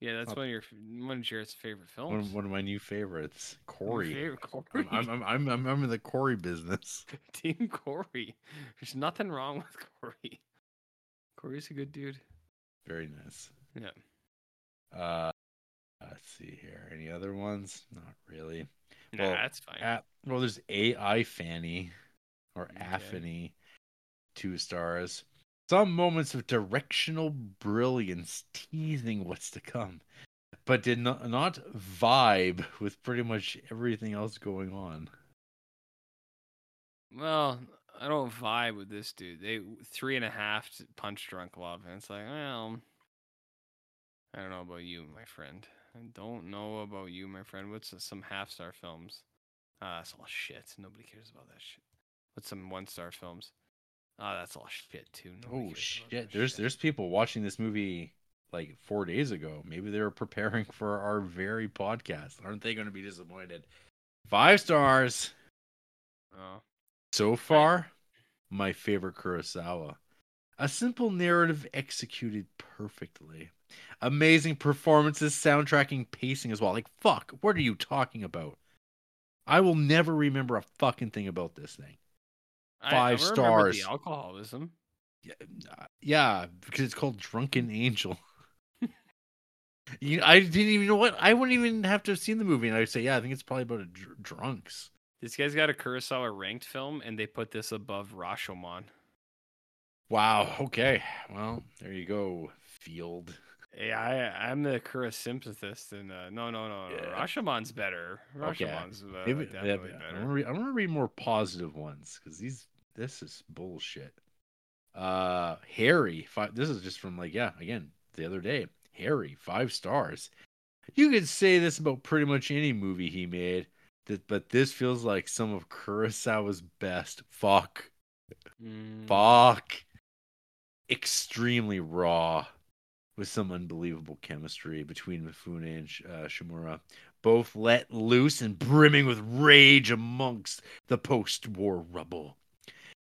Speaker 3: Yeah, that's
Speaker 2: Up.
Speaker 3: one of your f- one of Jared's favorite
Speaker 2: One,
Speaker 3: films.
Speaker 2: of- one of my new favorites,
Speaker 3: Your
Speaker 2: Corey.
Speaker 3: favorite Corey.
Speaker 2: I'm, I'm, I'm, I'm, I'm in the Corey business. [laughs]
Speaker 3: [laughs] Team Corey. There's nothing wrong with Corey. Corey's a good dude.
Speaker 2: Very nice.
Speaker 3: Yeah.
Speaker 2: Uh, let's see here. Any other ones? Not really.
Speaker 3: Nah,
Speaker 2: Well,
Speaker 3: that's fine.
Speaker 2: A- well, there's AI Fanny or
Speaker 3: Okay.
Speaker 2: Affany, two stars. Some moments of directional brilliance teasing what's to come, but did not, not vibe with pretty much everything else going on.
Speaker 3: Well, I don't vibe with this dude. They three and a half to punch drunk love, and it's like, well, I don't know about you, my friend. I don't know about you, my friend. What's some half star films? Ah, that's all shit. Nobody cares about that shit. What's some one star films? Ah, that's all shit too. Nobody
Speaker 2: Oh
Speaker 3: cares about
Speaker 2: shit!
Speaker 3: that
Speaker 2: There's there's people watching this movie like four days ago. Maybe they were preparing [laughs] for our very podcast. Aren't they going to be disappointed? Five stars
Speaker 3: Oh.
Speaker 2: so far. My favorite Kurosawa. A simple narrative executed perfectly. Amazing performances, soundtracking, pacing as well. Like fuck, what are you talking about? I will never remember a fucking thing about this thing.
Speaker 3: I- I
Speaker 2: Five
Speaker 3: remember The
Speaker 2: stars.
Speaker 3: alcoholism.
Speaker 2: Yeah, uh, yeah, because it's called Drunken Angel. [laughs] you, I didn't even know what. I wouldn't even have to have seen the movie, and I'd say, yeah, I think it's probably about a dr- drunks.
Speaker 3: This guy's got a Kurosawa ranked film, and they put this above Rashomon.
Speaker 2: Wow. Okay. Well, there you go, Field.
Speaker 3: Yeah, I, I'm the Kura sympathist, and uh, no, no, no, no.
Speaker 2: Yeah.
Speaker 3: Rashomon's better.
Speaker 2: Okay.
Speaker 3: Rashomon's uh,
Speaker 2: Maybe- yeah,
Speaker 3: definitely
Speaker 2: but I
Speaker 3: better.
Speaker 2: want to read, I wanna read more positive ones because these this is bullshit. Uh, Harry. Five, this is just from like yeah, again the other day. Harry five stars. You could say this about pretty much any movie he made, that but this feels like some of Kurosawa's best. Fuck,
Speaker 3: Mm,
Speaker 2: fuck. Extremely raw, with some unbelievable chemistry between Mifune and Sh- uh, Shimura both let loose and brimming with rage amongst the post war rubble.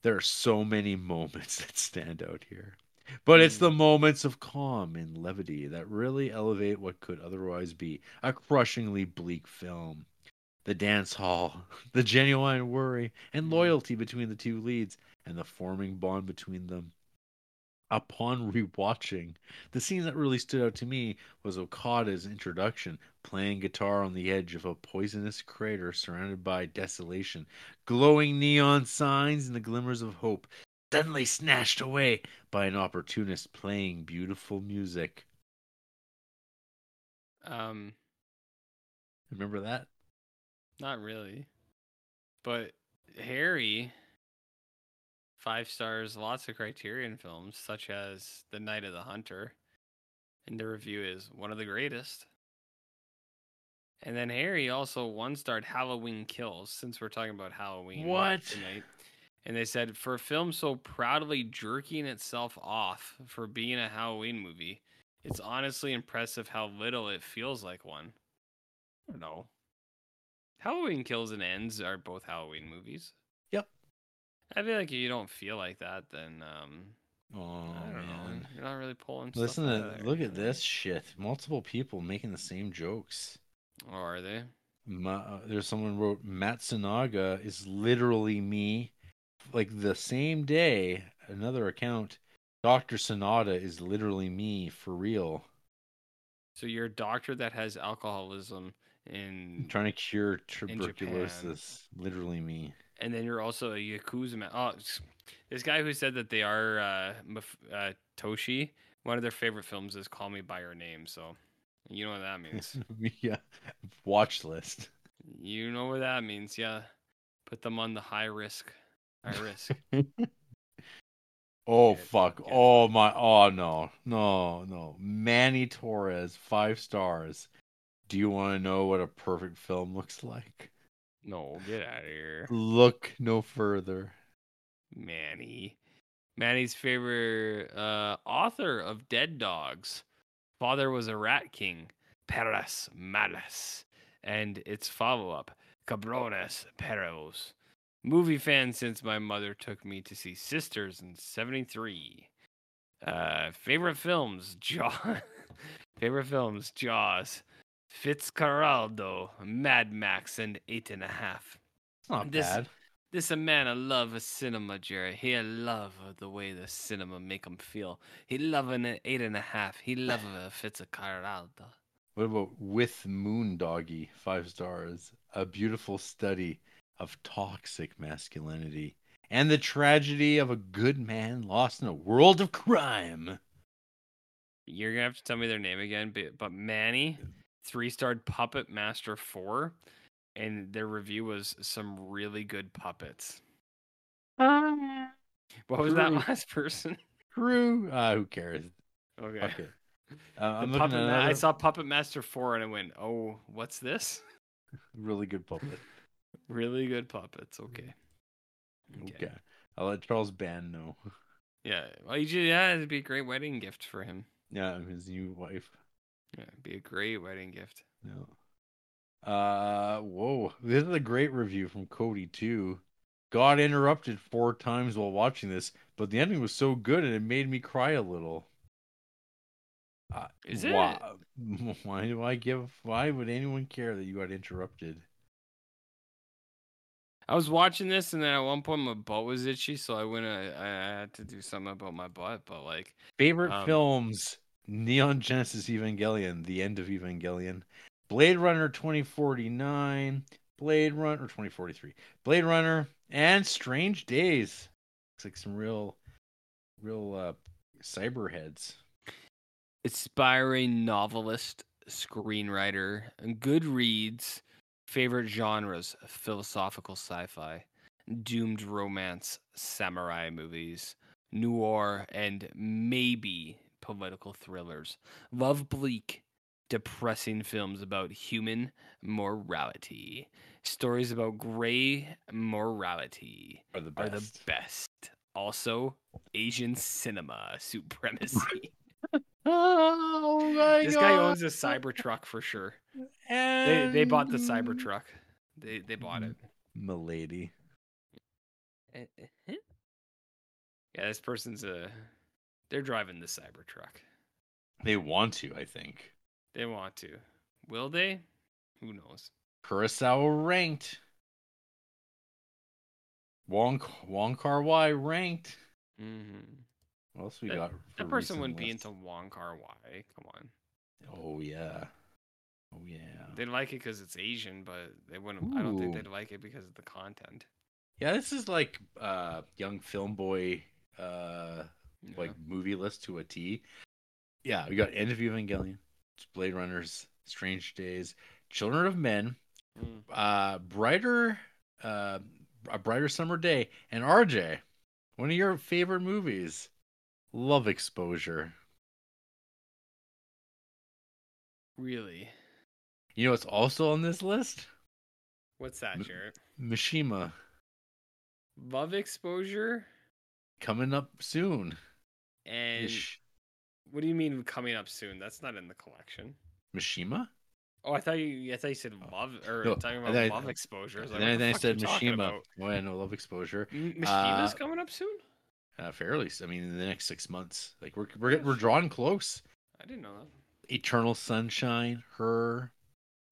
Speaker 2: There are so many moments [laughs] that stand out here. But it's
Speaker 3: Mm.
Speaker 2: the moments of calm and levity that really elevate what could otherwise be a crushingly bleak film. The dance hall, [laughs] the genuine worry and
Speaker 3: Mm.
Speaker 2: loyalty between the two leads, and the forming bond between them. Upon rewatching, the scene that really stood out to me was Okada's introduction, playing guitar on the edge of a poisonous crater surrounded by desolation, glowing neon signs and the glimmers of hope, suddenly snatched away by an opportunist playing beautiful music.
Speaker 3: um,
Speaker 2: Remember that?
Speaker 3: not really, but Harry, five stars, lots of Criterion films such as The Night of the Hunter, and the review is one of the greatest. And then Harry also one starred Halloween Kills, since we're talking about Halloween
Speaker 2: What?
Speaker 3: tonight. And they said, for a film so proudly jerking itself off for being a Halloween movie, it's honestly impressive how little it feels like one. I don't know. Halloween Kills and Ends are both Halloween movies.
Speaker 2: Yep.
Speaker 3: I feel like if you don't feel like that, then um,
Speaker 2: Oh,
Speaker 3: I don't know. You're not really pulling. stuff
Speaker 2: Listen
Speaker 3: out of
Speaker 2: to
Speaker 3: there,
Speaker 2: look
Speaker 3: you
Speaker 2: at
Speaker 3: know?
Speaker 2: this shit. Multiple people making the same jokes.
Speaker 3: Or Oh, are they?
Speaker 2: Ma uh, there's someone wrote Matsunaga is literally me. Like the same day, another account, Doctor Sonata is literally me for real.
Speaker 3: So you're a doctor that has alcoholism,
Speaker 2: I'm
Speaker 3: and
Speaker 2: trying to cure
Speaker 3: Japan.
Speaker 2: tuberculosis. Literally me. [laughs]
Speaker 3: and then you're also a yakuza man. Oh, s- this guy who said that they are uh, Mif- uh, Toshi. One of their favorite films is Call Me by Your Name. So you know what that
Speaker 2: [laughs]
Speaker 3: means.
Speaker 2: yeah. Watch list.
Speaker 3: you know what that means. Yeah, put them on the high risk. High risk.
Speaker 2: Oh
Speaker 3: Get-
Speaker 2: fuck.
Speaker 3: get
Speaker 2: oh my oh no. No, no. Manny Torres, five stars. Do you want to know what a perfect film looks like?
Speaker 3: no, get out of here.
Speaker 2: Look no further.
Speaker 3: Manny. Manny's favorite uh, author of Dead Dogs. Father was a rat king. Perras malas. And its follow up, Cabrones Perros. Movie fan since my mother took me to see Sisters in 73. Uh, favorite films, [laughs] Jaws. Favorite films: Jaws, Fitzcarraldo, Mad Max, and Eight and a Half.
Speaker 2: It's not
Speaker 3: This-
Speaker 2: bad.
Speaker 3: This a man a love of cinema, Jerry. He a love of the way the cinema make him feel. He love an eight and a half. He love a Fitzcarraldo.
Speaker 2: What about with Moondoggy? Five stars. A beautiful study of toxic masculinity and the tragedy of a good man lost in a world of crime.
Speaker 3: You're gonna have to tell me their name again, but, but Manny, three starred puppet master four, and their review was some really good puppets.
Speaker 2: Um,
Speaker 3: What was that
Speaker 2: True.
Speaker 3: last person? [laughs]
Speaker 2: True. Uh, who cares?
Speaker 3: Okay.
Speaker 2: Fuck it. Uh, I'm
Speaker 3: The
Speaker 2: looking
Speaker 3: puppet
Speaker 2: at
Speaker 3: ma- I
Speaker 2: another
Speaker 3: saw Puppet Master 4 and I went, oh, what's this? [laughs]
Speaker 2: really good puppet.
Speaker 3: Really good puppets. Okay.
Speaker 2: Okay. I'll let Charles Band know. [laughs]
Speaker 3: Yeah. Well, you ju- yeah, it'd be a great wedding gift for him.
Speaker 2: Yeah, his new wife.
Speaker 3: Yeah, it'd be a great wedding gift.
Speaker 2: No. Uh, whoa. This is a great review from Cody too. Got interrupted four times while watching this, but the ending was so good and it made me cry a little. Uh,
Speaker 3: Is
Speaker 2: why, [laughs] why do I give? Why would anyone care that you got interrupted?
Speaker 3: I was watching this, and then at one point my butt was itchy, so I went. I, I had to do something about my butt, but like,
Speaker 2: Favorite
Speaker 3: Um,
Speaker 2: films: Neon Genesis Evangelion, The End of Evangelion, Blade Runner 2049, Blade Runner 2043, Blade Runner, and Strange Days. Looks like some real, real uh, cyber heads.
Speaker 3: aspiring novelist, screenwriter, good reads, favorite genres: philosophical sci-fi, doomed romance, samurai movies, noir, and maybe political thrillers. Love bleak, depressing films about human morality. Stories about gray morality
Speaker 2: Are the
Speaker 3: are
Speaker 2: best.
Speaker 3: the best. Also, Asian cinema supremacy.
Speaker 2: Oh my
Speaker 3: this guy owns a Cybertruck for sure. They they bought the Cybertruck. They they bought it.
Speaker 2: Milady.
Speaker 3: Yeah, this person's a. They're driving the Cybertruck.
Speaker 2: They want to, I think.
Speaker 3: They want to. Will they? Who knows?
Speaker 2: Kurosawa ranked. Wong Wong Kar Wai ranked.
Speaker 3: Mm-hmm.
Speaker 2: What else we got? for
Speaker 3: That person
Speaker 2: recent
Speaker 3: wouldn't be
Speaker 2: lists?
Speaker 3: into Wong Kar Wai. Come on,
Speaker 2: Oh yeah, oh yeah.
Speaker 3: they'd like it because it's Asian, but they wouldn't. I don't think
Speaker 2: Ooh.
Speaker 3: they'd like it because of the content.
Speaker 2: Yeah, this is like uh young film boy uh
Speaker 3: you know?
Speaker 2: like movie list to a T. Yeah, we got End of Evangelion, Blade Runners, Strange Days, Children of Men,
Speaker 3: Mm.
Speaker 2: uh Brighter uh A Brighter Summer Day, and RJ. One of your favorite movies. Love exposure.
Speaker 3: really.
Speaker 2: You know what's also on this list?
Speaker 3: What's that,
Speaker 2: M-
Speaker 3: Jared?
Speaker 2: Mishima
Speaker 3: Love exposure
Speaker 2: coming up soon.
Speaker 3: and
Speaker 2: Ish.
Speaker 3: what do you mean coming up soon? That's not in the collection.
Speaker 2: Mishima?
Speaker 3: Oh, I thought you. I thought you said
Speaker 2: Oh.
Speaker 3: love or
Speaker 2: No,
Speaker 3: talking
Speaker 2: and
Speaker 3: about
Speaker 2: then I-
Speaker 3: love exposure. I was
Speaker 2: And then,
Speaker 3: like, what the
Speaker 2: then I
Speaker 3: fuck
Speaker 2: said
Speaker 3: you talking
Speaker 2: Mishima.
Speaker 3: about?
Speaker 2: Well, I know Love Exposure.
Speaker 3: M- Mishima's
Speaker 2: Uh,
Speaker 3: coming up soon.
Speaker 2: Uh, fairly. s- I mean, in the next six months, like we're we're we're drawing close.
Speaker 3: I didn't know that.
Speaker 2: Eternal Sunshine, her.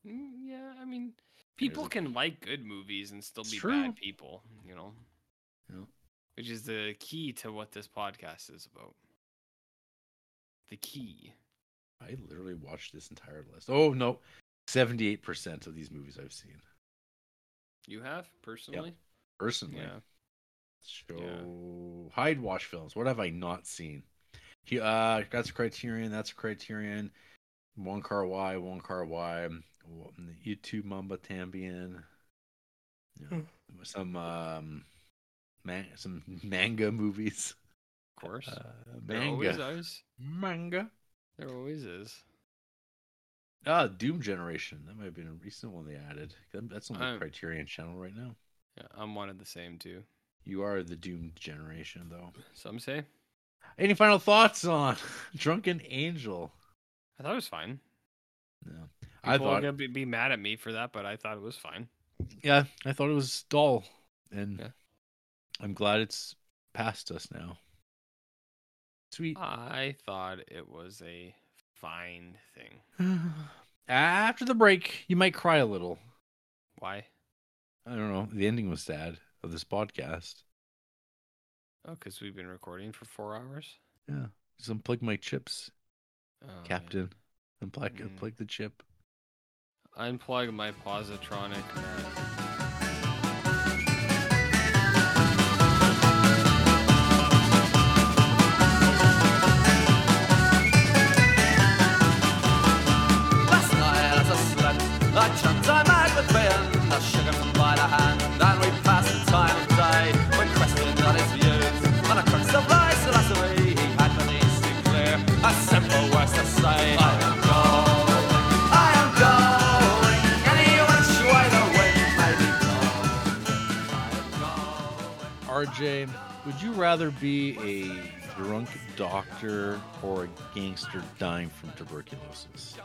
Speaker 3: Mm, yeah, I mean, people
Speaker 2: a-
Speaker 3: can like good movies and still
Speaker 2: It's
Speaker 3: be
Speaker 2: true.
Speaker 3: bad people. You know.
Speaker 2: Yeah.
Speaker 3: Which is the key to what this podcast is about. The key.
Speaker 2: I literally watched this entire list. Oh no, seventy-eight percent of these movies I've seen
Speaker 3: You have personally.
Speaker 2: personally.
Speaker 3: Yeah.
Speaker 2: So hide wash films. What have I not seen? He, uh, that's a criterion. That's a criterion. One car Y, one car Y. YouTube Mamba Tambien. Yeah. Some um, man, some [laughs] manga movies.
Speaker 3: Of course.
Speaker 2: Uh,
Speaker 3: there always
Speaker 2: manga.
Speaker 3: is.
Speaker 2: Manga.
Speaker 3: There always is.
Speaker 2: Ah, Doom Generation. That might have been a recent one they added. That- That's on the
Speaker 3: I'm-
Speaker 2: Criterion channel right now.
Speaker 3: Yeah, I'm one of the same too.
Speaker 2: You are the Doom Generation, though.
Speaker 3: Some say.
Speaker 2: Any final thoughts on [laughs] Drunken Angel?
Speaker 3: I thought it was fine.
Speaker 2: No,
Speaker 3: People
Speaker 2: I
Speaker 3: are
Speaker 2: thought.
Speaker 3: gonna be, be mad at me for that, but I thought it was fine.
Speaker 2: Yeah, I thought it was dull, and
Speaker 3: Yeah.
Speaker 2: I'm glad it's past us now. Sweet.
Speaker 3: I thought it was a fine thing.
Speaker 2: [sighs] After the break, you might cry a little.
Speaker 3: Why?
Speaker 2: I don't know. The ending was sad of this podcast.
Speaker 3: Oh, because we've been recording for four hours.
Speaker 2: Yeah. Just unplug my chips,
Speaker 3: Oh, yeah.
Speaker 2: Captain. Unplug,
Speaker 3: Mm.
Speaker 2: unplug the chip.
Speaker 3: Unplug my positronic.
Speaker 5: Last night as I slept, I dreamt I met with Ben. I shook him by the hand, and we passed the time of day. When questioned on his views, on a crux of lies and lottery, he had released it clear. A simple words to say, I am going, I am going, any which way the wind may be blowing. I am going.
Speaker 2: RJ, would you rather be a drunk doctor or a gangster dying from tuberculosis?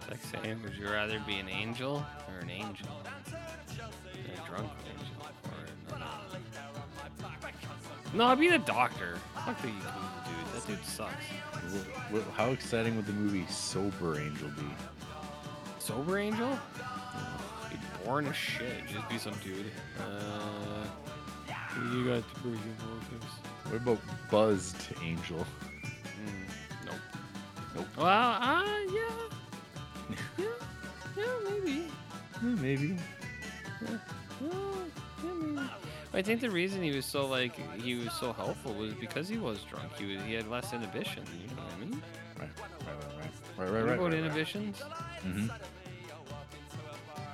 Speaker 3: It's like saying, would you rather be an angel or an angel? Or a drunk angel or another? No, I'd be the doctor. Fuck the dude. That dude sucks.
Speaker 2: Wh- wh- How exciting would the movie Sober Angel be?
Speaker 3: Sober angel? Be boring as shit. Just be some dude. Uh, you got tuberculosis.
Speaker 2: What about Buzzed Angel?
Speaker 3: Mm, nope.
Speaker 2: Nope.
Speaker 3: Well, uh, yeah. yeah. Yeah, maybe.
Speaker 2: Eh, maybe.
Speaker 3: Well, yeah, maybe. I think the reason he was so like he was so helpful was because he was drunk. He was, he had less inhibition. You know what I mean?
Speaker 2: Right, right, right, right, right, right,
Speaker 3: You know
Speaker 2: right,
Speaker 3: about
Speaker 2: right, right.
Speaker 3: inhibitions?
Speaker 2: Mhm.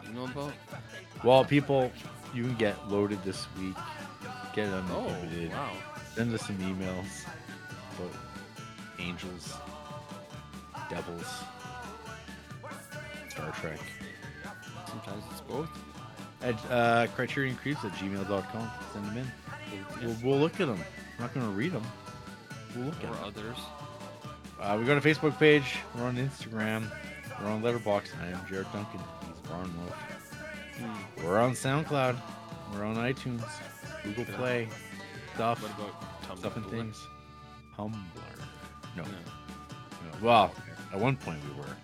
Speaker 3: You know about?
Speaker 2: Well, people, you can get loaded this week. Get
Speaker 3: Oh,
Speaker 2: uninhibited.
Speaker 3: wow.
Speaker 2: Send us some emails about angels, devils, Star Trek.
Speaker 3: Sometimes it's both.
Speaker 2: At uh, criterioncreeps at gmail.com. Send them in. We'll, we'll, we'll look at them. We're not going to read them. We'll look at
Speaker 3: Or
Speaker 2: 'em.
Speaker 3: others.
Speaker 2: Uh, we got a Facebook page. We're on Instagram. We're on Letterboxd. I am Jared Duncan. He's Barn Wolf.
Speaker 3: Hmm.
Speaker 2: We're on SoundCloud. We're on iTunes, Google
Speaker 3: Yeah.
Speaker 2: Play, stuff,
Speaker 3: What about Tumblr?
Speaker 2: stuff and things. Humbler. No.
Speaker 3: No.
Speaker 2: no. Well, at one point we were.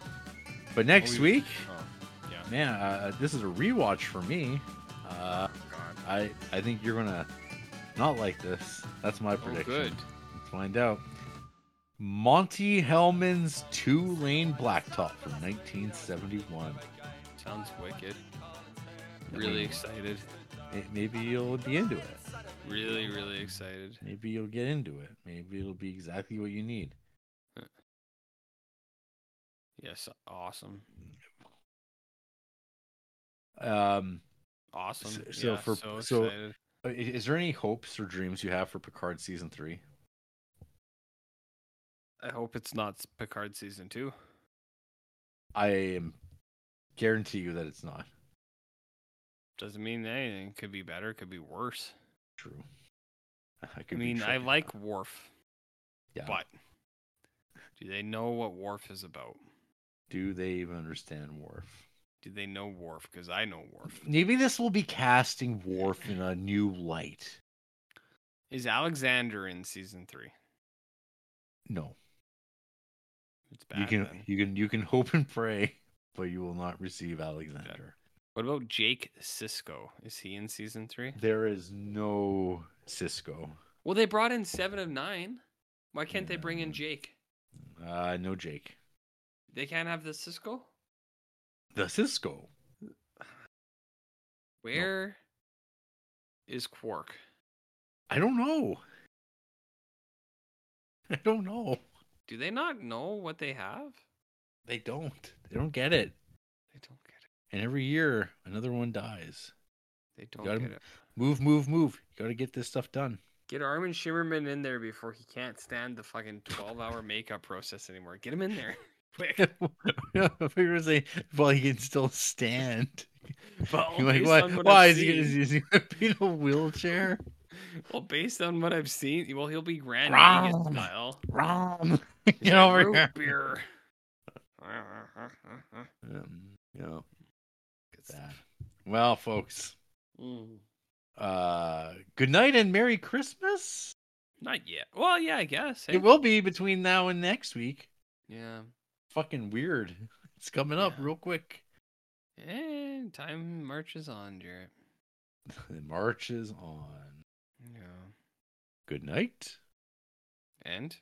Speaker 2: But next
Speaker 3: we-
Speaker 2: week,
Speaker 3: Oh, yeah.
Speaker 2: man, uh, this is a rewatch for me. Uh,
Speaker 3: God.
Speaker 2: I I think you're gonna not like this. That's my
Speaker 3: Oh,
Speaker 2: prediction.
Speaker 3: good.
Speaker 2: Let's find out. Monty Hellman's two-lane blacktop from 1971.
Speaker 3: Sounds wicked. Really excited.
Speaker 2: May- Maybe you'll be into it.
Speaker 3: Really, really excited.
Speaker 2: Maybe you'll get into it. Maybe it'll be exactly what you need.
Speaker 3: Yes, awesome.
Speaker 2: Um,
Speaker 3: Awesome.
Speaker 2: so
Speaker 3: yeah,
Speaker 2: for-
Speaker 3: so,
Speaker 2: so-
Speaker 3: excited.
Speaker 2: i- is there any hopes or dreams you have for Picard season three?
Speaker 3: I hope it's not s- Picard season two.
Speaker 2: I am guarantee you that it's not
Speaker 3: Doesn't mean anything. Could be better. Could be worse.
Speaker 2: true. I,
Speaker 3: I
Speaker 2: could be
Speaker 3: mean, I
Speaker 2: tricked.
Speaker 3: like Worf,
Speaker 2: Yeah.
Speaker 3: but do they know what Worf is about?
Speaker 2: Do they even understand Worf?
Speaker 3: Do they know Worf? Because I know Worf.
Speaker 2: Maybe this will be casting Worf in a new light.
Speaker 3: Is Alexander in season three?
Speaker 2: No,
Speaker 3: It's bad.
Speaker 2: you can
Speaker 3: then.
Speaker 2: you can you can [laughs] hope and pray, but you will not receive Alexander.
Speaker 3: What about Jake Sisko? Is he in season three?
Speaker 2: There is no Cisco.
Speaker 3: Well, they brought in Seven of Nine. Why can't they bring in
Speaker 2: Yeah.
Speaker 3: Jake?
Speaker 2: Uh, no Jake.
Speaker 3: They can't have the Cisco.
Speaker 2: The Cisco.
Speaker 3: Where is Quark?
Speaker 2: I don't know. [laughs] I don't know.
Speaker 3: Do they not know what they have?
Speaker 2: They don't. They don't get it.
Speaker 3: They don't get it.
Speaker 2: And every year, another one dies.
Speaker 3: They don't
Speaker 2: gotta
Speaker 3: get
Speaker 2: m-
Speaker 3: it.
Speaker 2: Move, move, move. You got to get this stuff done.
Speaker 3: Get Armin Shimmerman in there before he can't stand the fucking 12 hour makeup process anymore. Get him
Speaker 2: [laughs]
Speaker 3: in there. [laughs] Quick.
Speaker 2: I thought you were saying, well, he can still
Speaker 3: [laughs]
Speaker 2: stand.
Speaker 3: Well,
Speaker 2: You're like,
Speaker 3: based
Speaker 2: why?
Speaker 3: on what
Speaker 2: Why
Speaker 3: I've
Speaker 2: is he, gonna,
Speaker 3: seen-
Speaker 2: is he gonna be in a
Speaker 3: [laughs]
Speaker 2: wheelchair?
Speaker 3: Well, based on what I've seen, well, he'll be Grand Vegas
Speaker 2: Rom.
Speaker 3: style.
Speaker 2: Rom, get [laughs]
Speaker 3: He's like,
Speaker 2: over
Speaker 3: "Root
Speaker 2: here.
Speaker 3: Beer. [laughs]
Speaker 2: Um, yeah,
Speaker 3: Good
Speaker 2: that.
Speaker 3: stuff.
Speaker 2: Well, folks,
Speaker 3: Mm.
Speaker 2: uh, good night and Merry Christmas.
Speaker 3: Not yet. Well, yeah, I guess. eh?
Speaker 2: It will be between now and next week.
Speaker 3: Yeah.
Speaker 2: Fucking weird. [laughs] It's coming up
Speaker 3: Yeah.
Speaker 2: real quick. [laughs]
Speaker 3: And time marches on, Jarrett.
Speaker 2: It marches on.
Speaker 3: Yeah.
Speaker 2: Good night.
Speaker 3: And